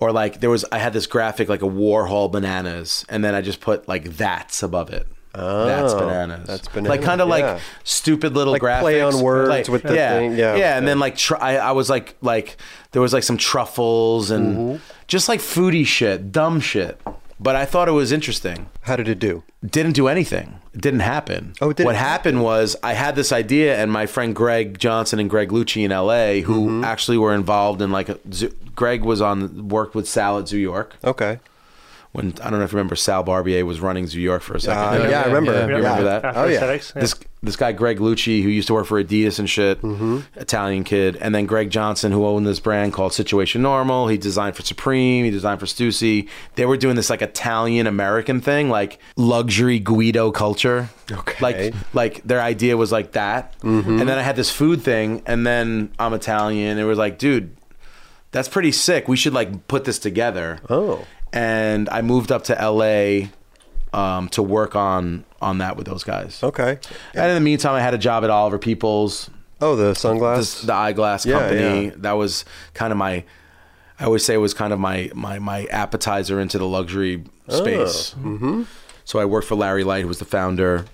D: or like there was I had this graphic like a Warhol bananas, and then I just put like that's above it. Oh, that's bananas.
A: that's
D: Like
A: bananas,
D: kind of
A: yeah.
D: like stupid little
A: Like
D: graphics.
A: play on words
D: like-
A: with the
D: yeah,
A: thing, yeah.
D: yeah. And then like tr- I, I was like like there was like some truffles and
A: Mm-hmm.
D: just like foodie shit, dumb shit. But I thought it was interesting
A: How did it do?
D: didn't do anything. It didn't happen.
A: Oh, it didn't
D: What happened was I had this idea, and my friend Greg Johnson and Greg Lucci in L.A., who
A: Mm-hmm.
D: actually were involved in like a, Zoo- Greg was on worked with Sal at Zoo York
A: Okay.
D: when I don't know if you remember Sal Barbier was running Zoo York for a second.
A: Uh, yeah, I remember.
D: You remember that?
C: After
A: Oh, yeah.
C: aesthetics,
D: This this guy Greg Lucci, who used to work for Adidas and shit,
A: Mm-hmm.
D: Italian kid, and then Greg Johnson, who owned this brand called Situation Normal. He designed for Supreme. He designed for Stussy. They were doing this like Italian American thing, like luxury Guido culture.
A: Okay. Mm-hmm.
D: Like like their idea was like that. And then I had this food thing, and then I'm Italian. It was like, dude, that's pretty sick. We should like put this together.
A: Oh.
D: And I moved up to LA um, to work on on that with those guys.
A: Okay.
D: And in the meantime, I had a job at Oliver Peoples,
A: Oh, the
D: this,
A: sunglasses.
D: the eyeglass
A: Yeah,
D: company.
A: yeah.
D: That was kind of my. I always say it was kind of my my my appetizer into the luxury
A: Oh.
D: space. mm-hmm. So I worked for Larry Light, who was the founder,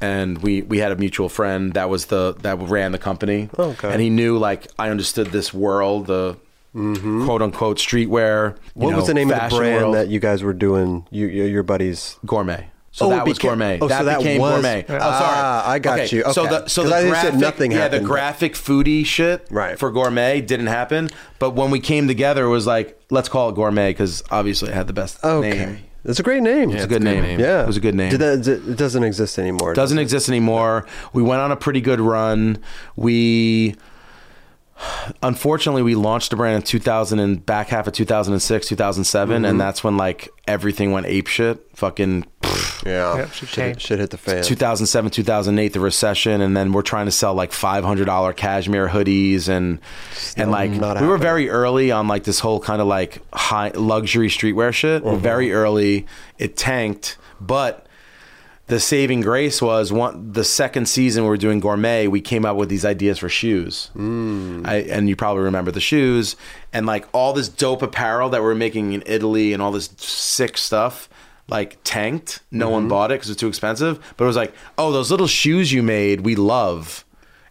D: and we we had a mutual friend that was the that ran the company.
A: Okay.
D: and he knew like I understood this world, the quote unquote streetwear. you
A: Mm-hmm. what was
D: know,
A: the name of the
D: fashion
A: brand
D: world.
A: that you guys were doing? You, you your buddies.
D: gourmet? So
A: Oh, it
D: that was
A: became-
D: gourmet.
A: oh, so
D: that,
A: that
D: became
A: was-
D: gourmet. Oh, sorry.
A: Ah, I got you.
D: So
A: Okay.
D: the so
A: 'Cause
D: the
A: I just
D: graphic,
A: said nothing
D: yeah, the
A: happened, but-
D: graphic foodie shit
A: Right.
D: for gourmet didn't happen. But when we came together, it was like let's call it gourmet because obviously it had the best
A: Okay.
D: name.
A: That's a great name.
D: It's a good, name.
A: Yeah.
D: it was a good name.
A: Did that, it doesn't exist anymore.
D: doesn't exist anymore. We went on a pretty good run. We unfortunately we launched the brand in 2000 and back half of 2006, 2007
A: Mm-hmm.
D: and that's when like everything went ape shit. Fucking
A: Yeah.
C: Yep, should
A: Shit,
C: change.
A: shit hit the fan.
D: 2007, 2008 the recession and then we're trying to sell like $500 cashmere hoodies and and like we
A: not
D: were
A: happening.
D: very early on like this whole kind of like high luxury streetwear shit. We're Very
A: Uh-huh.
D: early. It tanked, but the saving grace was one the second season we were doing gourmet we came up with these ideas for shoes mm. I, and you probably remember the shoes and like all this dope apparel that we are making in italy and all this sick stuff like tanked no
C: Mm-hmm.
D: one bought it because it's too expensive but it was like oh those little shoes you made we love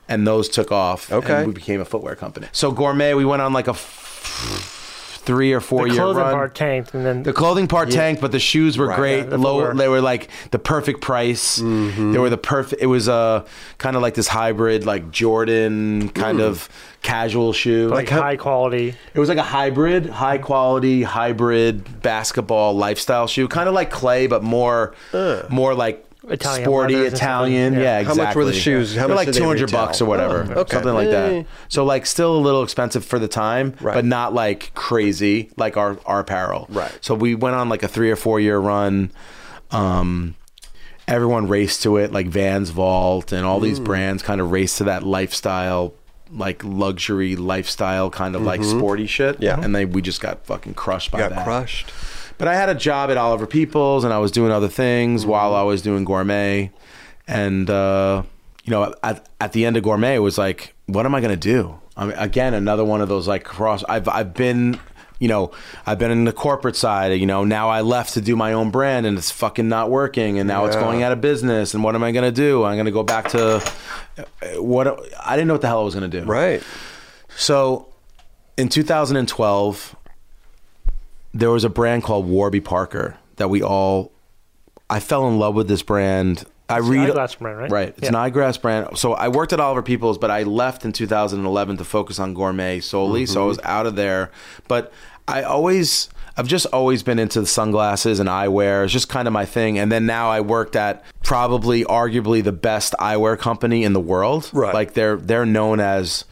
D: and those took off and
A: Okay.
D: we became a footwear company so gourmet we went on like a f- three or four
C: The
D: year
C: clothing
D: run
C: part tanked, and then
D: the clothing part tanked, but the shoes were great.
C: the
D: Low,
C: footwear. Mm-hmm.
D: they were like the perfect price. They were the perfect. It was a kind of like this hybrid, like Jordan kind of casual shoe.
C: Mm. like high quality.
D: it was like a hybrid, high quality hybrid basketball lifestyle shoe, kind of like clay, but more, more like
C: Italian
D: sporty
C: leathers and stuff like-
D: Italian.
C: yeah.
D: Yeah.
A: How
D: exactly.
A: much were the shoes? How much
D: They're like
A: did they
D: two hundred
A: retail?
D: bucks or whatever,
A: Oh, okay.
D: something like
A: Yeah.
C: Eh.
D: that. So like still a little expensive for the time,
A: Right.
D: but not like crazy like our our apparel.
A: Right.
D: So we went on like a three or four year run. Um, everyone raced to it, like Vans Vault and all these
A: Mm.
D: brands kind of raced to that lifestyle, like luxury lifestyle kind of like sporty shit.
A: Mm-hmm. Yeah.
D: And they we just got fucking crushed by
A: Got
D: that.
A: crushed.
D: But I had a job at Oliver Peoples and I was doing other things while I was doing gourmet. And, uh, you know, at, at the end of gourmet, it was like, what am I going to do? I mean, again, another one of those like cross. I've, I've been, you know, I've been in the corporate side. You know, now I left to do my own brand and it's fucking not working. And now it's going out of business. And what am I going to do? I'm going to go back to uh, what I didn't know what the hell I was going to do.
A: Right.
D: So in 2012, there was a brand called Warby Parker that we all, I fell in love with this brand. I read
C: eyeglass brand, right?
D: Right. It's
C: Yeah.
D: an eyeglass brand. So I worked at Oliver Peoples, but I left in 2011 to focus on gourmet solely. So I was out of there. But I always, I've just always been into the sunglasses and eyewear. It's just kind of my thing. And then now I worked at probably, arguably, the best eyewear company in the world.
A: Right.
D: Like they're they're known as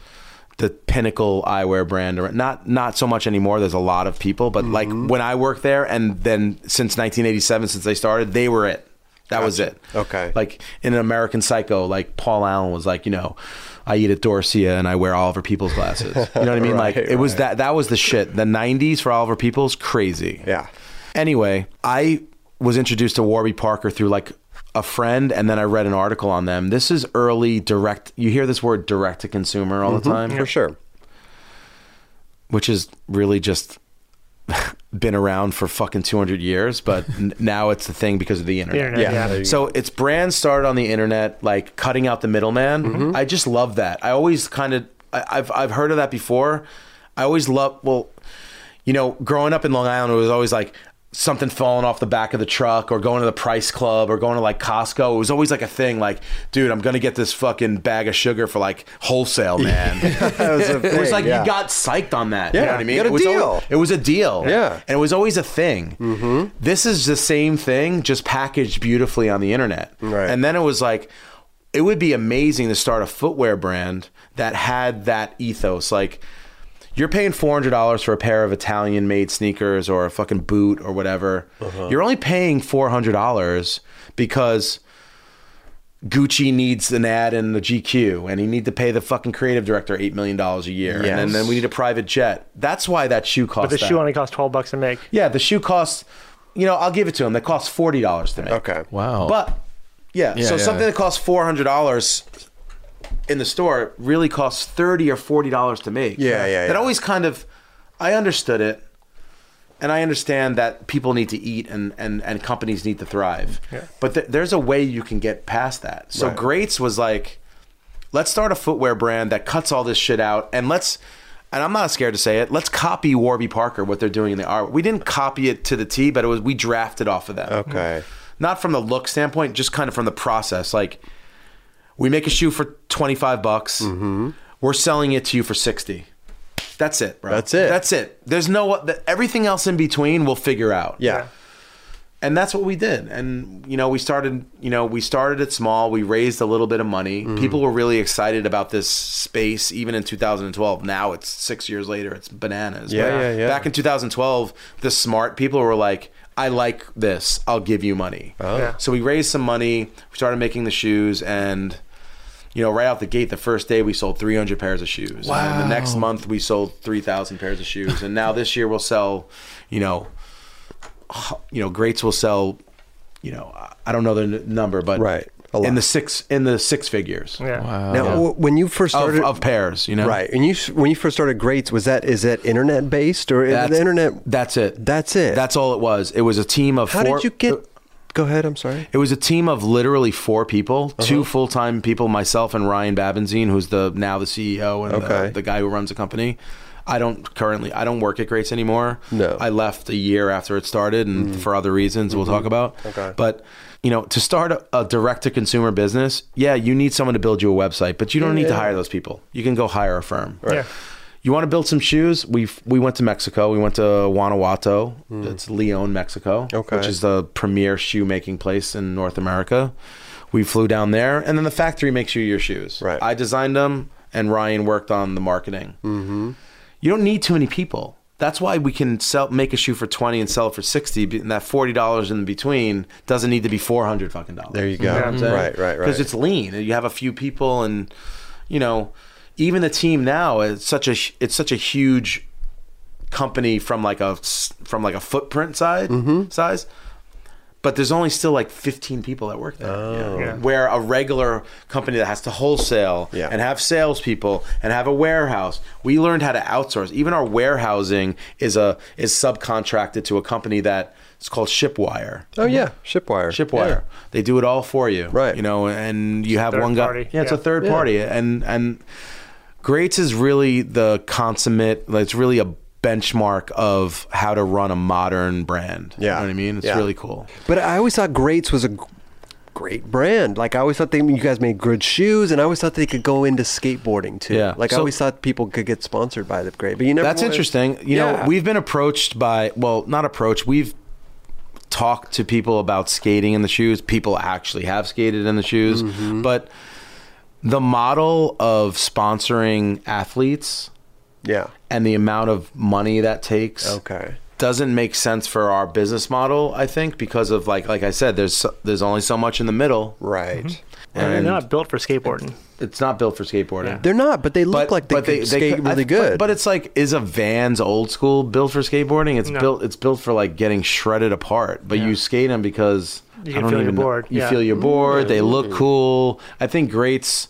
D: the pinnacle eyewear brand or not not so much anymore there's a lot of people but like when i worked there and then since 1987 since they started they were it that was it
A: Okay.
D: like in an american psycho like paul allen was like you know i eat at dorsia and i wear oliver people's glasses you know what i mean like it was that that was the shit the 90s for oliver people's crazy
A: Yeah.
D: Anyway, I was introduced to Warby Parker through like a friend, and then I read an article on them. This is early direct. You hear this word direct to consumer all the time,
A: For sure.
D: which is really just been around for fucking 200 years, but n- now it's the thing because of the internet.
C: The internet, yeah.
D: So it's brands started on the internet, like cutting out the middleman. I just love that. I always kind of I've I've heard of that before. I always love well, you know, growing up in Long Island, it was always like something falling off the back of the truck or going to the price club or going to like Costco. It was always like a thing like, dude, I'm going to get this fucking bag of sugar for like wholesale, man.
A: That was a
D: It was
A: thing,
D: like
A: yeah.
D: you got psyched on that.
A: Yeah,
D: You know what I mean?
A: you got a
D: it was
A: deal.
D: always- it was a deal.
A: Yeah.
D: And it was always a thing. Mm-hmm. This is the same thing, just packaged beautifully on the internet.
A: Right.
D: And then it was like, it would be amazing to start a footwear brand that had that ethos. Like, you're paying four hundred dollars for a pair of Italian made sneakers or a fucking boot or whatever.
A: Uh-huh.
D: You're only paying four hundred dollars because Gucci needs an ad in the GQ, and he need to pay the fucking creative director eight million dollars a year, and then, then we need a private jet. That's why that shoe costs.
C: But the
D: that.
C: shoe only costs twelve bucks to make.
D: yeah, the shoe costs. You know, I'll give it to him. That costs forty dollars to make.
A: Okay.
B: Wow.
D: But yeah,
B: Yeah,
D: so
B: yeah.
D: something that costs four hundred dollars in the store really costs thirty or forty dollars to make.
A: Yeah, yeah,
D: That
A: yeah.
D: always kind of, I understood it, and I understand that people need to eat and and and companies need to thrive. But th- there's a way you can get past that. So Greats was like, let's start a footwear brand that cuts all this shit out and let's and I'm not scared to say it. Let's copy Warby Parker what they're doing in the art. We didn't copy it to the T, but it was we drafted off of them.
A: Okay.
D: not from the look standpoint, just kind of from the process. Like we make a shoe for 25 bucks.
A: Mm-hmm.
D: We're selling it to you for 60. That's it, bro.
A: That's it.
D: That's it. There's no the, everything else in between we'll figure out.
A: Yeah.
D: And that's what we did. And you know, we started, you know, we started it small. We raised a little bit of money.
A: Mm-hmm.
D: People were really excited about this space even in 2012. Now it's 6 years later, it's bananas.
A: Yeah, yeah, yeah.
D: Back in 2012, the smart people were like, "I like this. I'll give you money."
A: Oh.
C: Yeah.
D: So we raised some money. We started making the shoes, and you know, right out the gate, the first day we sold 300 pairs of shoes. Wow. And then the next month we sold 3,000 pairs of shoes, and now this year we'll sell, you know, h- you know, greats will sell, you know, I- I don't know the n- number, but
A: Right. A lot.
D: in the six in the six figures
C: Yeah.
A: Now, w- when you first
D: Oh, of,
A: started,
D: of pairs, you know,
A: right? And you s- when you first started Greats, was that is that internet based or is
D: That's,
A: the internet?
D: That's it.
A: That's it.
D: That's all it was. It was a team of
A: How
D: four.
A: did you get? Go ahead. I'm sorry.
D: It was a team of literally four people,
A: Uh-huh.
D: two full time people, myself and Ryan Babenzine, who's the now the CEO and the-
A: Okay.
D: the, guy who runs the company. I don't currently I don't work at Greats anymore.
A: No. Mm.
D: I left a year after it started and for other reasons we'll
A: Mm-hmm.
D: talk about. Okay. But you know, to start a, a direct to consumer business, yeah, you need someone to build you a website, but you don't need to hire those people. You can go hire a firm.
C: Yeah.
D: You want to build some shoes? We we went to Mexico. We went to Guanajuato. It's Leon, Mexico,
A: Hmm. Okay.
D: which is the premier shoemaking place in North America. We flew down there, and then the factory makes you your shoes.
A: Right.
D: I designed them, and Ryan worked on the marketing. Mm-hmm. You don't need too many people. That's why we can sell, make a shoe for twenty and sell it for sixty, and that forty dollars in between doesn't need to be four hundred fucking dollars.
A: There you go. Mm-hmm.
C: Yeah.
D: I'm saying?
A: Right, right, right.
D: Because it's lean, and you have a few people, and you know, even the team now is such a it's such a huge company from like a s- from like a footprint side
A: Mm-hmm.
D: size. But there's only still like 15 people that work there.
A: Oh.
C: Yeah.
D: Where a regular company that has to wholesale
A: Yeah.
D: and have salespeople and have a warehouse, we learned how to outsource. Even our warehousing is a is subcontracted to a company that it's called Shipwire.
A: Oh yeah, Shipwire.
D: Shipwire. They do it all for you.
A: Right.
D: You know, and you have
C: third
D: one guy.
C: party.
D: Yeah, it's a
C: Yeah.
D: third party. And and Greats is really the consummate like, it's really a benchmark of how to run a modern brand.
A: Yeah.
D: You know what I mean? It's
A: Yeah.
D: really cool.
A: But I always thought Greats was a g- great brand. Like I always thought they you guys made good shoes, and I always thought they could go into skateboarding too.
D: Yeah.
A: Like I
D: So-
A: always thought people could get sponsored by the Great. But you never.
D: That's
A: wanted-
D: interesting. You
A: Yeah.
D: know, we've been approached by well, not approached. We've talked to people about skating in the shoes. People actually have skated in the shoes,
A: Mm-hmm.
D: but the model of sponsoring athletes
A: Yeah.
D: and the amount of money that takes
A: Okay.
D: doesn't make sense for our business model i think because of like like i said there's so- there's only so much in the middle
A: Right.
D: Mm-hmm.
C: And they're
D: and
C: not built for skateboarding.
D: it's not built for skateboarding
A: They're not, but they look like they, could skate
D: could- I-
A: really
D: but-
A: good.
D: But, it's like, is a Vans old school built for skateboarding? It's
C: No.
D: built. It's built for like getting shredded apart. But you skate them because
C: You
D: I
C: can
D: don't
C: feel your
D: even know-
C: board,
D: You
C: yeah.
D: feel your board. They look cool. I think greats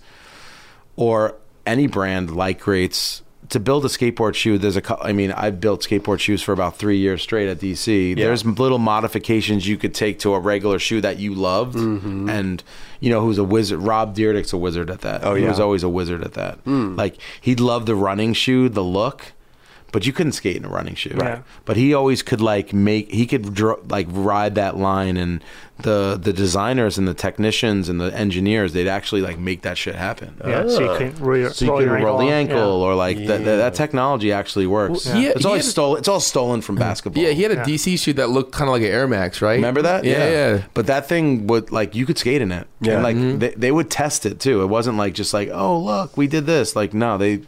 D: or any brand like greats to build a skateboard shoe. There's a. cou- I mean, I've built skateboard shoes for about three years straight at DC. There's little modifications you could take to a regular shoe that you loved, and you know who's a wizard. Rob Deerdick's a wizard at that. Oh he
A: yeah.
D: was always a wizard at that. Like he loved the running shoe, the look, but you couldn't skate in a running shoe.
C: Right. Yeah.
D: But he always could like make he could dr- like ride that line, and the the designers and the technicians and the engineers they'd actually like make that shit happen.
C: Yeah. so you couldn't roll, your,
D: Oh. So you
C: roll
D: could
C: your
D: roll the
C: ankle.
D: ankle, or like th- th- that technology actually works.
B: Well, he-
D: It's
B: he
D: always
B: had-
D: stolen. It's all stolen from basketball.
B: Yeah, he had a
C: Yeah.
B: DC shoe that looked kind of like an Air Max, right?
D: Remember that?
B: Yeah, yeah. Mm-hmm.
D: But that thing would like you could skate in it. Yeah.
A: Yeah.
D: And, like they, they would test it too. It wasn't like just like oh look we did this. Like no they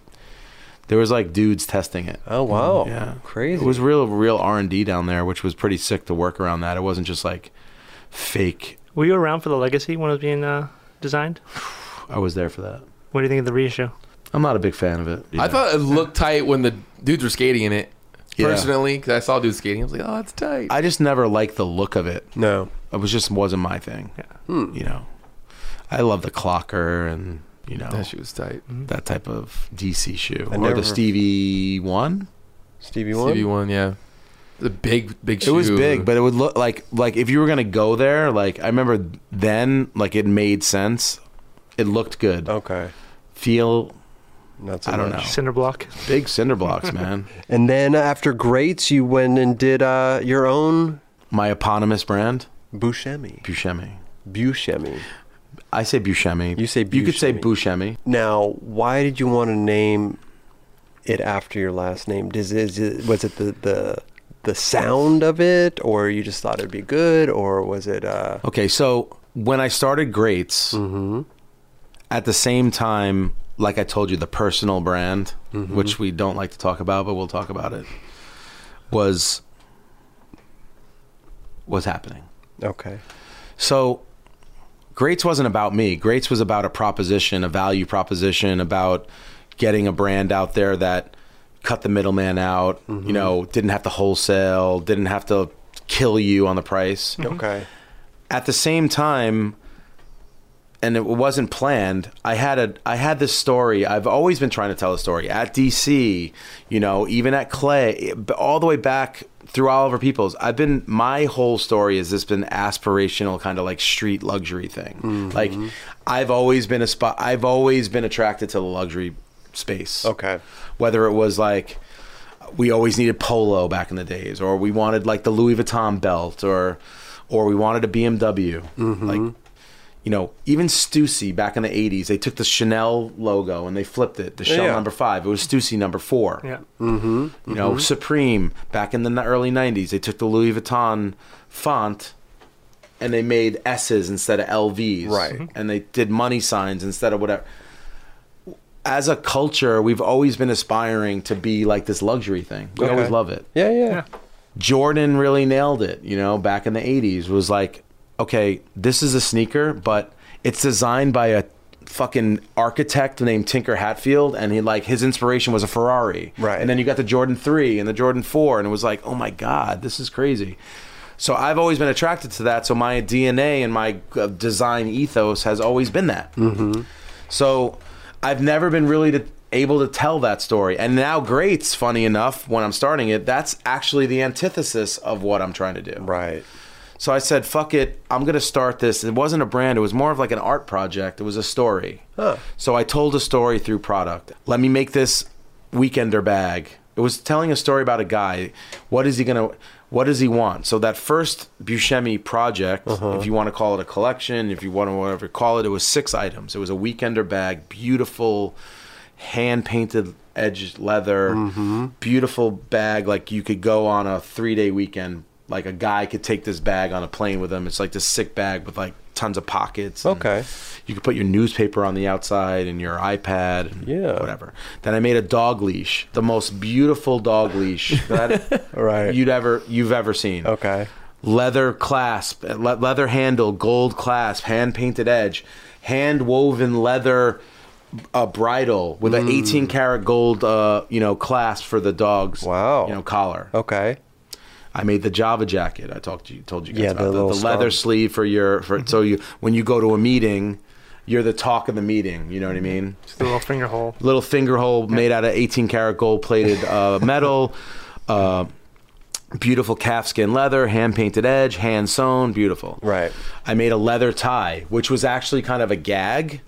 D: there was like dudes testing it.
A: oh wow,
D: Yeah.
A: crazy.
D: It was real real R and D down there, which was pretty sick to work around that. It wasn't just like fake.
C: Were you around for the legacy when it was being uh, designed?
D: I was there for that.
C: What do you think of the reissue?
D: I'm not a big fan of it.
B: I thought it looked tight when the dudes were skating in it.
D: Yeah.
B: Personally, because I saw dudes skating, I was like, "Oh, that's tight."
D: I just never liked the look of it.
A: no. Hmm.
D: It was just wasn't my thing.
C: Yeah.
D: You know, I love the clocker and you know
B: that shoe was tight.
D: that type of DC shoe
A: I
D: or
A: never-
D: the Stevie one.
A: Stevie Wonder.
B: CB one, yeah. The big, big
D: It
B: shoe.
D: was big, but it would look like like if you were gonna go there. Like I remember then, like it made sense. It looked good.
A: Okay.
D: Feel
A: Not so
D: I don't
A: much.
D: know.
C: Cinder block.
D: big cinder blocks, man.
A: And then after Greats, you went and did uh, your own.
D: My eponymous brand.
A: Buscemi.
D: Buscemi.
A: Buscemi.
D: I say Buscemi.
A: You say
D: You could say
A: Buscemi.
D: Buscemi.
A: Now, why did you want to name it after your last name? Does is it, was it the, the the sound of it, or you just thought it'd be good, or was it? Uh,
D: Okay, so when I started Greats, at the same time, like I told you, the personal brand, which we don't like to talk about, but we'll talk about it, was was happening.
A: okay,
D: So Greats wasn't about me. Greats was about a proposition, a value proposition, about getting a brand out there that cut the middleman out, you know, didn't have to wholesale, didn't have to kill you on the price
A: okay,
D: at the same time and it wasn't planned i had a i had this story i've always been trying to tell a story at dc you know even at clay b- all the way back through oliver peoples i've been my whole story has just been aspirational kind of like street luxury thing like i've always been a spot i've always been attracted to the luxury space
A: okay.
D: whether it was like we always needed polo back in the days or we wanted like the Louis Vuitton belt or or we wanted a BMW like you know even Stussy back in the 80s they took the Chanel logo and they flipped it the Chanel
A: yeah.
D: number 5 it was Stussy number 4
C: Yeah.
D: Mm. you
A: Mm-hmm.
D: know Supreme back in the n- early 90s they took the Louis Vuitton font and they made S's instead of LVs
A: Right. Mhm.
D: and they did money signs instead of whatever as a culture, we've always been aspiring to be like this luxury thing. We
A: Okay.
D: always love it.
A: Yeah, yeah,
D: Jordan really nailed it, you know, back in the 80s was like, okay, this is a sneaker, but it's designed by a fucking architect named Tinker Hatfield and he like his inspiration was a Ferrari.
A: Right.
D: And then you got the Jordan 3 and the Jordan 4 and it was like, "Oh my god, this is crazy." So I've always been attracted to that, so my DNA and my uh, design ethos has always been that. So I've never been really to, able to tell that story. And now, greats, funny enough, when I'm starting it, that's actually the antithesis of what I'm trying to do.
A: Right.
D: So I said, fuck it, I'm going to start this. It wasn't a brand, it was more of like an art project, it was a story. So I told a story through product. Let me make this weekender bag. It was telling a story about a guy. What is he going to. What does he want? So that first Buscemi project, if you want to call it a collection, if you want to whatever call it, it was six items. It was a weekender bag, beautiful, hand painted edged leather,
A: Mm-hmm.
D: beautiful bag. Like you could go on a three day weekend. Like a guy could take this bag on a plane with him. It's like this sick bag with like tons of pockets. and
A: Okay.
D: You could put your newspaper on the outside and your iPad and
A: Yeah.
D: whatever. Then I made a dog leash, the most beautiful dog leash that
A: Right.
D: you'd ever you've ever seen
A: Okay.
D: leather clasp, le- leather handle, gold clasp, hand painted edge, hand woven leather uh, bridle with
A: Mm.
D: an 18 karat gold, uh, you know, clasp for the dog's,
A: Wow.
D: you know, collar.
A: Okay.
D: I made the Java jacket. I talked to you, told you guys
A: Yeah, the
D: about the, the,
A: little
D: leather
A: scarf. Mm-hmm.
D: sleeve for your, for so you when you go to a meeting, you're the talk of the meeting. You know what I mean?
C: Just a little finger hole.
D: little finger hole made out of 18 karat gold plated uh, metal. Uh, beautiful calfskin leather, hand painted edge, hand sewn, beautiful.
A: Right.
D: I made a leather tie, which was actually kind of a gag.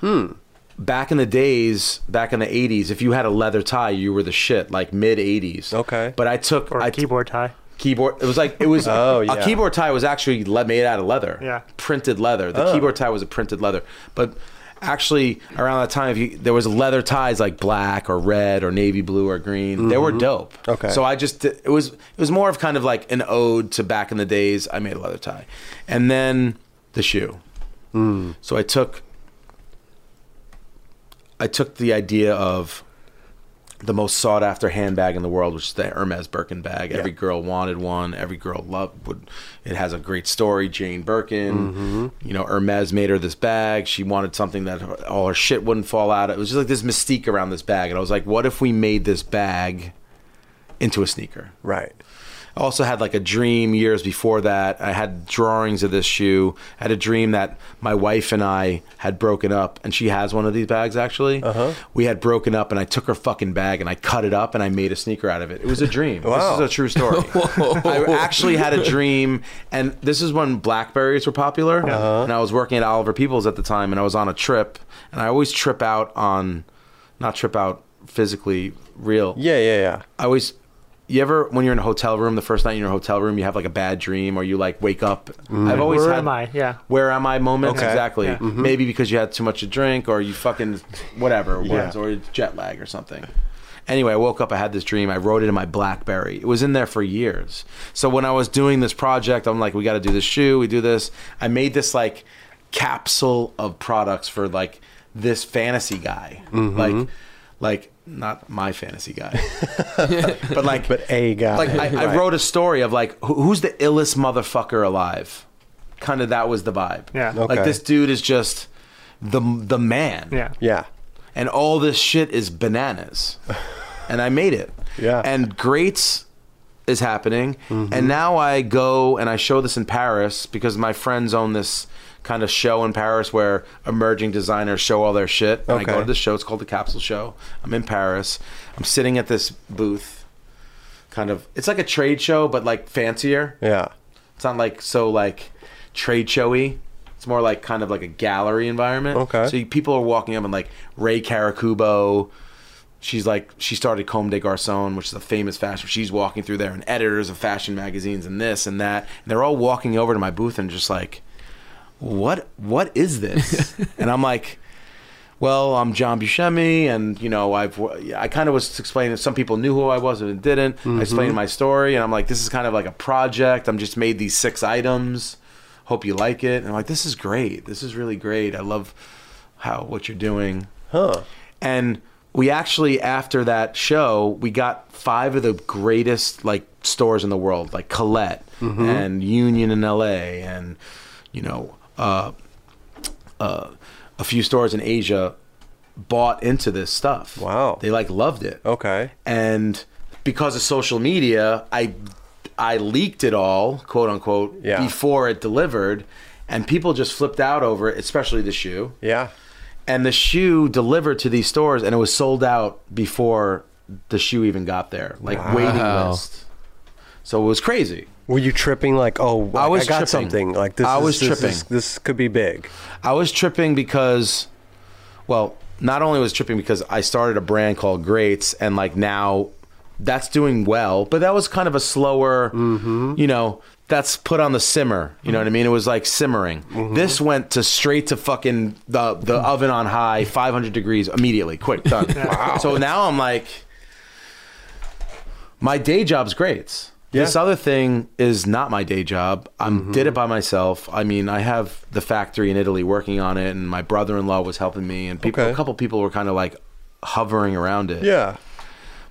D: Hmm. Back in the days, back in the 80s, if you had a leather tie, you were the shit, like mid 80s.
A: Okay.
D: But I took
C: Or
D: I
C: a
D: t-
C: keyboard tie.
D: keyboard. It was like it was
A: Oh, yeah.
D: a keyboard tie was actually le- made out of leather.
C: Yeah.
D: printed leather.
A: Oh.
D: The keyboard tie was a printed leather, but actually around that time, if you, there was leather ties like black or red or navy blue or green. They were dope.
A: Mm-hmm. Okay.
D: so I just it was it was more of kind of like an ode to back in the days. I made a leather tie, and then the shoe.
A: Mm.
D: So I took I took the idea of the most sought after handbag in the world, which is the Hermes Birkin bag. Every girl wanted one. Every girl loved. Would it has a great story. Jane Birkin, you know, Hermes made her this bag. She wanted something that her- all her shit wouldn't fall out. of. It was just like this mystique around this bag, and I was like, what if we made this bag into a sneaker?
A: Right.
D: I also had like a dream years before that. I had drawings of this shoe. I had a dream that my wife and I had broken up, and she has one of these bags actually. Uh-huh. We had broken up, and I took her fucking bag and I cut it up and I made a sneaker out of it. It was a dream.
A: Wow.
D: This is a true story. I actually had a dream, and this is when Blackberries were popular, and I was working at Oliver Peoples at the time, and I was on a trip, and I always trip out on, not trip out physically real.
A: Yeah, yeah, yeah.
D: I always you ever when you're in a hotel room the first night in your hotel room you have like a bad dream or you like wake up i've always
C: Where
D: had
C: am I? Yeah.
D: where am i moments
A: Mm. Okay. Mm-hmm.
D: exactly
C: Yeah.
D: maybe because you had too much to drink or you fucking whatever it was
A: Yeah.
D: or it's jet lag or something anyway i woke up i had this dream i wrote it in my blackberry it was in there for years so when i was doing this project i'm like we got to do this shoe we do this i made this like capsule of products for like this fantasy guy
A: Mm-hmm.
D: like like not my fantasy guy but like
A: But uh, a guy.
D: like I, I wrote a story of like who, who's the illest motherfucker alive kind of that was the vibe
C: Yeah.
A: Okay.
D: like this dude is just the the man
C: Yeah.
A: yeah.
D: and all this shit is bananas and i made it
A: Yeah. Mm-hmm.
D: and greats is happening and now i go and i show this in paris because my friends own this kind of show in paris where emerging designers show all their shit and i
A: Okay.
D: go to this show it's called the capsule show i'm in paris i'm sitting at this booth kind of it's like a trade show but like fancier
A: Yeah.
D: it's not like so like trade showy. It's more like kind of like a gallery environment.
A: Okay.
D: So you, people are walking up and like Ray Karakubo. She's like she started Comme des Garçons, which is a famous fashion. She's walking through there, and editors of fashion magazines and this and that. And they're all walking over to my booth and just like, what what is this? and I'm like, well, I'm John Buscemi, and you know, I've I kind of was explaining. Some people knew who I was and didn't. I explained my story, and I'm like, this is kind of like a project. I'm just made these six items. Hope you like it. And I'm like, this is great. This is really great. I love how what you're doing.
A: Huh.
D: And we actually, after that show, we got five of the greatest like stores in the world, like Colette and Union in LA, and you know, uh, uh, a few stores in Asia bought into this stuff.
A: Wow.
D: they like loved it.
A: Okay.
D: and because of social media, I I leaked it all, quote unquote,
A: Yeah.
D: before it delivered, and people just flipped out over it, especially the shoe
A: Yeah.
D: and the shoe delivered to these stores and it was sold out before the shoe even got there like waiting list so it was crazy
A: Were you tripping like, oh, I,
D: I was
A: got
D: tripping.
A: something like this?
D: I
A: is-
D: was
A: this
D: tripping.
A: is- this could be big.
D: i was tripping because well not only was tripping because i started a brand called greats and like now that's doing well but that was kind of a slower you know that's put on the simmer you know what i mean it was like simmering this went to straight to fucking the the oven on high 500 degrees immediately quick done so now i'm like my day job's great. This
A: Yeah. Mm-hmm.
D: other thing is not my day job. I am did it by myself. I mean, I have the factory in Italy working on it, and my brother-in-law was helping me, and people,
A: Okay.
D: a couple people were kind of like hovering around it.
A: Yeah.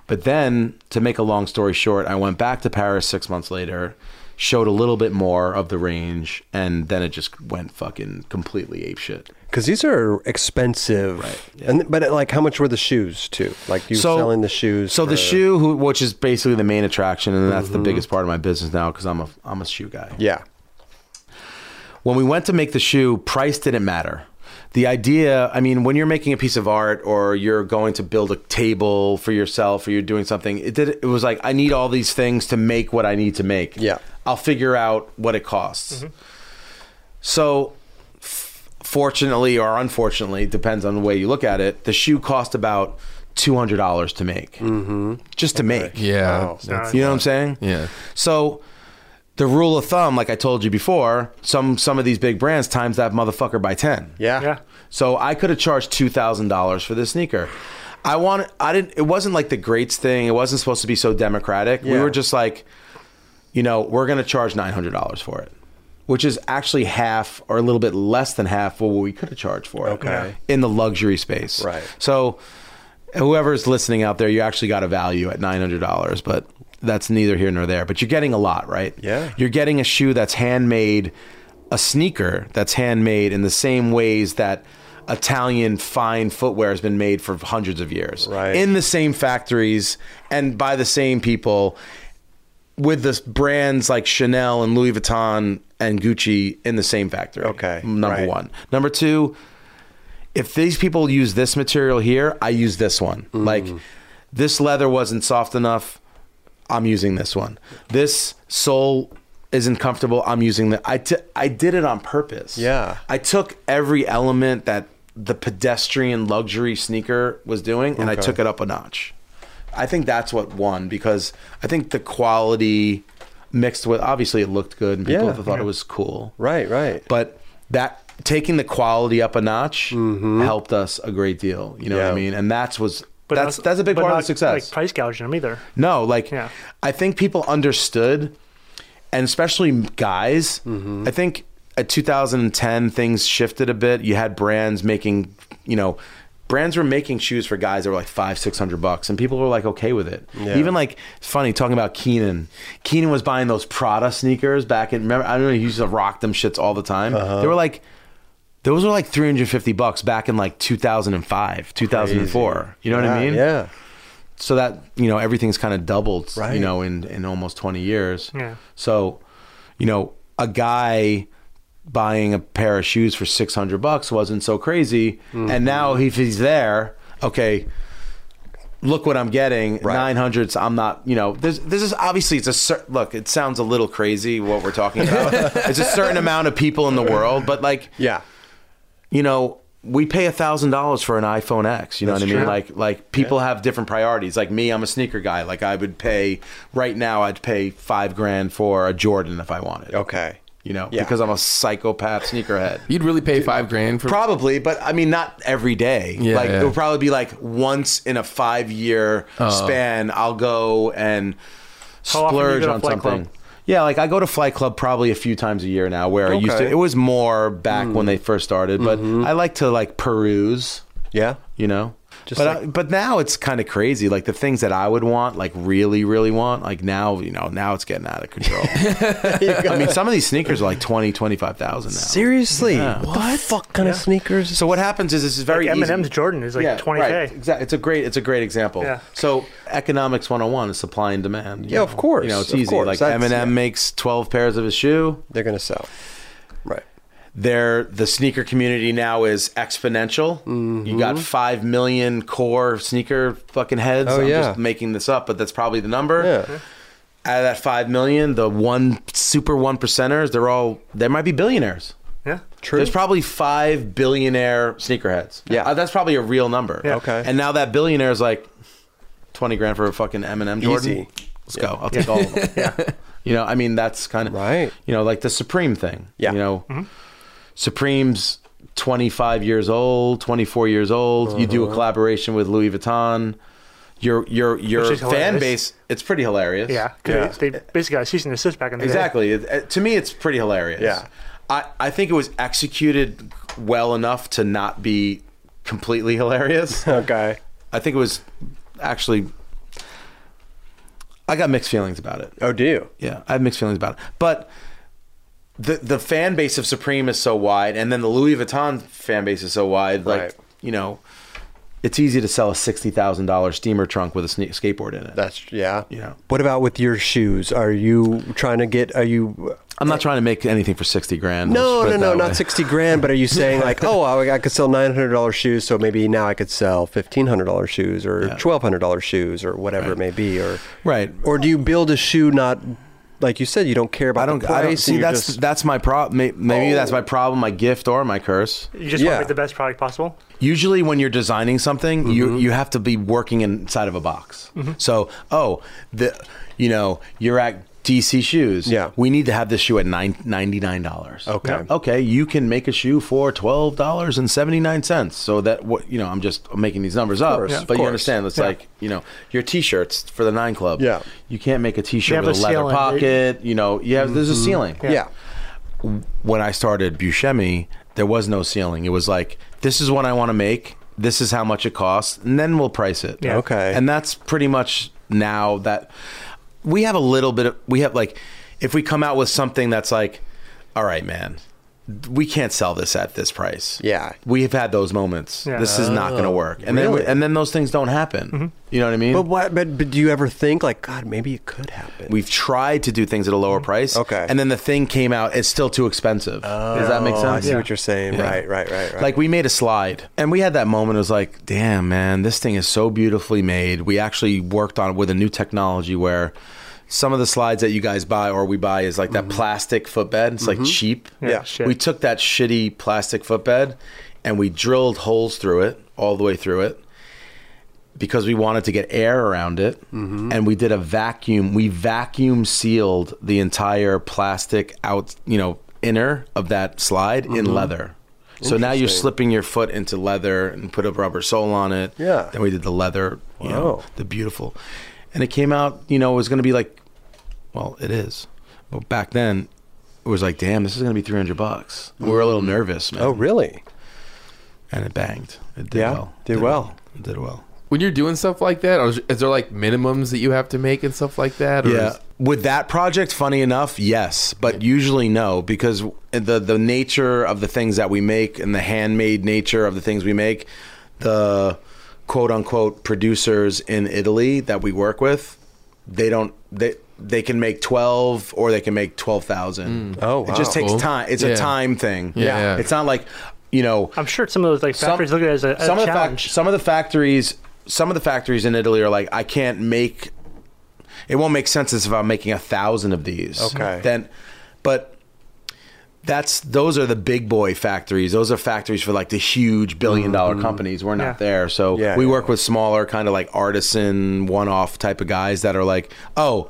D: But then, to make a long story short, I went back to Paris six months later, showed a little bit more of the range, and then it just went fucking completely apeshit.
A: Because these are expensive, and but like, how much were the shoes too? Like you were selling the shoes.
D: So the
A: for-
D: shoe, who, which is basically the main attraction, and that's
A: Mm-hmm.
D: the biggest part of my business now because I'm a I'm a shoe guy.
A: Yeah.
D: when we went to make the shoe, price didn't matter. The idea, I mean, when you're making a piece of art or you're going to build a table for yourself or you're doing something, it did it was like I need all these things to make what I need to make.
A: Yeah.
D: I'll figure out what it costs. So f- fortunately or unfortunately, depends on the way you look at it, the shoe cost about $200 to make. Mm-hmm. Just to make.
B: Yeah.
C: Sorry.
D: You know what I'm saying?
B: Yeah.
D: So the rule of thumb, like I told you before, some some of these big brands times that motherfucker by ten.
A: Yeah.
C: Yeah.
D: So I could have charged two thousand dollars for this sneaker. I want I didn't it wasn't like the greats thing. It wasn't supposed to be so democratic. We
A: Yeah.
D: were just like, you know, we're gonna charge nine hundred dollars for it. Which is actually half or a little bit less than half what we could have charged for it.
A: Okay.
D: In the luxury space.
A: Right.
D: So whoever's listening out there, you actually got a value at nine hundred dollars, but that's neither here nor there. But you're getting a lot, right?
A: Yeah.
D: You're getting a shoe that's handmade, a sneaker that's handmade in the same ways that Italian fine footwear has been made for hundreds of years.
A: Right.
D: In the same factories and by the same people with the brands like Chanel and Louis Vuitton and Gucci in the same factory.
A: Okay,
D: Number
A: right.
D: one. Number two, if these people use this material here, I use this one.
A: Mm.
D: Like this leather wasn't soft enough, I'm using this one. This sole isn't comfortable, I'm using the I t- I did it on purpose.
A: Yeah.
D: I took every element that the pedestrian luxury sneaker was doing and I took it up a notch. I think that's what won because I think the quality mixed with obviously it looked good and people
A: Yeah.
D: thought it was cool.
A: Right, right.
D: But that taking the quality up a notch helped us a great deal. You know what
A: Yeah.
D: I mean? And that's was
C: Mm-hmm. But
D: that's
C: not-
D: that's a big
C: but
D: part of
C: not,
D: the success.
C: Like price gouging them either.
D: No, like
C: Yeah.
D: I think people understood, and especially guys.
A: Mm-hmm.
D: I think at 2010 things shifted a bit. You had brands making, you know, brands were making shoes for guys that were like five, six hundred bucks, and people were like okay with it. Even like it's funny talking about Keenan. Keenan was buying those Prada sneakers back in. Remember, I don't know. He used to rock them shits all the time.
A: Uh-huh.
D: They were like. Those were like 350 bucks back in like 2005, 2004. You know what I
A: Yeah,
D: mean?
A: Yeah.
D: so that you know everything's kind of doubled
A: Right.
D: you know in in almost 20 years
C: Yeah.
D: so you know a guy buying a pair of shoes for 600 bucks wasn't so crazy
A: Mm-hmm.
D: and now if he's there okay look what i'm getting 900s i'm not you know there's this is obviously it's a cer- look it sounds a little crazy what we're talking about it's a certain amount of people in the world but like
A: Yeah.
D: you know, we pay a thousand dollars for an iPhone X. You know what I mean?
A: true.
D: Like, like people have different priorities. Like me, I'm a sneaker guy. Like I would pay right now. I'd pay five grand for a Jordan if I wanted.
A: Okay.
D: You know,
A: Yeah.
D: because I'm a psychopath sneakerhead.
B: You'd really pay five grand for
D: Probably, but I mean, not every day.
B: Yeah,
D: like
B: yeah.
D: it would probably be like once in a five year span. I'll go and
C: How often do you
D: splurge
C: go to
D: on
C: Flight
D: something.
C: Club?
D: Yeah, like I go to Flight Club probably a few times a year now. Where I used to,
A: Okay.
D: it was more back when they first started. But I like to like peruse,
A: Yeah.
D: you know.
A: Just
D: but
A: like-
D: I, but now it's kind of crazy. Like the things that I would want, like really, really want, like now you know now it's getting out of control. I mean, some of these sneakers are like twenty, twenty five thousand now.
A: Seriously. What, the fuck kind of sneakers?
D: So what happens is this is very
C: Like
D: easy.
C: M&M's Jordan is like 20K.
D: Exactly. It's a great it's a great example.
C: Yeah.
D: So economics 101 is supply and demand. you
A: Yeah, of
D: know.
A: course,
D: You know, it's
A: of
D: easy.
A: course.
D: Like
A: That's-
D: Eminem
A: yeah.
D: makes 12 pairs of his shoe.
A: They're going to sell. Right.
D: There the sneaker community now is exponential. You got 5 million core sneaker fucking heads.
A: Mm-hmm. Oh,
D: I'm
A: yeah.
D: just making this up, but that's probably the number.
A: Yeah.
D: Out of that 5 million, the one super one percenters, they're all there might be billionaires.
C: Yeah.
A: True.
D: There's probably five billionaire sneakerheads.
A: Yeah.
D: Uh, that's probably a real number.
C: Yeah.
A: Okay.
D: And now that billionaire is like twenty grand for a fucking Eminem Jordan.
A: Easy.
D: Let's go. I'll take all of them. yeah. You know, I mean, that's kind of
A: Right.
D: You know, like the Supreme thing.
A: Yeah.
D: You know, Supreme's twenty five years old, twenty four years old. You do a collaboration with Louis Vuitton. Your your your
C: Which
D: fan
C: is hilarious.
D: base. It's pretty hilarious.
C: Yeah. 'Cause
A: Yeah.
C: They, they basically got a cease and desist back in the
D: Exactly. It- it- to me, it's pretty hilarious.
A: Yeah.
D: I, I think it was executed well enough to not be completely hilarious.
A: Okay.
D: I think it was actually. I got mixed feelings about it.
A: Oh, do you?
D: Yeah, I have mixed feelings about it. But the the fan base of Supreme is so wide, and then the Louis Vuitton fan base is so wide. Like
A: Right.
D: you know, it's easy to sell a sixty thousand dollar steamer trunk with a sne- skateboard in it.
A: That's, yeah.
D: you know,
A: What about with your shoes? Are you trying to get, are you,
D: I'm not trying to make anything for sixty grand.
A: no,
D: Let's put
A: no, no,
D: it that
A: not
D: way.
A: 60 grand, but are you saying like, oh, I, I could sell $900 shoes, so maybe now I could sell $1,500 shoes or $1,200 shoes or whatever it may be? Or,
D: Right.
A: Or do you build a shoe not, like you said, you don't care about
D: I don't.
A: the price?
D: I don't
A: and
D: see.
A: you're
D: That's
A: just-
D: that's my problem. Maybe
A: Oh.
D: that's my problem. My gift or my curse.
C: day. You just want
A: Yeah.
C: to make the best product possible.
D: Usually, when you're designing something,
A: Mm-hmm.
D: you you have to be working inside of a box. So, oh, the you know you're at DC Shoes.
A: Yeah.
D: we need to have this shoe at nine ninety nine dollars.
A: Okay. Yeah.
D: okay, you can make a shoe for twelve dollars and seventy nine cents. So that what you know, I'm just making these numbers up,
A: course, Yeah. of
D: but you
A: course.
D: understand it's
C: Yeah.
D: like you know your T-shirts for the Nine Club.
A: Yeah.
D: you can't make a T-shirt
C: have
D: with
C: a
D: a leather
C: ceiling, right?
D: pocket. You know, you have there's a ceiling
A: Mm-hmm. yeah.
D: when I started Buscemi, there was no ceiling. It was like, this is what I want to make. This is how much it costs, and then we'll price it.
C: Yeah.
A: Okay.
D: And that's pretty much now that we have a little bit of, we have like, if we come out with something that's like, all right, man, we can't sell this at this price.
A: Yeah. Oh,
D: We have had those moments.
C: Yeah. Mm-hmm.
D: This is not going to work. And
A: really?
D: then, and then those things don't happen. You know what I mean?
A: But what? But, but do you ever think like, God, maybe it could happen?
D: We've tried to do things at a lower price.
A: Mm-hmm. Okay. Oh,
D: And then the thing came out, it's still too expensive. Does that make sense?
A: I see what you're saying. Right, right, right, right.
D: Like we made a slide, and we had that moment. It was like, damn, man, this thing is so beautifully made. We actually worked on it with a new technology where some of the slides that you guys buy or we buy is like that plastic footbed. It's like cheap.
A: Mm-hmm. Yeah.
C: shit.
D: We took that shitty plastic footbed and we drilled holes through it all the way through it, because we wanted to get air around it
A: Mm-hmm.
D: and we did a vacuum we vacuum sealed the entire plastic out you know inner of that slide
A: Mm-hmm.
D: in leather so now you're slipping your foot into leather and put a rubber sole on it
A: Yeah.
D: then we did the leather you know
A: Wow.
D: the beautiful and it came out you know it was going to be like well it is but back then it was like damn this is going to be 300 bucks we were a little nervous man
A: Oh, really?
D: and it banged it did
A: Yeah,
D: well
A: did well.
D: It did well
B: When you're doing stuff like that, or is, is there like minimums that you have to make and stuff like that? Or
D: Yeah.
B: is-
D: With that project, funny enough, yes, but usually no, because the the nature of the things that we make and the handmade nature of the things we make, the quote unquote producers in Italy that we work with, they don't they they can make twelve or they can make twelve thousand.
A: Oh,
D: it
A: wow.
D: just takes
B: Mm. Cool.
D: time. It's
B: Yeah.
D: a time thing.
B: Yeah.
D: it's not like you know
C: I'm sure some of those like factories look at it as a, a
D: some of the fac-
C: challenge.
D: some of the factories, some of the factories in Italy are like, I can't make. It won't make sense if I'm making a thousand of these.
A: Okay.
D: Then, but that's those are the big boy factories. Those are factories for like the huge billion dollar companies. We're not
C: Mm-hmm. Yeah.
D: there, so
A: Yeah,
D: we
A: yeah,
D: work
A: yeah.
D: with smaller kind of like artisan one off type of guys that are like, oh.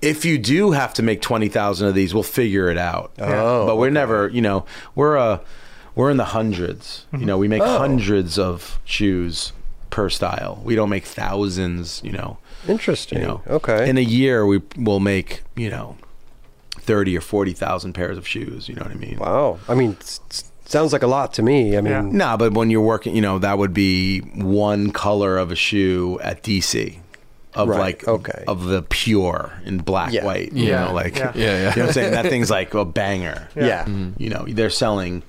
D: If you do have to make twenty thousand of these, we'll figure it out.
A: Oh,
D: but we're never, you know, we're uh, we're in the 100s
A: Mm-hmm.
D: You know, we make
A: Oh.
D: hundreds of shoes per style. We don't make thousands. You know,
A: Interesting.
D: you know.
A: Okay.
D: In a year, we will make you know thirty or forty thousand pairs of shoes. You know what I mean?
A: wow. I mean, s- s- sounds like a lot to me. I mean,
C: Yeah.
D: Nah, but when you're working, you know, that would be one color of a shoe at DC. Of
A: Right,
D: like
A: okay.
D: of the pure in black
A: Yeah.
D: white, you
B: Yeah.
D: know, like
C: Yeah.
B: Yeah, yeah.
D: you know what I'm saying? That thing's like a banger.
A: yeah.
D: you know they're selling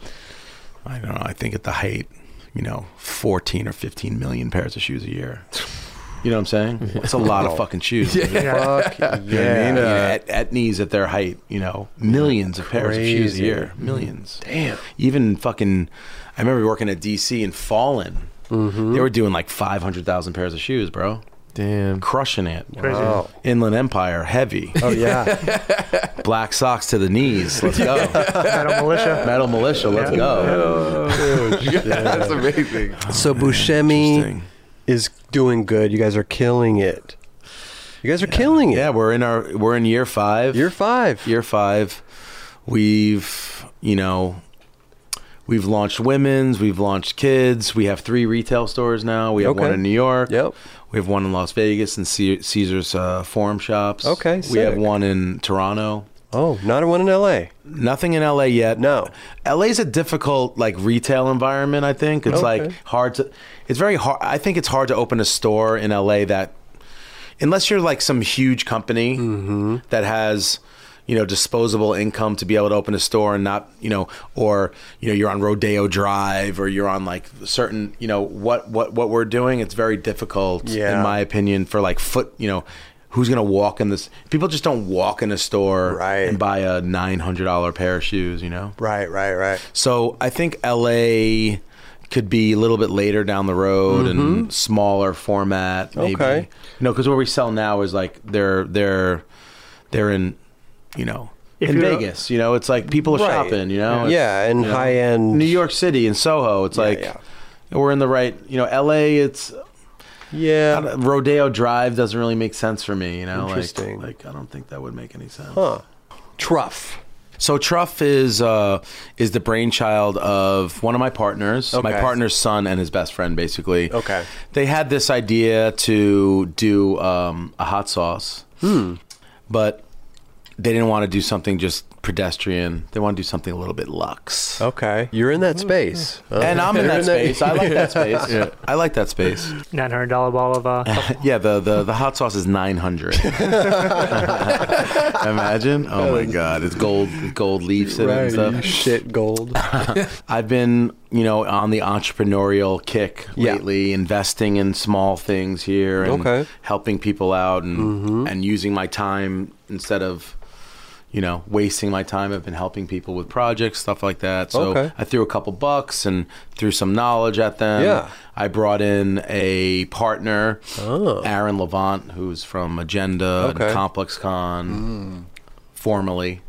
D: i don't know i think at the height you know 14 or 15 million pairs of shoes a year you know what i'm saying it's a lot of fucking shoes yeah.
A: Fuck
D: You know what I mean?
A: Mm-hmm.
D: Uh,
A: yeah.
D: at, at knees at their height, you know, millions of pairs of shoes a
A: Crazy.
D: year. Millions. Damn. Even fucking, I remember working at DC and Fallen. They were doing like 500,000 pairs of shoes, bro.
B: damn.
D: Crushing it.
C: Crazy.
A: Wow.
D: Inland Empire, heavy.
A: Oh yeah.
D: Black socks to the knees. Let's go.
C: Metal militia.
D: Metal militia, let's
C: Yeah.
D: go.
B: That's amazing.
A: So Buscemi
D: Interesting.
A: is doing good. You guys are killing it. You guys are killing it.
D: Yeah, we're in our we're in year five.
A: You're five.
D: year five. We've you know we've launched women's, we've launched kids. We have three retail stores now. We have
A: Okay.
D: one in New York.
A: Yep.
D: We have one in Las Vegas and Ce- Caesar's uh, Forum Shops.
A: Okay,
D: We have
A: sick.
D: one in Toronto.
A: Oh, not a one in L.A.
D: Nothing in LA yet.
A: No.
D: LA's a difficult like retail environment, I think. It's like
A: Okay.
D: hard to it's very hard I think it's hard to open a store in LA that unless you're like some huge company
A: Mm-hmm.
D: that has you know disposable income to be able to open a store and not you know or you know you're on Rodeo Drive or you're on like certain you know what what what we're doing it's very difficult
A: Yeah.
D: in my opinion for like foot you know who's gonna walk in this people just don't walk in a store
A: Right.
D: and buy a nine hundred dollar pair of shoes you know
A: Right. Right. Right.
D: so I think LA could be a little bit later down the road and smaller format. Maybe.
A: Mm-hmm. Okay.
D: You know, because what we sell now is like they're they're they're in you know
C: If
D: in
C: you're-
D: Vegas. You know, it's like people are
A: Right.
D: shopping. You know, It's-
A: Yeah, and
D: you know,
A: high end
D: New York City and Soho. It's like
A: yeah.
D: we're in the right. You know, LA. It's I
A: Yeah.
D: don't- Rodeo Drive doesn't really make sense for me. You know, Like-
A: Interesting.
D: Like, I don't think that would make any sense.
A: Huh. Truff.
D: So Truff is uh, is the brainchild of one of my partners, my
A: Okay.
D: partner's son and his best friend, basically.
A: Okay.
D: They had this idea to do um, a hot sauce,
A: Hmm.
D: but they didn't want to do something just pedestrian. They want to do something a little bit luxe.
A: Okay. You're in that space.
D: And I'm in
A: You're
D: that space. I like that space. I like that space.
C: Nine hundred dollar ball of uh,
D: Yeah, the, the, the hot sauce is 900. Imagine. Oh my God. It's gold gold leaves in it and stuff.
A: Right. Shit gold.
D: I've been, you know, on the entrepreneurial kick
A: Yeah.
D: lately, investing in small things here and
A: Okay. Mm-hmm.
D: helping people out and and using my time instead of you know, wasting my time. I've been helping people with projects, stuff like that. So
A: Okay.
D: I threw a couple bucks and threw some knowledge at them.
A: Yeah.
D: I brought in a partner, Aaron Levant, who's from Agenda
A: Oh. Okay. Mm.
D: and Complex Con, formerly.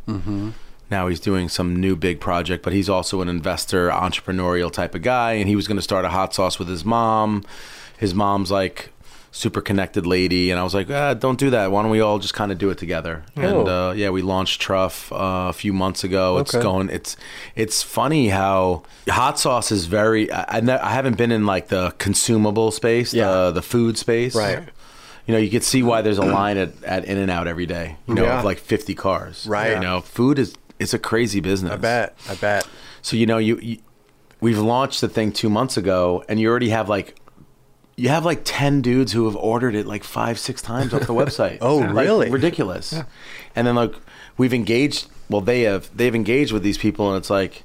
D: Now he's doing some new big project, but he's also an investor, entrepreneurial type of guy, and he was going to start a hot sauce with his mom. his mom's like super connected lady, and I was like, ah, don't do that. Why don't we all just kind of do it together?
A: Oh.
D: And uh, yeah, we launched Truff uh, a few months ago. It's
A: Okay.
D: going. It's it's funny how hot sauce is very. I, I, ne- I haven't been in like the consumable space,
A: Yeah.
D: the the food space,
A: Right.
D: You know, you can see why there's a line at, at In and Out every day. You know,
A: Yeah.
D: of like 50 cars.
A: Right.
D: You know, food is it's a crazy business.
A: I bet. I bet.
D: So you know, you, you we've launched the thing two months ago, and you already have like you have like ten dudes who have ordered it like five, six times off the website.
A: Oh,
D: Like,
A: really?
D: Ridiculous. And then like we've engaged. Well, they have they've engaged with these people, and it's like.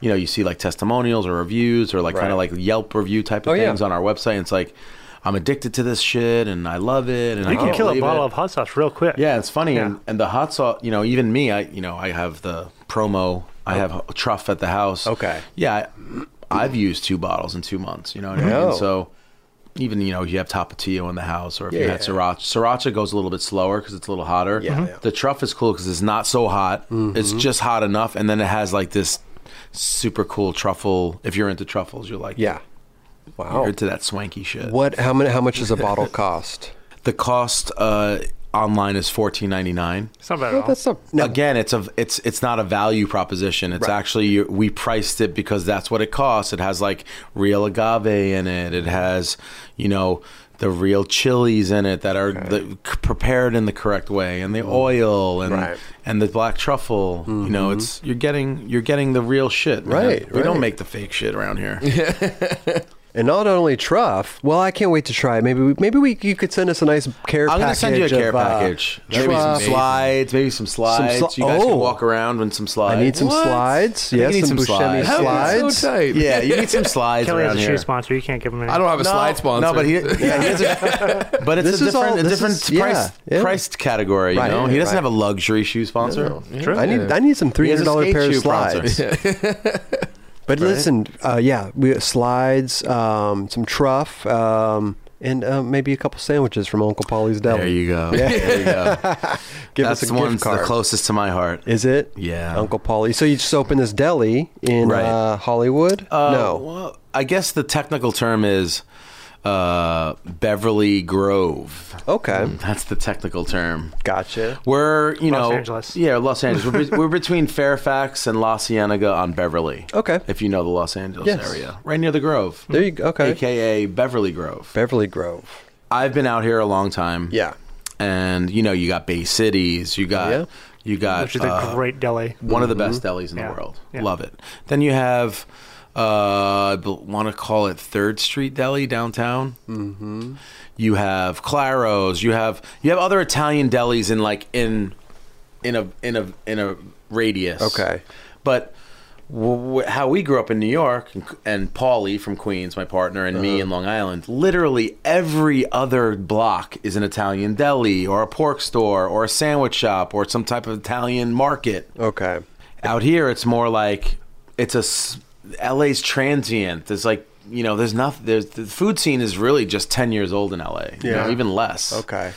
D: You know, you see like testimonials or reviews or like kind
A: Right.
D: of like Yelp review type of
A: Oh, yeah.
D: things on our website. And it's like, I'm addicted to this shit and I love it. And I
C: You can
D: can't
C: kill a
D: believe
C: bottle
D: it.
C: of hot sauce real quick.
D: Yeah, it's funny, and, and the hot sauce. You know, even me, I you know, I have the promo. I have truff at the house.
A: Oh. Okay.
D: Yeah, I, I've used two bottles in two months. You know what I mean?
A: Yeah.
D: So even you know, if you have Tapatio in the house, or if you
A: Yeah.
D: had sriracha, sriracha goes a little bit slower because it's a little hotter.
A: Yeah, Mm-hmm. Mhm. yeah.
D: The truff is cool because it's not so hot. It's just hot enough, and then it has like this super cool truffle. If you're into truffles, you're like
A: Yeah.
D: You're
A: Wow.
D: into that swanky shit.
A: What? How many? How much does a bottle cost?
D: The cost uh, online is fourteen ninety nine.
C: It's not bad at all.
A: That's not. No.
D: Again, it's a it's it's not a value proposition. It's actually you, we priced it because that's what it costs. It has like real agave in it. It has you know the real chilies in it that are the, c- prepared in the correct way, and the oil and
A: Mm. Right. Mm-hmm.
D: and the black truffle. You know, it's you're getting you're getting the real shit. man.
A: Right,
D: We don't
A: right.
D: make the fake shit around here.
A: And not only truff. Well, I can't wait to try it. Maybe we, maybe we you could send us a nice care
D: I'm
A: package.
D: gonna send you a care
A: of, uh,
D: package. Maybe
A: truff.
D: some slides. Maybe some slides.
A: sli-
D: you guys
A: Oh.
D: can walk around with some slides.
A: I need some
B: What?
A: slides.
D: I think
A: Yes,
D: you need
A: some,
D: some
A: Buscemi
D: slides. How
B: is it so
A: slides.
B: tight?
D: Yeah, you need some slides
C: Kelly has
D: around
C: a
D: here.
C: shoe sponsor. You can't give him any.
B: I don't have a
D: No,
B: slide sponsor.
D: No, but he, yeah, he has a, but it's
A: This
D: a
A: is all-
D: different, a
A: this
D: different
A: is- yeah,
D: price,
A: yeah.
D: priced category. You
A: Right,
D: know, he doesn't
A: right.
D: have a luxury shoe sponsor.
A: I need I need some three
D: He has a
A: hundred dollar
D: skate
A: pair of
D: shoe
A: slides.
D: sponsor.
A: But listen, uh, yeah, we slides, um, some truff, um, and uh, maybe a couple sandwiches from Uncle Polly's Deli.
D: There you go. There you go.
A: Give us
D: That's the
A: a gift
D: one's the
A: card.
D: closest to my heart.
A: Is it?
D: Yeah.
A: Uncle Polly. So you just opened this deli in
D: Right.
A: uh, Hollywood?
D: Uh,
A: no.
D: Well, I guess the technical term is uh, Beverly Grove.
A: Okay.
D: That's the technical term.
A: Gotcha.
D: We're you
C: Los
D: know
C: Angeles.
D: yeah Los Angeles. We're, be- we're between Fairfax and La Cienega on Beverly.
A: Okay.
D: if you know the Los Angeles
A: Yes.
D: area, right near the Grove.
A: There you go. Okay.
D: AKA Beverly Grove.
A: Beverly Grove.
D: I've been out here a long time.
A: Yeah.
D: and you know you got Bay Cities. You got
A: Yeah.
D: you got
C: Which is a
D: uh,
C: great deli.
D: one of the best delis in
C: Yeah.
D: the world.
C: Yeah.
D: Love it. Then you have, uh, I want to call it Third Street Deli downtown. Mm-hmm. You have Claro's. You have you have other Italian delis in like in in a in a in a radius.
A: Okay.
D: but. W- w- how we grew up in New York, and, and Paulie from Queens, my partner, and me in Long Island, literally every other block is an Italian deli or a pork store or a sandwich shop or some type of Italian market.
A: Okay.
D: Out here, it's more like it's a s- LA's transient. There's like you know, there's nothing. There's the food scene is really just ten years old in LA. you know,
A: Yeah.
D: even less.
A: Okay.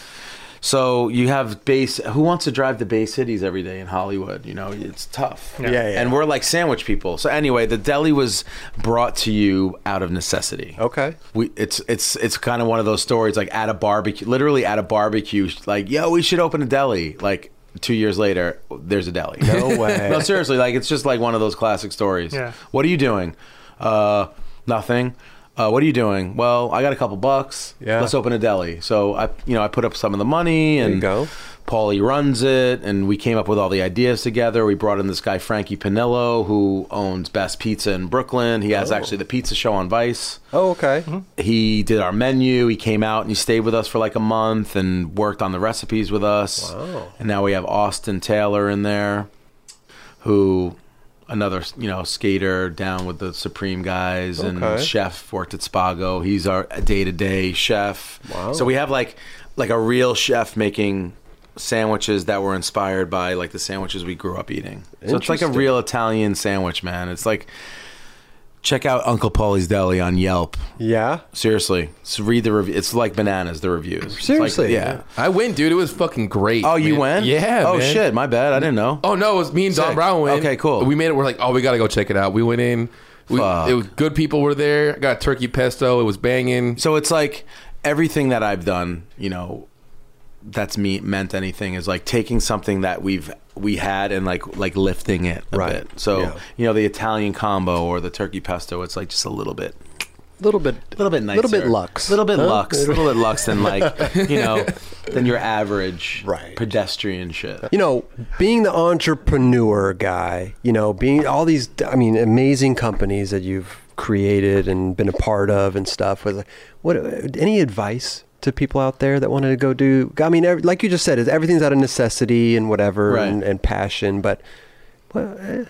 D: So you have base. Who wants to drive the Bay Cities every day in Hollywood? You know, it's tough.
C: Yeah.
A: Yeah, yeah.
D: And we're like sandwich people. So anyway, the deli was brought to you out of necessity.
A: Okay.
D: We, it's it's it's kind of one of those stories like at a barbecue, literally at a barbecue, like yo, we should open a deli. Like two years later, there's a deli.
A: No way.
D: no, seriously, like it's just like one of those classic stories.
C: Yeah.
D: What are you doing? Uh, nothing. Uh, what are you doing? Well, I got a couple bucks.
A: Yeah.
D: Let's open a deli. So I, you know, I put up some of the money, and
A: you go.
D: Paulie runs it, and we came up with all the ideas together. We brought in this guy Frankie Pinello, who owns Best Pizza in Brooklyn. He has actually the pizza show on Vice
A: Oh, okay.
D: Mm-hmm. he did our menu. He came out and he stayed with us for like a month and worked on the recipes with us. And now we have Austin Taylor in there, who another you know skater down with the Supreme guys and
A: Okay.
D: chef worked at Spago. He's our day to day chef.
A: Wow.
D: So we have like like a real chef making sandwiches that were inspired by like the sandwiches we grew up eating. So it's like a
A: Interesting.
D: real Italian sandwich, man. It's like check out Uncle Paulie's Deli on Yelp.
A: Yeah.
D: Seriously, just read the review. It's like bananas. The reviews. It's like-
A: Seriously?
D: yeah.
B: I went, dude. It was fucking great.
D: Oh, you
B: man.
D: went?
B: Yeah.
D: Oh
B: man.
D: shit, my bad. I didn't know.
B: Oh no, it was me and Don
D: Sick.
B: Brown went.
D: Okay, cool.
B: We made it. We're like, oh, we gotta go check it out. We went in. We,
D: Fuck.
B: it was good people were there. I got turkey pesto. It was banging.
D: So it's like everything that I've done, you know, that's me meant anything is like taking something that we've we had and like like lifting it a
A: Right.
D: bit. So
A: Yeah.
D: you know the Italian combo or the turkey pesto, it's like just a little bit.
A: little bit,
D: A little bit nicer.
A: little bit lux,
D: A little bit
A: Huh?
D: lux. A little bit lux than like, you know, than your average
A: Right.
D: pedestrian shit.
A: you know, being the entrepreneur guy, you know, being all these, I mean, amazing companies that you've created and been a part of and stuff. Was what? Any advice to people out there that wanted to go do? I mean, ev- like you just said, is everything's out of necessity and whatever
D: Right.
A: and, and passion, but well, eh,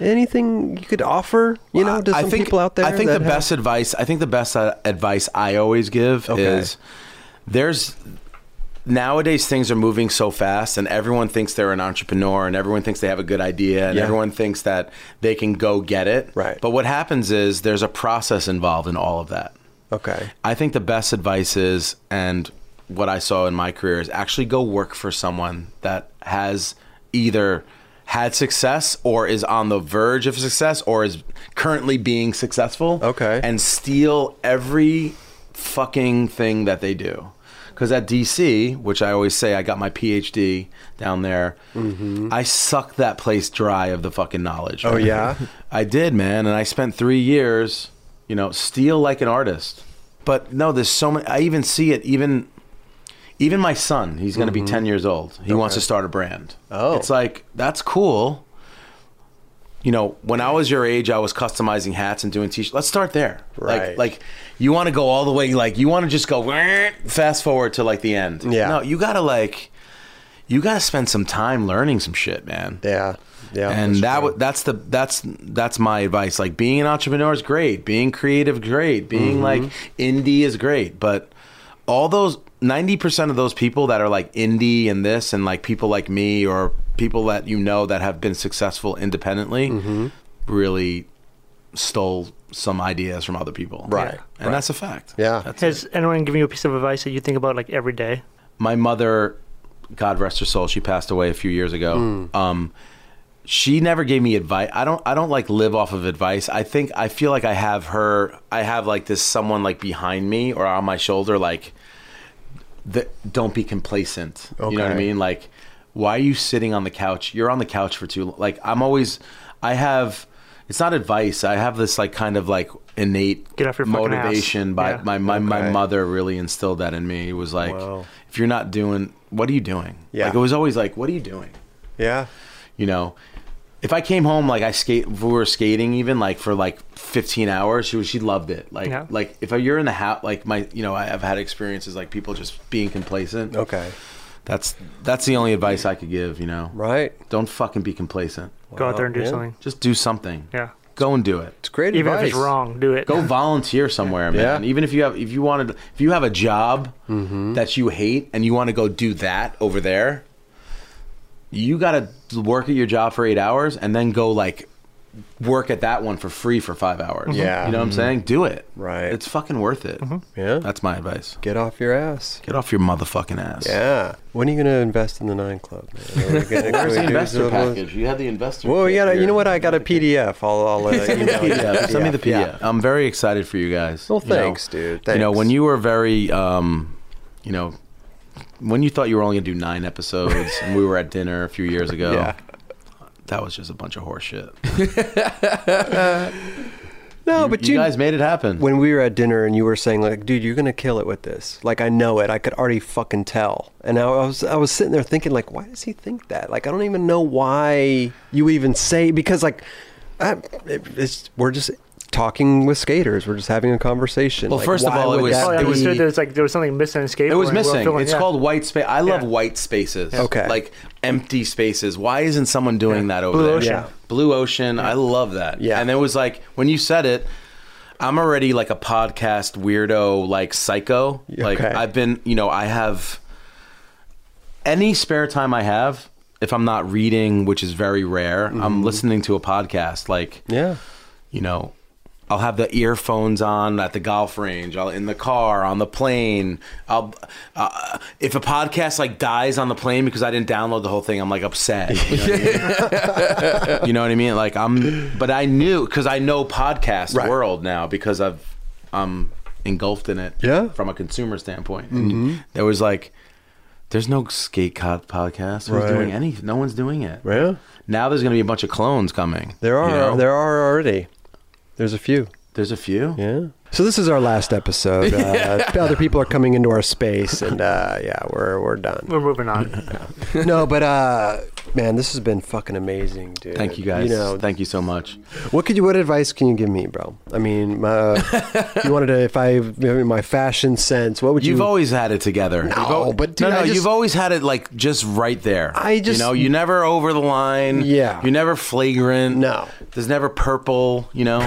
A: anything you could offer, you know, to
D: I
A: some
D: think,
A: people out there.
D: I think the
A: that have-
D: best advice. I think the best uh, advice I always give
A: Okay.
D: is there's nowadays things are moving so fast, and everyone thinks they're an entrepreneur, and everyone thinks they have a good idea, and
A: Yeah.
D: everyone thinks that they can go get it.
A: Right.
D: But what happens is there's a process involved in all of that.
A: Okay.
D: I think the best advice is, and what I saw in my career is actually go work for someone that has either had success or is on the verge of success or is currently being successful.
A: Okay.
D: And steal every fucking thing that they do. Because at DC, which I always say I got my PhD down there, I sucked that place dry of the fucking knowledge.
A: Oh, yeah?
D: I did, man, and I spent three years, you know, steal like an artist. But no, there's so many. I even see it. Even, even my son, he's going to be ten years old. He wants to start a brand.
A: Mm-hmm. Oh.
D: it's like that's cool. You know, when I was your age, I was customizing hats and doing t-shirts. Let's start there.
A: Right.
D: Like, like you want to go all the way. Like, you want to just go "Wah," fast forward to like the end.
A: Yeah.
D: No, you gotta like, you gotta spend some time learning some shit, man
A: Yeah. Yeah.
D: and that w- that's the that's that's my advice. Like being an entrepreneur is great, being creative great, being like
A: Mm-hmm.
D: indie is great, but all those ninety percent of those people that are like indie and this and like people like me or people that you know that have been successful independently
A: Mm-hmm.
D: really stole some ideas from other people,
A: Right.
D: And that's a fact.
A: Yeah.
D: That's it.
C: Has anyone given you a piece of advice that you think about like every day?
D: my mother, God rest her soul, she passed away a few years ago.
C: Hmm.
D: Um, she never gave me advice. I don't. I don't like live off of advice. I think I feel like I have her. I have like this someone like behind me or on my shoulder. Like, the, don't be complacent. You know what I
A: Okay.
D: mean? Like, why are you sitting on the couch? You're on the couch for too. long. Like, I'm always. I have. It's not advice. I have this like kind of like innate
C: Get off your fucking ass.
D: motivation by
C: Yeah.
D: my my, my
A: Okay.
D: mother really instilled that in me. It was like,
A: Wow.
D: if you're not doing, what are you doing?
A: Yeah.
D: Like it was always like, what are you doing?
A: yeah.
D: You know, if I came home like I skate, if we were skating even like for like 15 hours, she was, she loved it. Like
C: Yeah.
D: like if you're in the house, like my you know I've had experiences like people just being complacent.
A: Okay.
D: That's that's the only advice I could give. You know,
A: Right.
D: don't fucking be complacent.
C: Go out there and do
A: yeah.
C: something.
D: Just do something.
C: Yeah.
D: Go and do it.
A: It's great
C: Even
A: advice.
C: if it's wrong, do it.
D: go volunteer somewhere man
A: Yeah.
D: even if you have if you wanted if you have a job
A: Mm-hmm.
D: that you hate and you want to go do that over there you got to work at your job for 8 hours and then go like work at that one for free for 5 hours
A: Mm-hmm. Yeah.
D: you know what i'm saying do it
A: Right.
D: it's fucking worth it
A: Yeah.
D: that's my advice
A: Get off your ass.
D: get off your motherfucking ass
A: Yeah. When are you going to invest in the Nine Club? Man? Are we gonna- can we
D: Where's the
A: do
D: investor
A: some-
D: package? You have the investor.
A: Well,
D: kit
A: yeah,
D: here.
A: you know what? I got a PDF. I'll, I'll uh,
D: Send me the
A: email you.
D: PDF. Send me the
A: Yeah.
D: PDF. I'm very excited for you guys.
A: Well,
D: You know,
A: thanks, dude.
D: You know,
A: Thanks.
D: when you were very, um, you know, when you thought you were only gonna do nine episodes, and we were at dinner a few years ago,
A: Yeah.
D: that was just a bunch of horseshit.
A: No, but
D: you, guys made it happen.
A: when we were at dinner and you were saying like, dude, you're gonna kill it with this. Like I know it. I could already fucking tell. And I was I was sitting there thinking like, why does he think that? Like I don't even know why you even say because like, I, it's we're just talking with skaters. We're just having a conversation.
D: Well,
A: Like,
D: first of
A: why
D: all, it
A: would
D: was-
A: that
C: Oh, I
D: it
A: be-
D: was-
C: understood there's like there was something missing in skateboarding.
D: it was
C: We're
D: missing.
C: feeling-
D: it's
C: yeah.
D: called white space. I love
C: Yeah.
D: white spaces.
A: Okay.
D: like empty spaces. Why isn't someone doing that over
C: Blue
D: there?
C: ocean.
A: Yeah.
D: Blue ocean. I love that.
A: Yeah.
D: and it was like when you said it. I'm already like a podcast weirdo, like psycho. Like
A: Okay.
D: I've been, you know, I have any spare time I have, if I'm not reading, which is very rare, I'm listening to a podcast. Like,
A: Mm-hmm. yeah.
D: you know, I'll have the earphones on at the golf range. I'll in the car, on the plane. I'll uh, if a podcast like dies on the plane because I didn't download the whole thing, I'm like upset. You know what I mean? You know what I mean? Like I'm, but I knew because I know podcast
A: Right.
D: world now because I've I'm engulfed in it.
A: Yeah. Mm-hmm.
D: from a consumer standpoint. And there was like, there's no skate cop podcast. Who's
A: Right.
D: doing any? No one's doing it.
A: Yeah.
D: Now there's gonna be a bunch of clones coming.
A: There are
D: you know?
A: there are already. There's a few.
D: There's a few.
A: Yeah. So this is our last episode. Uh, Other people are coming into our space, and uh, yeah, we're we're done.
C: We're moving on.
A: No, but uh, man, this has been fucking amazing, dude.
D: Thank you guys.
A: You know,
D: Thank you so much.
A: what could you? What advice can you give me, bro? I mean, my, you wanted to, if I my fashion sense, what would you?
D: You've always had it together. No,
A: but dude,
D: no,
A: I just-
D: you've always had it like just right there.
A: I just-
D: you know, you never over the line.
A: Yeah.
D: you're never flagrant.
A: No.
D: there's never purple. You know,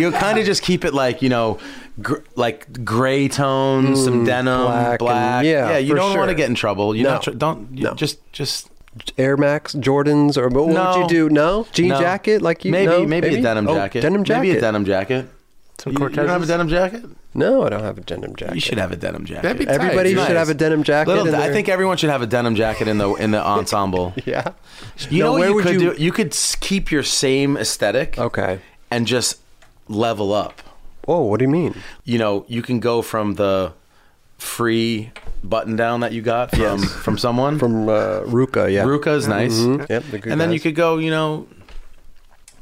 D: you kind of just keep it like you know, gr- like gray tones, some denim,
A: Hmm, black
D: black.
A: and- yeah,
D: you
A: for
D: don't want
A: sure.
D: to get in trouble. You
A: No.
D: don't tr- don't you
A: No.
D: just just.
A: Air Max, Jordans, or what
D: no.
A: would you do? No, jean
D: No.
A: jacket, like you
D: maybe,
A: no?
D: maybe a denim
A: Oh,
D: jacket,
A: denim jacket.
D: maybe a denim jacket.
C: Some
D: You, you don't have a
C: Cortezes.
D: denim jacket?
A: No, I don't have a denim jacket.
D: You should have a denim jacket.
B: That'd be tight.
A: Everybody
B: It's
A: should
B: nice.
A: have a denim jacket.
D: Little,
A: in
D: I
A: their-
D: think everyone should have a denim jacket in the in the ensemble.
A: Yeah. No,
D: You know what
A: where
D: you
A: would
D: could
A: you-
D: do? You could s- keep your same aesthetic.
A: Okay.
D: And just level up.
A: Whoa, what do you mean?
D: You know, you can go from the free button down that you got from from someone.
A: From uh, Ruka, yeah.
D: Ruka's nice.
A: Mhm. Yep, the good
D: and then you
A: guys.
D: could go, you know,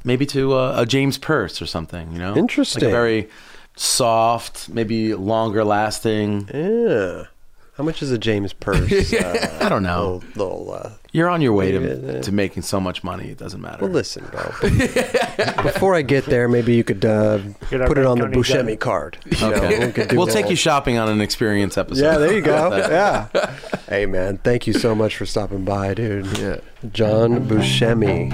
D: maybe to uh, a James Purse or something, you know?
A: Interesting.
D: Like a very soft, maybe longer lasting.
A: Yeah. How much is a James Purse? uh,
D: I don't know.
A: little, little, uh,
D: You're on your way to, to making so much money, it doesn't matter.
A: well, listen, bro. Before I get there, maybe you could uh,
C: Get our
A: put it on the
C: Marconi gun.
A: Buscemi card.
D: Okay.
A: we could do
D: we'll
A: a
D: take
A: little-
D: you shopping on an experience episode.
A: Yeah, there you go.
D: About that.
A: yeah. Hey, man, thank you so much for stopping by, dude. Yeah. John Buscemi.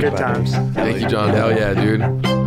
C: Good times.
B: Thank you, John. Hell yeah, dude.